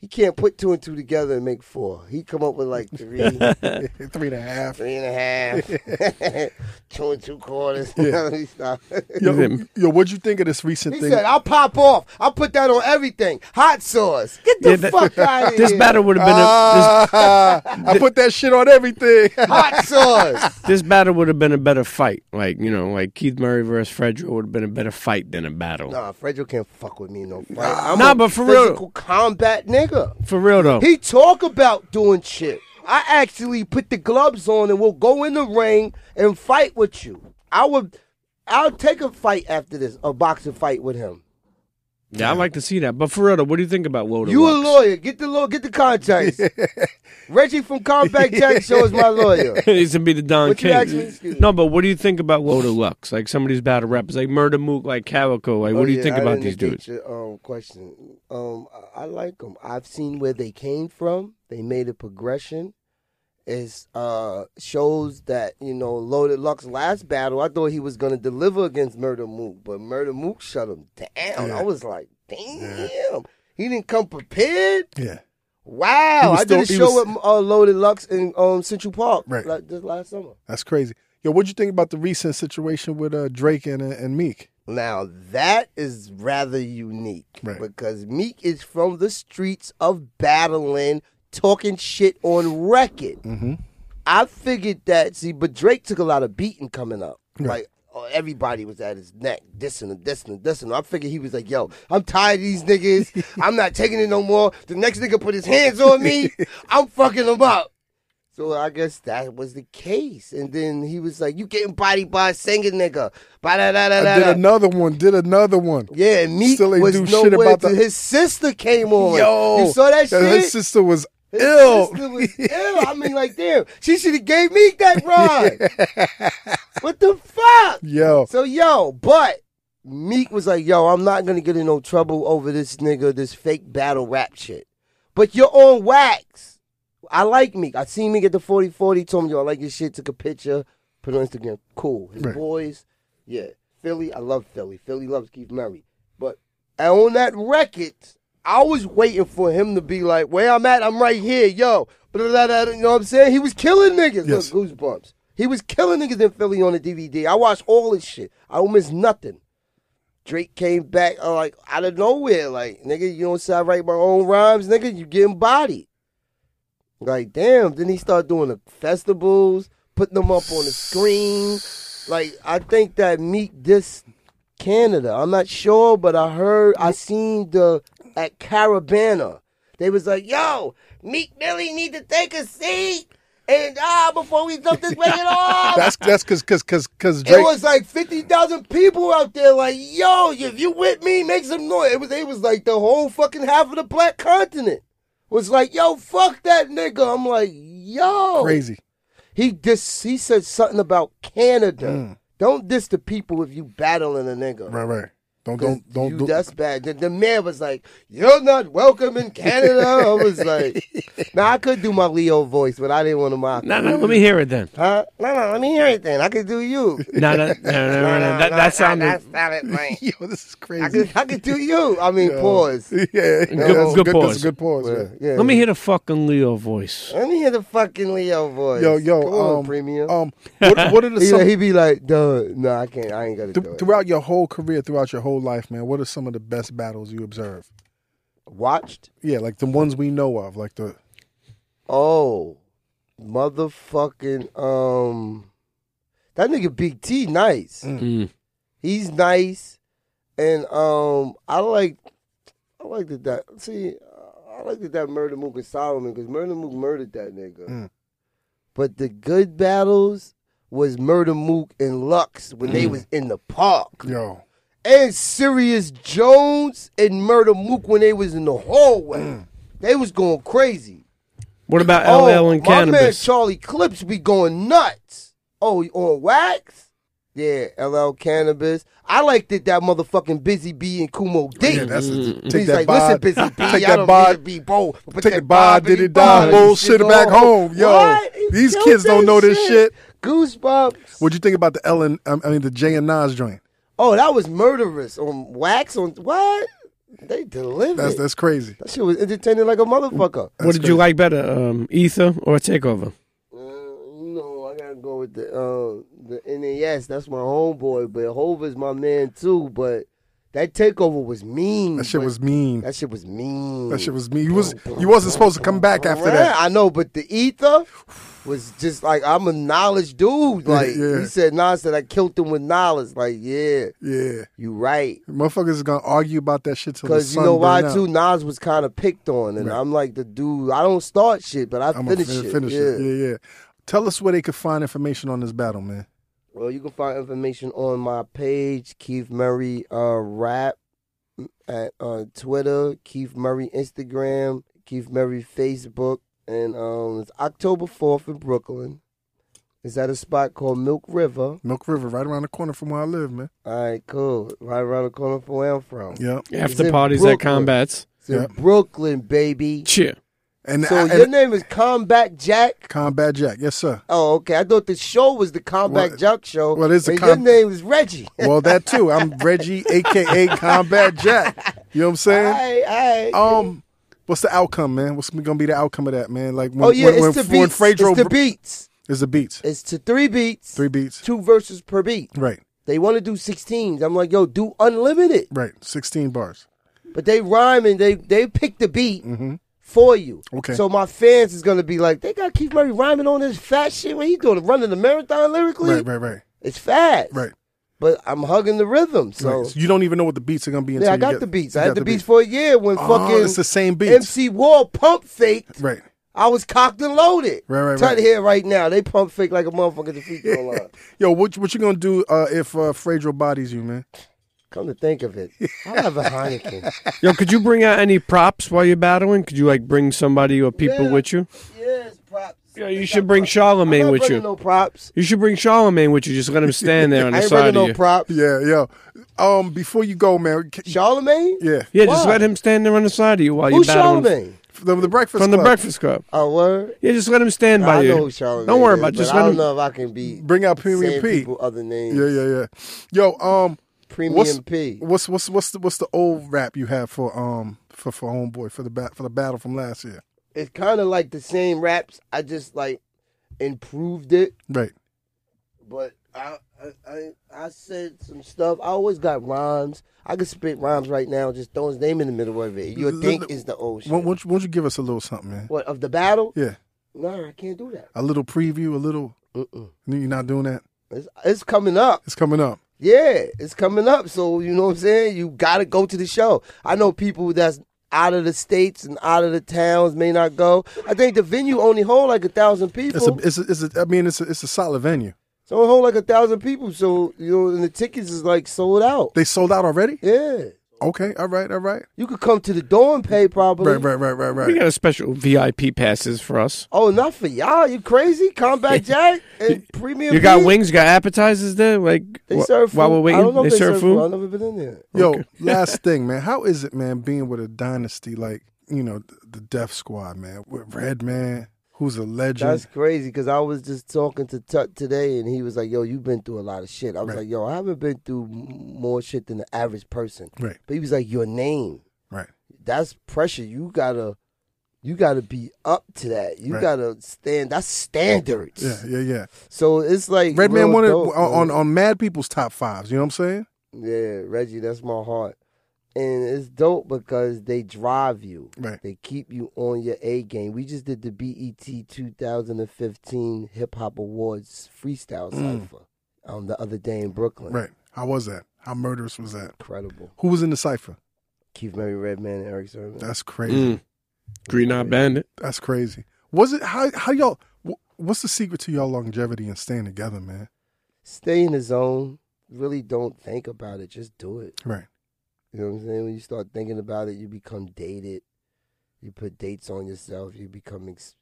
[SPEAKER 1] He can't put two and two together and make four. He come up with like three,
[SPEAKER 4] Three and a half.
[SPEAKER 1] three and a half, two and two quarters. Yeah.
[SPEAKER 4] Yo,
[SPEAKER 5] didn't-
[SPEAKER 4] yo, what'd you think of this recent
[SPEAKER 1] He
[SPEAKER 4] thing?
[SPEAKER 1] said, "I'll pop off. I'll put that on everything. Hot sauce. Get the
[SPEAKER 5] Yeah, that-
[SPEAKER 1] fuck out of here. Uh,
[SPEAKER 5] This battle would have been a
[SPEAKER 4] Ah, I put that shit on everything.
[SPEAKER 1] Hot sauce.
[SPEAKER 5] this, this battle would have been a better fight. Like you know, like Keith Murray versus Fredro would have been a better fight than a battle.
[SPEAKER 1] nah, Fredro can't fuck with me in no fight. I'm
[SPEAKER 5] Nah,
[SPEAKER 1] a
[SPEAKER 5] but for real-
[SPEAKER 1] physical combat nigga.
[SPEAKER 5] For real though,
[SPEAKER 1] He talk about doing shit. I actually put the gloves on and we'll go in the ring and fight with you. I would, I'll take a fight after this, a boxing fight with him.
[SPEAKER 5] yeah, I like to see that. But for real though, what do you think about Woda?
[SPEAKER 1] You a lawyer? Get the law. Get the contacts. Reggie from Combat Jack Show is my lawyer.
[SPEAKER 5] He's to be the Don
[SPEAKER 1] What you
[SPEAKER 5] King.
[SPEAKER 1] asked me? Excuse me.
[SPEAKER 5] no, but what do you think about Loda Lux? Like somebody's battle rap is like Murder Mook, like Calico. Like, what
[SPEAKER 1] Oh,
[SPEAKER 5] do you
[SPEAKER 1] yeah,
[SPEAKER 5] think
[SPEAKER 1] I
[SPEAKER 5] about
[SPEAKER 1] didn't
[SPEAKER 5] these
[SPEAKER 1] get
[SPEAKER 5] dudes?
[SPEAKER 1] Your, um, question. Um, I- I like them. I've seen where they came from. They made a progression. It uh, shows that you know Loaded Luck's last battle. I thought he was gonna deliver against Murder Mook, but Murder Mook shut him down. I was like, damn, he didn't come prepared.
[SPEAKER 4] yeah. He
[SPEAKER 1] Wow,
[SPEAKER 4] was
[SPEAKER 1] I did a
[SPEAKER 4] still- he
[SPEAKER 1] show
[SPEAKER 4] was-
[SPEAKER 1] with uh, Loaded Lux in um, Central Park
[SPEAKER 4] Right.
[SPEAKER 1] like, this last summer.
[SPEAKER 4] That's crazy. Yo, what'd you think about the recent situation with uh, Drake and uh, and Meek?
[SPEAKER 1] Now that is rather unique
[SPEAKER 4] Right.
[SPEAKER 1] because Meek is from the streets of battling, talking shit on record.
[SPEAKER 4] Mm-hmm.
[SPEAKER 1] I figured that. See, but Drake took a lot of beating coming up.
[SPEAKER 4] Right.
[SPEAKER 1] Like oh, everybody was at his neck, dissing and dissing and dissing. I figured he was like, "Yo, I'm tired of these niggas. I'm not taking it no more. The next nigga put his hands on me. I'm fucking him up." So I guess that was the case. And then he was like, "You getting bodied by a singing nigga?" Ba da da da
[SPEAKER 4] I did
[SPEAKER 1] da.
[SPEAKER 4] another one. Did another one.
[SPEAKER 1] Yeah, and Meek
[SPEAKER 4] Still ain't
[SPEAKER 1] was
[SPEAKER 4] do
[SPEAKER 1] nowhere
[SPEAKER 4] shit about
[SPEAKER 1] to-
[SPEAKER 4] the-
[SPEAKER 1] his sister came on.
[SPEAKER 4] Yo,
[SPEAKER 1] you saw that shit?
[SPEAKER 4] His sister was
[SPEAKER 1] His
[SPEAKER 4] ill.
[SPEAKER 1] sister was ill. I mean, like, damn, she should have gave Meek that ride. what the fuck?
[SPEAKER 4] Yo,
[SPEAKER 1] So yo, but Meek was like, yo, I'm not gonna get in no trouble over this nigga, this fake battle rap shit. But you're on wax. I like Meek. I seen Meek at the 4040, told him, yo, I like your shit, took a picture, put it on Instagram. Cool. His
[SPEAKER 4] Right.
[SPEAKER 1] boys, yeah. Philly, I love Philly. Philly loves Keith Murray. But on that record, I was waiting for him to be like, where I'm at, I'm right here, yo. Blah, blah, blah, You know what I'm saying? He was killing niggas.
[SPEAKER 4] Yes.
[SPEAKER 1] Look, goosebumps. He was killing niggas in Philly on the DVD. I watched all his shit. I don't miss nothing. Drake came back uh, like out of nowhere, like nigga, you don't say I write my own rhymes, nigga. You getting bodied. Like damn. Then he started doing the festivals, putting them up on the screen. Like I think that Meek this Canada. I'm not sure, but I heard I seen the at Caravana. They was like, yo, Meek Millie need to take a seat. And ah, before we dump this record off,
[SPEAKER 4] that's that's because because because because
[SPEAKER 1] it
[SPEAKER 4] Drake.
[SPEAKER 1] was like fifty thousand people out there, like, yo, if you with me, make some noise. It was, it was like the whole fucking half of the black continent was like, yo, fuck that nigga. I'm like, yo,
[SPEAKER 4] crazy.
[SPEAKER 1] He dis, he said something about Canada. Don't diss the people if you battling a nigga.
[SPEAKER 4] Hmm. Right, right. Don't
[SPEAKER 1] 'Cause
[SPEAKER 4] don't don't
[SPEAKER 1] you-
[SPEAKER 4] do.
[SPEAKER 1] that's bad. The, the man was like, "You're not welcome in Canada." I was like, "Now I could do my Leo voice, but I didn't want to mock."
[SPEAKER 5] No, no, let me hear it then.
[SPEAKER 1] Huh? No, no, let me hear it then. I could do you.
[SPEAKER 5] No, no, no,
[SPEAKER 1] No,
[SPEAKER 5] no, no, no,
[SPEAKER 1] no,
[SPEAKER 5] That,
[SPEAKER 1] no,
[SPEAKER 5] that sounded
[SPEAKER 1] That's not it, man.
[SPEAKER 4] Yo, this is crazy.
[SPEAKER 1] I could, I could do you. I mean, pause.
[SPEAKER 4] yeah, yeah,
[SPEAKER 5] Good-
[SPEAKER 4] that's
[SPEAKER 5] good
[SPEAKER 4] That's a
[SPEAKER 5] pause.
[SPEAKER 4] good pause.
[SPEAKER 1] Yeah,
[SPEAKER 4] man.
[SPEAKER 1] yeah.
[SPEAKER 5] Let me hear the fucking Leo voice.
[SPEAKER 1] Let me hear the fucking Leo voice.
[SPEAKER 4] Yo, yo,
[SPEAKER 1] Come on,
[SPEAKER 4] um,
[SPEAKER 1] premium.
[SPEAKER 4] Um, what, what are the
[SPEAKER 1] he,
[SPEAKER 4] some,
[SPEAKER 1] he be like, "Duh, no, I can't. I ain't gonna
[SPEAKER 4] th-
[SPEAKER 1] do it."
[SPEAKER 4] throughout your whole career, throughout your whole life, man? What are some of the best battles you observe?
[SPEAKER 1] Watched.
[SPEAKER 4] Yeah, like the ones we know of, like the
[SPEAKER 1] Oh, motherfucking um, that nigga Big T nice.
[SPEAKER 5] Mm.
[SPEAKER 1] He's nice, and um, I like, I like that. that see, I like that that murder Mook and Solomon because Murder Mook murdered that nigga.
[SPEAKER 4] Mm.
[SPEAKER 1] But the good battles was Murder Mook and Lux when they was in the park,
[SPEAKER 4] yo,
[SPEAKER 1] and Sirius Jones and Murder Mook when they was in the hallway. They was going crazy.
[SPEAKER 5] What about
[SPEAKER 1] Oh,
[SPEAKER 5] LL and
[SPEAKER 1] my man
[SPEAKER 5] cannabis?
[SPEAKER 1] Charlie Clips be going nuts. Oh, on wax? Yeah, LL Cannabis. I like that that motherfucking Busy B and Kumo D.
[SPEAKER 4] Oh, yeah, that's a,
[SPEAKER 5] Mm.
[SPEAKER 4] take
[SPEAKER 1] He's
[SPEAKER 4] that
[SPEAKER 1] like, listen,
[SPEAKER 4] bod,
[SPEAKER 1] Busy B,
[SPEAKER 4] take
[SPEAKER 1] I
[SPEAKER 4] that
[SPEAKER 1] don't
[SPEAKER 4] bod,
[SPEAKER 1] mean to be bold. but
[SPEAKER 4] take
[SPEAKER 1] that
[SPEAKER 4] the bod, did it die
[SPEAKER 1] Bob,
[SPEAKER 4] bullshit
[SPEAKER 1] shit
[SPEAKER 4] back
[SPEAKER 1] on.
[SPEAKER 4] home, yo.
[SPEAKER 1] What? He
[SPEAKER 4] These
[SPEAKER 1] killed
[SPEAKER 4] kids don't
[SPEAKER 1] that
[SPEAKER 4] know this shit.
[SPEAKER 1] Goosebumps.
[SPEAKER 4] What'd you think about the Ellen? I mean, the Jay and Nas joint.
[SPEAKER 1] oh, that was murderous on wax on what? They delivered.
[SPEAKER 4] That's that's crazy.
[SPEAKER 1] that shit was entertaining like a motherfucker.
[SPEAKER 5] What did you like better, um, Ether or Takeover?
[SPEAKER 1] Uh, no, I gotta go with the uh, the NAS. That's my homeboy, but Hova's my man too. But that takeover was mean.
[SPEAKER 4] That shit
[SPEAKER 1] but
[SPEAKER 4] was mean.
[SPEAKER 1] That shit was mean.
[SPEAKER 4] That shit was mean. You was you wasn't supposed to come back after
[SPEAKER 1] Yeah,
[SPEAKER 4] that.
[SPEAKER 1] I know, but the ether was just like I'm a knowledge dude. Like
[SPEAKER 4] yeah.
[SPEAKER 1] he said, Nas said I killed him with knowledge. Like yeah,
[SPEAKER 4] Yeah,
[SPEAKER 1] you right.
[SPEAKER 4] motherfuckers is gonna argue about that shit till the
[SPEAKER 1] Cause
[SPEAKER 4] sun
[SPEAKER 1] you know why
[SPEAKER 4] burn out.
[SPEAKER 1] too, Nas was kind of picked on, and
[SPEAKER 4] Right.
[SPEAKER 1] I'm like the dude. I don't start shit, but I
[SPEAKER 4] I'm gonna
[SPEAKER 1] finish,
[SPEAKER 4] fin-
[SPEAKER 1] shit.
[SPEAKER 4] finish it. Yeah, yeah. Tell us where they could find information on this battle, man.
[SPEAKER 1] Well, you can find information on my page, Keith Murray uh, Rap, at uh, Twitter, Keith Murray Instagram, Keith Murray Facebook, and um, it's October fourth in Brooklyn. It's at a spot called Milk River.
[SPEAKER 4] Milk River, right around the corner from where I live, man.
[SPEAKER 1] All right, cool. Right around the corner from where I'm from.
[SPEAKER 4] Yeah.
[SPEAKER 5] After
[SPEAKER 1] in
[SPEAKER 5] parties
[SPEAKER 1] Brooklyn.
[SPEAKER 5] at combats.
[SPEAKER 1] It's in
[SPEAKER 4] Yeah.
[SPEAKER 1] Brooklyn, baby.
[SPEAKER 5] Cheer.
[SPEAKER 4] And,
[SPEAKER 1] So
[SPEAKER 4] and
[SPEAKER 1] your name is Combat Jack.
[SPEAKER 4] Combat Jack, yes sir.
[SPEAKER 1] Oh, okay. I thought the show was the Combat
[SPEAKER 4] Well,
[SPEAKER 1] Jack show.
[SPEAKER 4] well, it's a
[SPEAKER 1] and
[SPEAKER 4] com-
[SPEAKER 1] your name is Reggie.
[SPEAKER 4] Well, that too. I'm Reggie, aka Combat Jack. You know what I'm
[SPEAKER 1] All
[SPEAKER 4] saying?
[SPEAKER 1] right, all right.
[SPEAKER 4] Um, what's the outcome, man? What's gonna be the outcome of that, man? Like when
[SPEAKER 1] oh yeah,
[SPEAKER 4] when,
[SPEAKER 1] it's
[SPEAKER 4] when,
[SPEAKER 1] to
[SPEAKER 4] when
[SPEAKER 1] beats.
[SPEAKER 4] Fredro
[SPEAKER 1] it's to beats.
[SPEAKER 4] is the beats,
[SPEAKER 1] It's to three beats.
[SPEAKER 4] three beats,
[SPEAKER 1] Two verses per beat.
[SPEAKER 4] right,
[SPEAKER 1] They want to do 16s. I'm like, yo, do unlimited.
[SPEAKER 4] right, sixteen bars.
[SPEAKER 1] But they rhyme and they they pick the beat
[SPEAKER 4] Mm-hmm.
[SPEAKER 1] for you.
[SPEAKER 4] Okay.
[SPEAKER 1] So my fans is gonna be like, they got Keith Murray rhyming on this fat shit. What he doing? Running the marathon lyrically?
[SPEAKER 4] Right, right, right,
[SPEAKER 1] It's fast.
[SPEAKER 4] right.
[SPEAKER 1] But I'm hugging the rhythm. So
[SPEAKER 4] right. you don't even know what the beats are gonna be until
[SPEAKER 1] yeah, I
[SPEAKER 4] you
[SPEAKER 1] got
[SPEAKER 4] get-
[SPEAKER 1] the beats.
[SPEAKER 4] you
[SPEAKER 1] I
[SPEAKER 4] got
[SPEAKER 1] had the beats for a year when
[SPEAKER 4] Oh,
[SPEAKER 1] fucking
[SPEAKER 4] it's the same beats.
[SPEAKER 1] MC Wall pump faked.
[SPEAKER 4] Right.
[SPEAKER 1] I was cocked and loaded.
[SPEAKER 4] Right, right,
[SPEAKER 1] Tut
[SPEAKER 4] right.
[SPEAKER 1] here right now. They pump fake like a motherfucker at the free throw line.
[SPEAKER 4] Yo, what what you gonna do uh, if uh, Fredro bodies you, man?
[SPEAKER 1] Come to think of it, I'll have a Heineken.
[SPEAKER 5] Yo, could you bring out any props while you're battling? Could you like bring somebody or people
[SPEAKER 1] Yeah.
[SPEAKER 5] with you?
[SPEAKER 1] yes, props.
[SPEAKER 5] Yeah, you should bring Charlemagne with you.
[SPEAKER 1] No props.
[SPEAKER 5] You should bring Charlemagne with you. Just let him stand there on
[SPEAKER 1] I
[SPEAKER 5] the
[SPEAKER 1] ain't
[SPEAKER 5] side
[SPEAKER 1] bringing
[SPEAKER 5] of
[SPEAKER 1] no
[SPEAKER 5] you.
[SPEAKER 1] props.
[SPEAKER 4] Yeah, yo. Um, before you go, man. c-
[SPEAKER 1] Charlemagne?
[SPEAKER 4] Yeah,
[SPEAKER 5] Yeah, just
[SPEAKER 1] Why?
[SPEAKER 5] let him stand there on the side of you while
[SPEAKER 1] Who's
[SPEAKER 5] you're battling
[SPEAKER 1] Charlemagne?
[SPEAKER 4] the, the breakfast
[SPEAKER 5] from the
[SPEAKER 4] Club.
[SPEAKER 5] Breakfast Club.
[SPEAKER 1] Oh, word.
[SPEAKER 5] Yeah, just let him stand by
[SPEAKER 1] I
[SPEAKER 5] you.
[SPEAKER 1] know who Charlemagne.
[SPEAKER 5] Don't worry
[SPEAKER 1] is,
[SPEAKER 5] about it.
[SPEAKER 1] but
[SPEAKER 5] Just
[SPEAKER 1] I
[SPEAKER 5] let
[SPEAKER 1] don't
[SPEAKER 5] him.
[SPEAKER 1] know if I can be
[SPEAKER 4] Bring out Premium
[SPEAKER 1] saying
[SPEAKER 4] P.
[SPEAKER 1] people other names.
[SPEAKER 4] Yeah, yeah, yeah. Yo, um,
[SPEAKER 1] Premium
[SPEAKER 4] what's
[SPEAKER 1] P.
[SPEAKER 4] what's what's what's the what's the old rap you have for um for for homeboy for the bat for the battle from last year?
[SPEAKER 1] It's kind of like the same raps. I just like improved it,
[SPEAKER 4] Right.
[SPEAKER 1] but I I I, I said some stuff. I always got rhymes. I could spit rhymes right now. Just throw his name in the middle of it. You would think is the old shit.
[SPEAKER 4] Won't, won't, you, won't you give us a little something, man?
[SPEAKER 1] What of the battle?
[SPEAKER 4] Yeah,
[SPEAKER 1] Nah, I can't do that.
[SPEAKER 4] a little preview, a little.
[SPEAKER 1] Mm-mm.
[SPEAKER 4] You're not doing that.
[SPEAKER 1] It's, it's coming up.
[SPEAKER 4] It's coming up.
[SPEAKER 1] Yeah, it's coming up. So you know what I'm saying. You gotta go to the show. I know people that's out of the states and out of the towns may not go. I think the venue only hold like a thousand
[SPEAKER 4] It's a,
[SPEAKER 1] people.
[SPEAKER 4] it's a, it's a, I mean, it's a, it's a solid venue.
[SPEAKER 1] so it hold like a thousand people. So you know, and the tickets is like sold out.
[SPEAKER 4] They sold out already.
[SPEAKER 1] Yeah.
[SPEAKER 4] Okay, all right, all right.
[SPEAKER 1] You could come to the door and pay probably.
[SPEAKER 4] Right, right, right, right,
[SPEAKER 5] We
[SPEAKER 4] right.
[SPEAKER 5] got a special VIP passes for us.
[SPEAKER 1] Oh, not for y'all. You crazy? Combat Jack and Premium.
[SPEAKER 5] You got
[SPEAKER 1] Beef?
[SPEAKER 5] wings, you got appetizers there. Like
[SPEAKER 1] They
[SPEAKER 5] wh-
[SPEAKER 1] serve food.
[SPEAKER 5] while we're waiting,
[SPEAKER 1] I don't know
[SPEAKER 5] they,
[SPEAKER 1] if they
[SPEAKER 5] serve food.
[SPEAKER 1] I've never been in there.
[SPEAKER 4] Yo,
[SPEAKER 5] Okay.
[SPEAKER 4] last thing, man. How is it, man, being with a dynasty like, you know, th- the Death Squad, man, with Red Man, who's a legend?
[SPEAKER 1] That's crazy because I was just talking to Tut today and he was like, Yo, you've been through a lot of shit. I was
[SPEAKER 4] Right.
[SPEAKER 1] like, Yo, I haven't been through m- more shit than the average person.
[SPEAKER 4] Right.
[SPEAKER 1] But he was like, Your name.
[SPEAKER 4] Right.
[SPEAKER 1] That's pressure. You gotta you gotta be up to that. You
[SPEAKER 4] Right.
[SPEAKER 1] gotta stand that's standards.
[SPEAKER 4] Yeah, yeah, yeah.
[SPEAKER 1] So it's like
[SPEAKER 4] Red Man
[SPEAKER 1] real
[SPEAKER 4] wanted
[SPEAKER 1] dope,
[SPEAKER 4] on, on
[SPEAKER 1] man.
[SPEAKER 4] on Mad People's top fives. You know what I'm saying?
[SPEAKER 1] Yeah, Reggie, that's my heart. And it's dope because they drive you.
[SPEAKER 4] Right.
[SPEAKER 1] They keep you on your A game. We just did the E BET 2015 Hip Hop Awards freestyle cipher um, the other day in Brooklyn.
[SPEAKER 4] Mm. Right. How was that? How murderous was that?
[SPEAKER 1] Incredible.
[SPEAKER 4] Who was in the cipher?
[SPEAKER 1] Keith Murray, Redman, and Eric Sermon.
[SPEAKER 4] That's crazy.
[SPEAKER 5] Mm. Green Eye Bandit.
[SPEAKER 4] That's crazy. Was it how how y'all? wh- What's the secret to y'all longevity and staying together, man?
[SPEAKER 1] Stay in the zone. Really don't think about it. Just do it.
[SPEAKER 4] Right.
[SPEAKER 1] You know what I'm saying? When you start thinking about it, you become dated. You put dates on yourself. You become ex-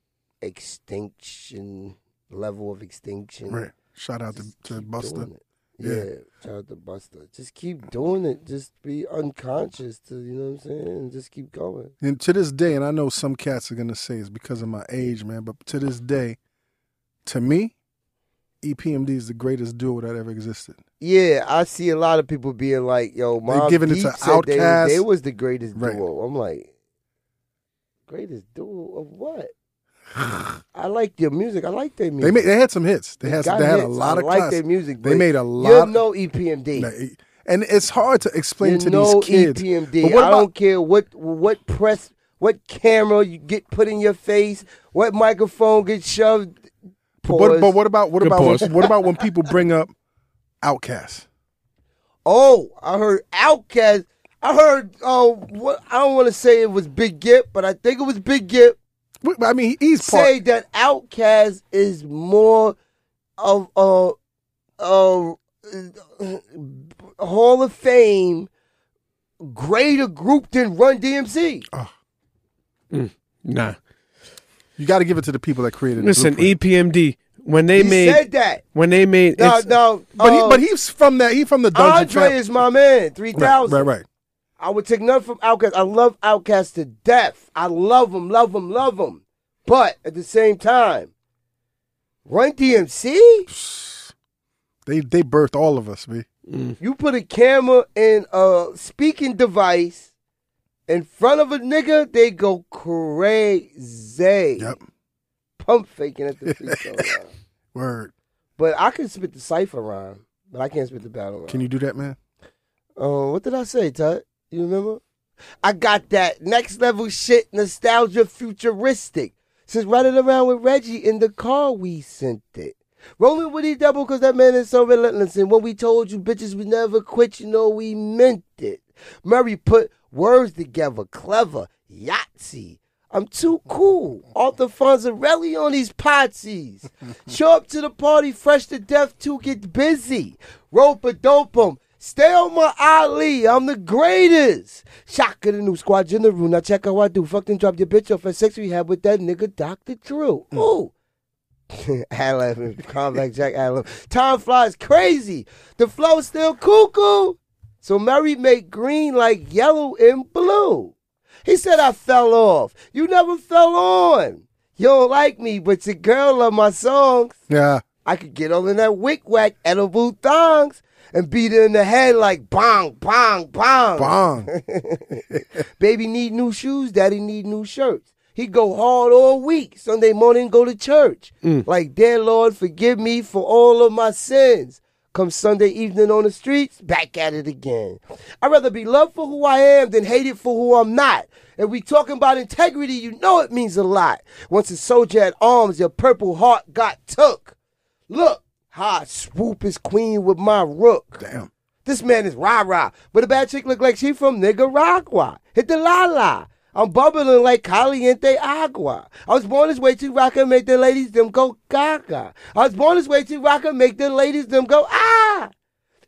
[SPEAKER 1] extinction level of extinction.
[SPEAKER 4] Right. Shout out to,
[SPEAKER 1] Just
[SPEAKER 4] to
[SPEAKER 1] keep
[SPEAKER 4] Buster.
[SPEAKER 1] doing it.
[SPEAKER 4] Yeah.
[SPEAKER 1] Yeah. shout out to Buster. Just keep doing it. Just be unconscious to you know what I'm saying, and just keep going.
[SPEAKER 4] And to this day, and I know some cats are gonna say it's because of my age, man, but to this day, to me, E EPMD is the greatest duo that ever existed.
[SPEAKER 1] Yeah, I see a lot of people being like, "Yo, Mom,
[SPEAKER 4] giving it to
[SPEAKER 1] said they,
[SPEAKER 4] Outkast.
[SPEAKER 1] they was the greatest
[SPEAKER 4] Right.
[SPEAKER 1] duo." I'm like, greatest duo of what? I like their music. I like their music.
[SPEAKER 4] They made, they had some hits. They had
[SPEAKER 1] got
[SPEAKER 4] they had a
[SPEAKER 1] hits.
[SPEAKER 4] lot
[SPEAKER 1] I
[SPEAKER 4] of
[SPEAKER 1] like
[SPEAKER 4] classics.
[SPEAKER 1] their music.
[SPEAKER 4] They
[SPEAKER 1] but
[SPEAKER 4] made
[SPEAKER 1] You
[SPEAKER 4] a lot.
[SPEAKER 1] know E EPMD.
[SPEAKER 4] Nah, it- and it's hard to explain
[SPEAKER 1] you
[SPEAKER 4] to
[SPEAKER 1] know E
[SPEAKER 4] these kids.
[SPEAKER 1] EPMD.
[SPEAKER 4] But what
[SPEAKER 1] I
[SPEAKER 4] about-
[SPEAKER 1] don't care what what press, what camera you get put in your face, what microphone gets shoved.
[SPEAKER 4] But what,
[SPEAKER 1] Pause.
[SPEAKER 4] but what about what
[SPEAKER 5] Good
[SPEAKER 4] about
[SPEAKER 5] pause.
[SPEAKER 4] when, what about when people bring up Outcast?
[SPEAKER 1] Oh, I heard Outkast. I heard. Oh, what? I don't want to say it was Big Gip, but I think it was Big Gip.
[SPEAKER 4] I mean, he's part.
[SPEAKER 1] Say that Outkast is more of a, a, a Hall of Fame greater group than Run DMC.
[SPEAKER 5] Nah.
[SPEAKER 4] you got to give it to the people that created. the
[SPEAKER 5] Listen, E
[SPEAKER 4] blueprint.
[SPEAKER 5] EPMD. When they
[SPEAKER 1] he
[SPEAKER 5] made
[SPEAKER 1] said that.
[SPEAKER 5] when they made
[SPEAKER 1] No,
[SPEAKER 5] it's-
[SPEAKER 1] no.
[SPEAKER 4] but
[SPEAKER 1] uh,
[SPEAKER 4] he, but he's from that. He from the dungeon.
[SPEAKER 1] um, Andre
[SPEAKER 4] fam-
[SPEAKER 1] is my man. Three
[SPEAKER 4] right,
[SPEAKER 1] thousand.
[SPEAKER 4] right, right.
[SPEAKER 1] I would take nothing from Outkast. I love Outkast to death. I love him, love him, love him. But at the same time, Run DMC,
[SPEAKER 4] They they birthed all of us, man.
[SPEAKER 1] you put a camera and a speaking device in front of a nigga, they go crazy.
[SPEAKER 4] Yep.
[SPEAKER 1] Pump faking at the free throw line.
[SPEAKER 4] Word.
[SPEAKER 1] But I can spit the cipher rhyme, but I can't spit the battle rhyme.
[SPEAKER 4] Can you do that, man?
[SPEAKER 1] Oh, what did I say, Tut? You remember? I got that next level shit, nostalgia, futuristic. Since riding around with Reggie in the car, we sent it. Rolling with E double, cause that man is so relentless. And when we told you bitches we never quit, you know we meant it. Murray put words together, clever, Yahtzee. I'm too cool. Arthur Fonzarelli on these potsies. Show up to the party fresh to death to get busy. Rope a dope 'em. Stay on my Ali. I'm the greatest. Shock of the new squad general. Now check how I do. Fuck them, drop your bitch off at sex rehab with that nigga Dr. Drew. Ooh. ad laughing. Combat Jack ad lib. Time flies crazy. The flow still cuckoo. So Mary make green like yellow and blue. He said I fell off. You never fell on. You don't like me, but your girl love my songs.
[SPEAKER 4] Yeah.
[SPEAKER 1] I could get on in that wick wack edible thongs and beat her in the head like bong, bong, bong.
[SPEAKER 4] Bong.
[SPEAKER 1] Baby need new shoes, daddy need new shirts. He go hard all week. Sunday morning go to church. Like, dear Lord, forgive me for all of my sins. Come Sunday evening on the streets, back at it again. I'd rather be loved for who I am than hated for who I'm not. If we talking about integrity, you know it means a lot. Once a soldier at arms, your purple heart got took. Look how I swoop his queen with my rook.
[SPEAKER 4] Damn.
[SPEAKER 1] This man is rah rah, but a bad chick look like she from Nicaragua. Hit the la la. I'm bubbling like caliente agua. I was born this way to rock and make the ladies them go gaga. I was born this way to rock and make the ladies them go ah.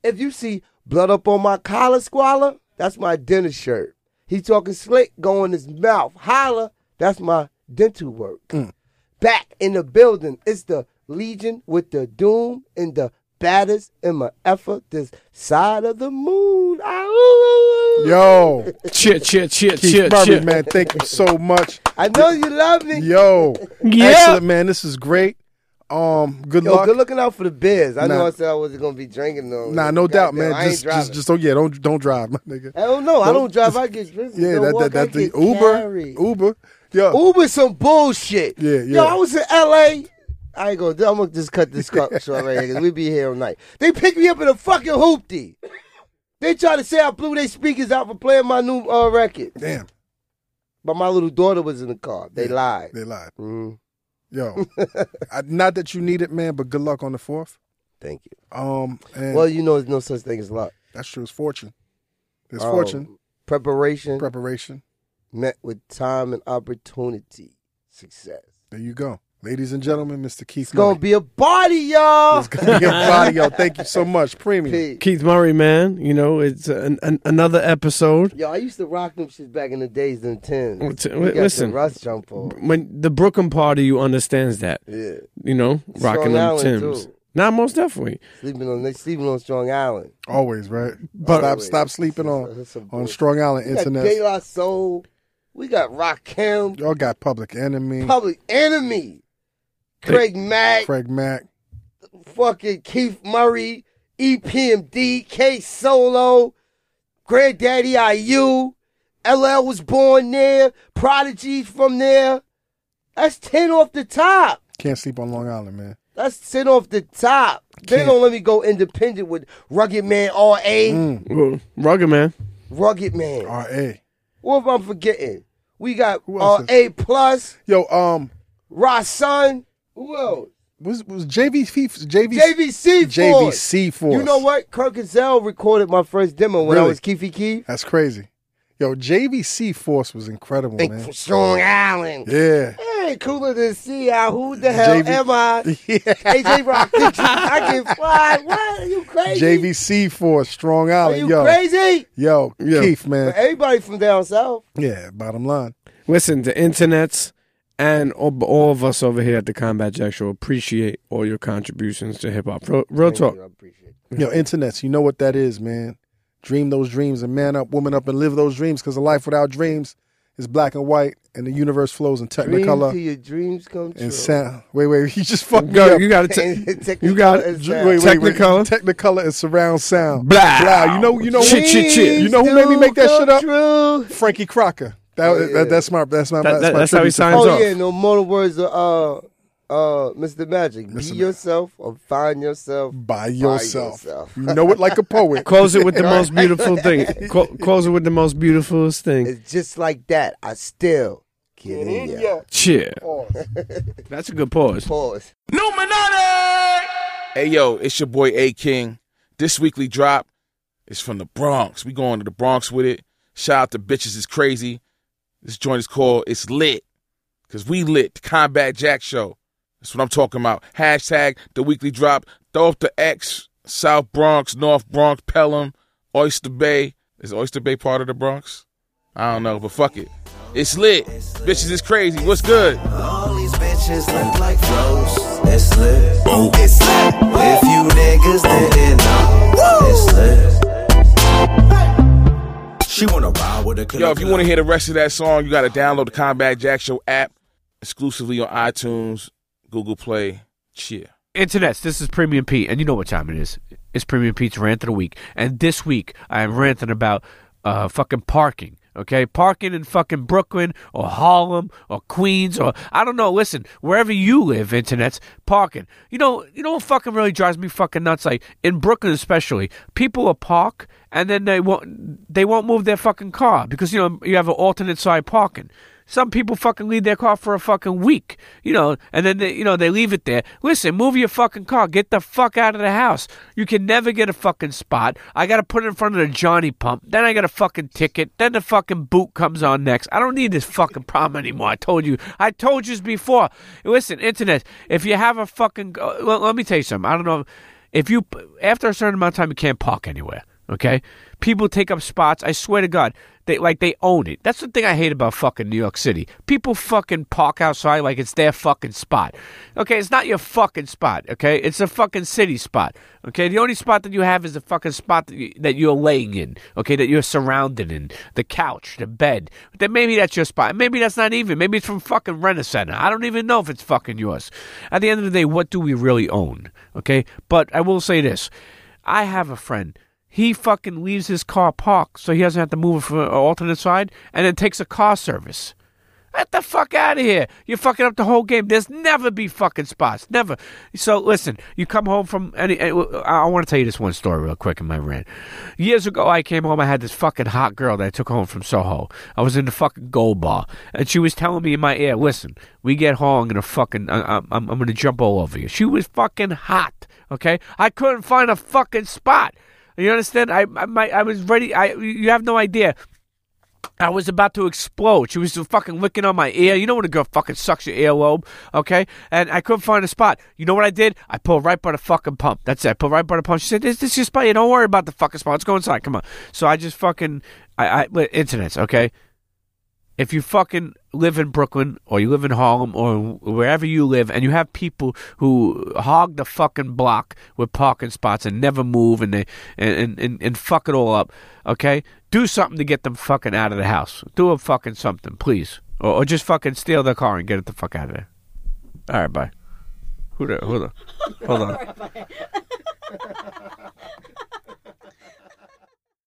[SPEAKER 1] If you see blood up on my collar squalor, That's my dentist shirt. He talking slick, going his mouth. Holla, that's my dental work.
[SPEAKER 4] Mm.
[SPEAKER 1] Back in the building, it's the Legion with the doom and the baddest in my effort. This side of the moon. Ah, ooh.
[SPEAKER 4] Yo,
[SPEAKER 5] Cheer, cheer, cheer,
[SPEAKER 4] Keith
[SPEAKER 5] cheer,
[SPEAKER 4] Murray,
[SPEAKER 5] cheer.
[SPEAKER 4] man, thank you so much.
[SPEAKER 1] I know you love me.
[SPEAKER 4] Yo,
[SPEAKER 5] Yeah.
[SPEAKER 4] excellent, man. This is great. Um, good
[SPEAKER 1] Yo,
[SPEAKER 4] luck.
[SPEAKER 1] good looking out for the beers. I know
[SPEAKER 4] Nah.
[SPEAKER 1] I said I wasn't gonna be drinking though.
[SPEAKER 4] Nah, no doubt, man.
[SPEAKER 1] I ain't
[SPEAKER 4] Just,
[SPEAKER 1] driving.
[SPEAKER 4] just, just, oh yeah, don't, don't drive, my nigga.
[SPEAKER 1] I don't know. I
[SPEAKER 4] Don't-
[SPEAKER 1] don't drive. I get drinking.
[SPEAKER 4] Yeah, that, that, that's the Uber,
[SPEAKER 1] Uber.
[SPEAKER 4] Uber. Yo,
[SPEAKER 1] Uber some bullshit.
[SPEAKER 4] Yeah,
[SPEAKER 1] Yo,
[SPEAKER 4] yeah.
[SPEAKER 1] I was in L.A. I ain't gonna. do- I'm gonna just cut this cut short right here because we be here all night. They picked me up in a fucking hoopty. They try to say I blew their speakers out for playing my new uh, record,
[SPEAKER 4] damn,
[SPEAKER 1] but my little daughter was in the car. They
[SPEAKER 4] Yeah.
[SPEAKER 1] lied.
[SPEAKER 4] they lied.
[SPEAKER 1] Mm,
[SPEAKER 4] Yo, I, not that you need it, man, but good luck on the fourth.
[SPEAKER 1] thank you.
[SPEAKER 4] Um, and
[SPEAKER 1] Well, you know, there's no such thing as luck.
[SPEAKER 4] that's true. It's fortune. It's
[SPEAKER 1] Um,
[SPEAKER 4] fortune,
[SPEAKER 1] Preparation
[SPEAKER 4] preparation.
[SPEAKER 1] met with time and opportunity. Success.
[SPEAKER 4] There you go, ladies and gentlemen, Mr. Keith.
[SPEAKER 1] It's gonna be a party, y'all.
[SPEAKER 4] Yo, thank you so much, premium.
[SPEAKER 1] Peace.
[SPEAKER 5] Keith Murray, man. You know, it's an, an, another episode.
[SPEAKER 1] Yo, I used to rock them shits back in the days, them tens.
[SPEAKER 5] Well, t-
[SPEAKER 1] We
[SPEAKER 5] wi-
[SPEAKER 1] got the
[SPEAKER 5] listen.
[SPEAKER 1] Russ jump on.
[SPEAKER 5] When the Brooklyn party, you understands that.
[SPEAKER 1] Yeah,
[SPEAKER 5] You know, rocking them
[SPEAKER 1] Island,
[SPEAKER 5] Tims.
[SPEAKER 1] too.
[SPEAKER 5] Nah, most definitely.
[SPEAKER 1] sleeping on they sleeping on Strong Island.
[SPEAKER 4] Always, right?
[SPEAKER 5] But-
[SPEAKER 4] stop,
[SPEAKER 1] Always.
[SPEAKER 4] uh, stop sleeping on
[SPEAKER 1] That's a bull-
[SPEAKER 4] on Strong Island
[SPEAKER 1] we got De
[SPEAKER 4] internet.
[SPEAKER 1] La Soul. We got Rakim,
[SPEAKER 4] Y'all got Public Enemy,
[SPEAKER 1] Public Enemy, Craig Mack,
[SPEAKER 4] Craig Mack.
[SPEAKER 1] fucking Keith Murray, E EPMD, K Solo, Granddaddy IU, LL was born there, Prodigy from there. That's ten off the top.
[SPEAKER 4] Can't sleep on Long Island, man.
[SPEAKER 1] Let's sit off the top. They
[SPEAKER 4] Can't-
[SPEAKER 1] don't let me go independent with Rugged Man RA.
[SPEAKER 4] Mm,
[SPEAKER 5] Well, rugged, man.
[SPEAKER 1] Rugged Man.
[SPEAKER 4] R.A.
[SPEAKER 1] What if I'm forgetting? We got
[SPEAKER 4] Who else
[SPEAKER 1] RA Plus,
[SPEAKER 4] Yo, um,
[SPEAKER 1] Rasun. Who else?
[SPEAKER 4] was was JVC JVC
[SPEAKER 1] JVC Force.
[SPEAKER 4] JVC Force?
[SPEAKER 1] You know what? Kirk Gazelle recorded my first demo when I
[SPEAKER 4] Really? Oh,
[SPEAKER 1] was Keefy Keef.
[SPEAKER 4] That's crazy. Yo, JVC Force was incredible,
[SPEAKER 1] And
[SPEAKER 4] man.
[SPEAKER 1] from Strong Island.
[SPEAKER 4] Yeah.
[SPEAKER 1] Hey, cooler than see I. Who the hell
[SPEAKER 4] JV
[SPEAKER 1] am I?
[SPEAKER 4] Yeah.
[SPEAKER 1] AJ Rock, I can fly. What? Are you crazy?
[SPEAKER 4] JVC Force, Strong
[SPEAKER 1] Are
[SPEAKER 4] Island.
[SPEAKER 1] you
[SPEAKER 4] Yo,
[SPEAKER 1] crazy?
[SPEAKER 4] yo,
[SPEAKER 5] Yeah.
[SPEAKER 4] Keith, man.
[SPEAKER 1] But everybody from down south.
[SPEAKER 4] Yeah, bottom line.
[SPEAKER 5] Listen, the internets and all, all of us over here at the Combat Jack Show appreciate all your contributions to hip hop. Real, real
[SPEAKER 1] Thank you,
[SPEAKER 5] talk.
[SPEAKER 1] I appreciate it.
[SPEAKER 4] Yo, internets, you know what that is, man. Dream those dreams and man up, woman up, and live those dreams because a life without dreams is black and white and the universe flows in
[SPEAKER 1] Dream till
[SPEAKER 4] technicolor
[SPEAKER 1] your dreams come true.
[SPEAKER 4] and sound. Wait, wait, you just fucked me
[SPEAKER 5] Yo,
[SPEAKER 4] up.
[SPEAKER 5] you got
[SPEAKER 1] And
[SPEAKER 5] to.
[SPEAKER 1] technicolor
[SPEAKER 5] You got
[SPEAKER 1] and
[SPEAKER 5] Dream-
[SPEAKER 1] sound.
[SPEAKER 4] wait, wait, wait.
[SPEAKER 5] Technicolor?
[SPEAKER 4] Technicolor and surround sound.
[SPEAKER 5] Blah.
[SPEAKER 4] Blah. You know, you know,
[SPEAKER 5] Shit, shit, shit.
[SPEAKER 4] You know who made me
[SPEAKER 1] Dreams
[SPEAKER 4] make that
[SPEAKER 1] do
[SPEAKER 4] shit up?
[SPEAKER 1] come true.
[SPEAKER 4] Frankie Crocker. That,
[SPEAKER 1] Oh, yeah.
[SPEAKER 4] that, that's my that's my
[SPEAKER 5] That-
[SPEAKER 4] that's,
[SPEAKER 5] that-
[SPEAKER 4] my
[SPEAKER 5] that's how he
[SPEAKER 4] tribute to
[SPEAKER 5] signs
[SPEAKER 4] Frankie.
[SPEAKER 1] Oh
[SPEAKER 5] off.
[SPEAKER 1] yeah, no more words. Of, uh, uh, Mr. Magic, be
[SPEAKER 4] Mr. Ma-
[SPEAKER 1] yourself or find yourself.
[SPEAKER 4] by yourself.
[SPEAKER 1] yourself.
[SPEAKER 4] You know it like a poet.
[SPEAKER 5] Close it with the most beautiful thing. Clo- Close it with the most beautiful thing.
[SPEAKER 1] It's just like that. I still get in ya.
[SPEAKER 5] Cheer. That's a good pause.
[SPEAKER 1] Pause.
[SPEAKER 3] Hey yo, it's your boy A King. This weekly drop is from the Bronx. We going to the Bronx with it. Shout out to bitches is crazy. This joint is called It's Lit. Cause we lit the Combat Jack Show. That's what I'm talking about. Hashtag the weekly drop. Throw up the X, South Bronx, North Bronx, Pelham, Oyster Bay. Is Oyster Bay part of the Bronx? I don't know, but fuck it. It's lit. Bitches is crazy. What's good?
[SPEAKER 2] All these bitches look like flows. It's lit. It's lit. If you niggas didn't know, it's lit. She wanna ride with a killer.
[SPEAKER 3] Yo, if you want to hear the rest of that song, you got to download the Combat Jack Show app exclusively on iTunes, Google Play. Cheer.
[SPEAKER 6] Internets, this is Premium Pete, and you know what time it is. It's Premium Pete's rant of the week, and this week I am ranting about uh, fucking parking. Okay, parking in fucking Brooklyn or Harlem or Queens or I don't know. Listen, wherever you live, internets, parking. You know, you know what fucking really drives me fucking nuts. Like in Brooklyn, especially, people will park and then they won't they won't move their fucking car because you know you have an alternate side parking. Some people fucking leave their car for a fucking week, you know, and then they, you know they leave it there. Listen, move your fucking car. Get the fuck out of the house. You can never get a fucking spot. I gotta put it in front of the Johnny pump. Then I get a fucking ticket. Then the fucking boot comes on next. I don't need this fucking problem anymore. I told you. I told you this before. Listen, internet. If you have a fucking, uh, let, let me tell you something. I don't know. If you after a certain amount of time, you can't park anywhere. Okay, people take up spots. I swear to God, they like they own it. That's the thing I hate about fucking New York City. People fucking park outside like it's their fucking spot. Okay, it's not your fucking spot. Okay, it's a fucking city spot. Okay, the only spot that you have is the fucking spot that, you, that you're laying in. Okay, that you're surrounded in the couch, the bed. Then maybe that's your spot. Maybe that's not even. Maybe it's from fucking Renaissance. I don't even know if it's fucking yours. At the end of the day, what do we really own? Okay, but I will say this. I have a friend. He fucking leaves his car parked so he doesn't have to move it from an alternate side and then takes a car service. Get the fuck out of here. You're fucking up the whole game. There's never be fucking spots. Never. So listen, you come home from any. eh, I want to tell you this one story real quick in my rant. Years ago, I came home. I had this fucking hot girl that I took home from Soho. I was in the fucking gold bar. And she was telling me in my ear, listen, we get home, I'm going to fucking. I, I'm, I'm going to jump all over you. She was fucking hot. Okay? I couldn't find a fucking spot. You understand? I, I, my, I was ready. I, you have no idea. I was about to explode. She was fucking licking on my ear. You know when a girl fucking sucks your earlobe, okay? And I couldn't find a spot. You know what I did? I pulled right by the fucking pump. That's it. I pulled right by the pump. She said, "This, this is your spot. You don't worry about the fucking spot. Let's go inside. Come on." So I just fucking I, I li- internets, okay? If you fucking live in Brooklyn or you live in Harlem or wherever you live, and you have people who hog the fucking block with parking spots and never move and they and and, and fuck it all up, okay? Do something to get them fucking out of the house. Do a fucking something, please, or, or just fucking steal their car and get it the fuck out of there. All right, bye. Who the, who the, hold on.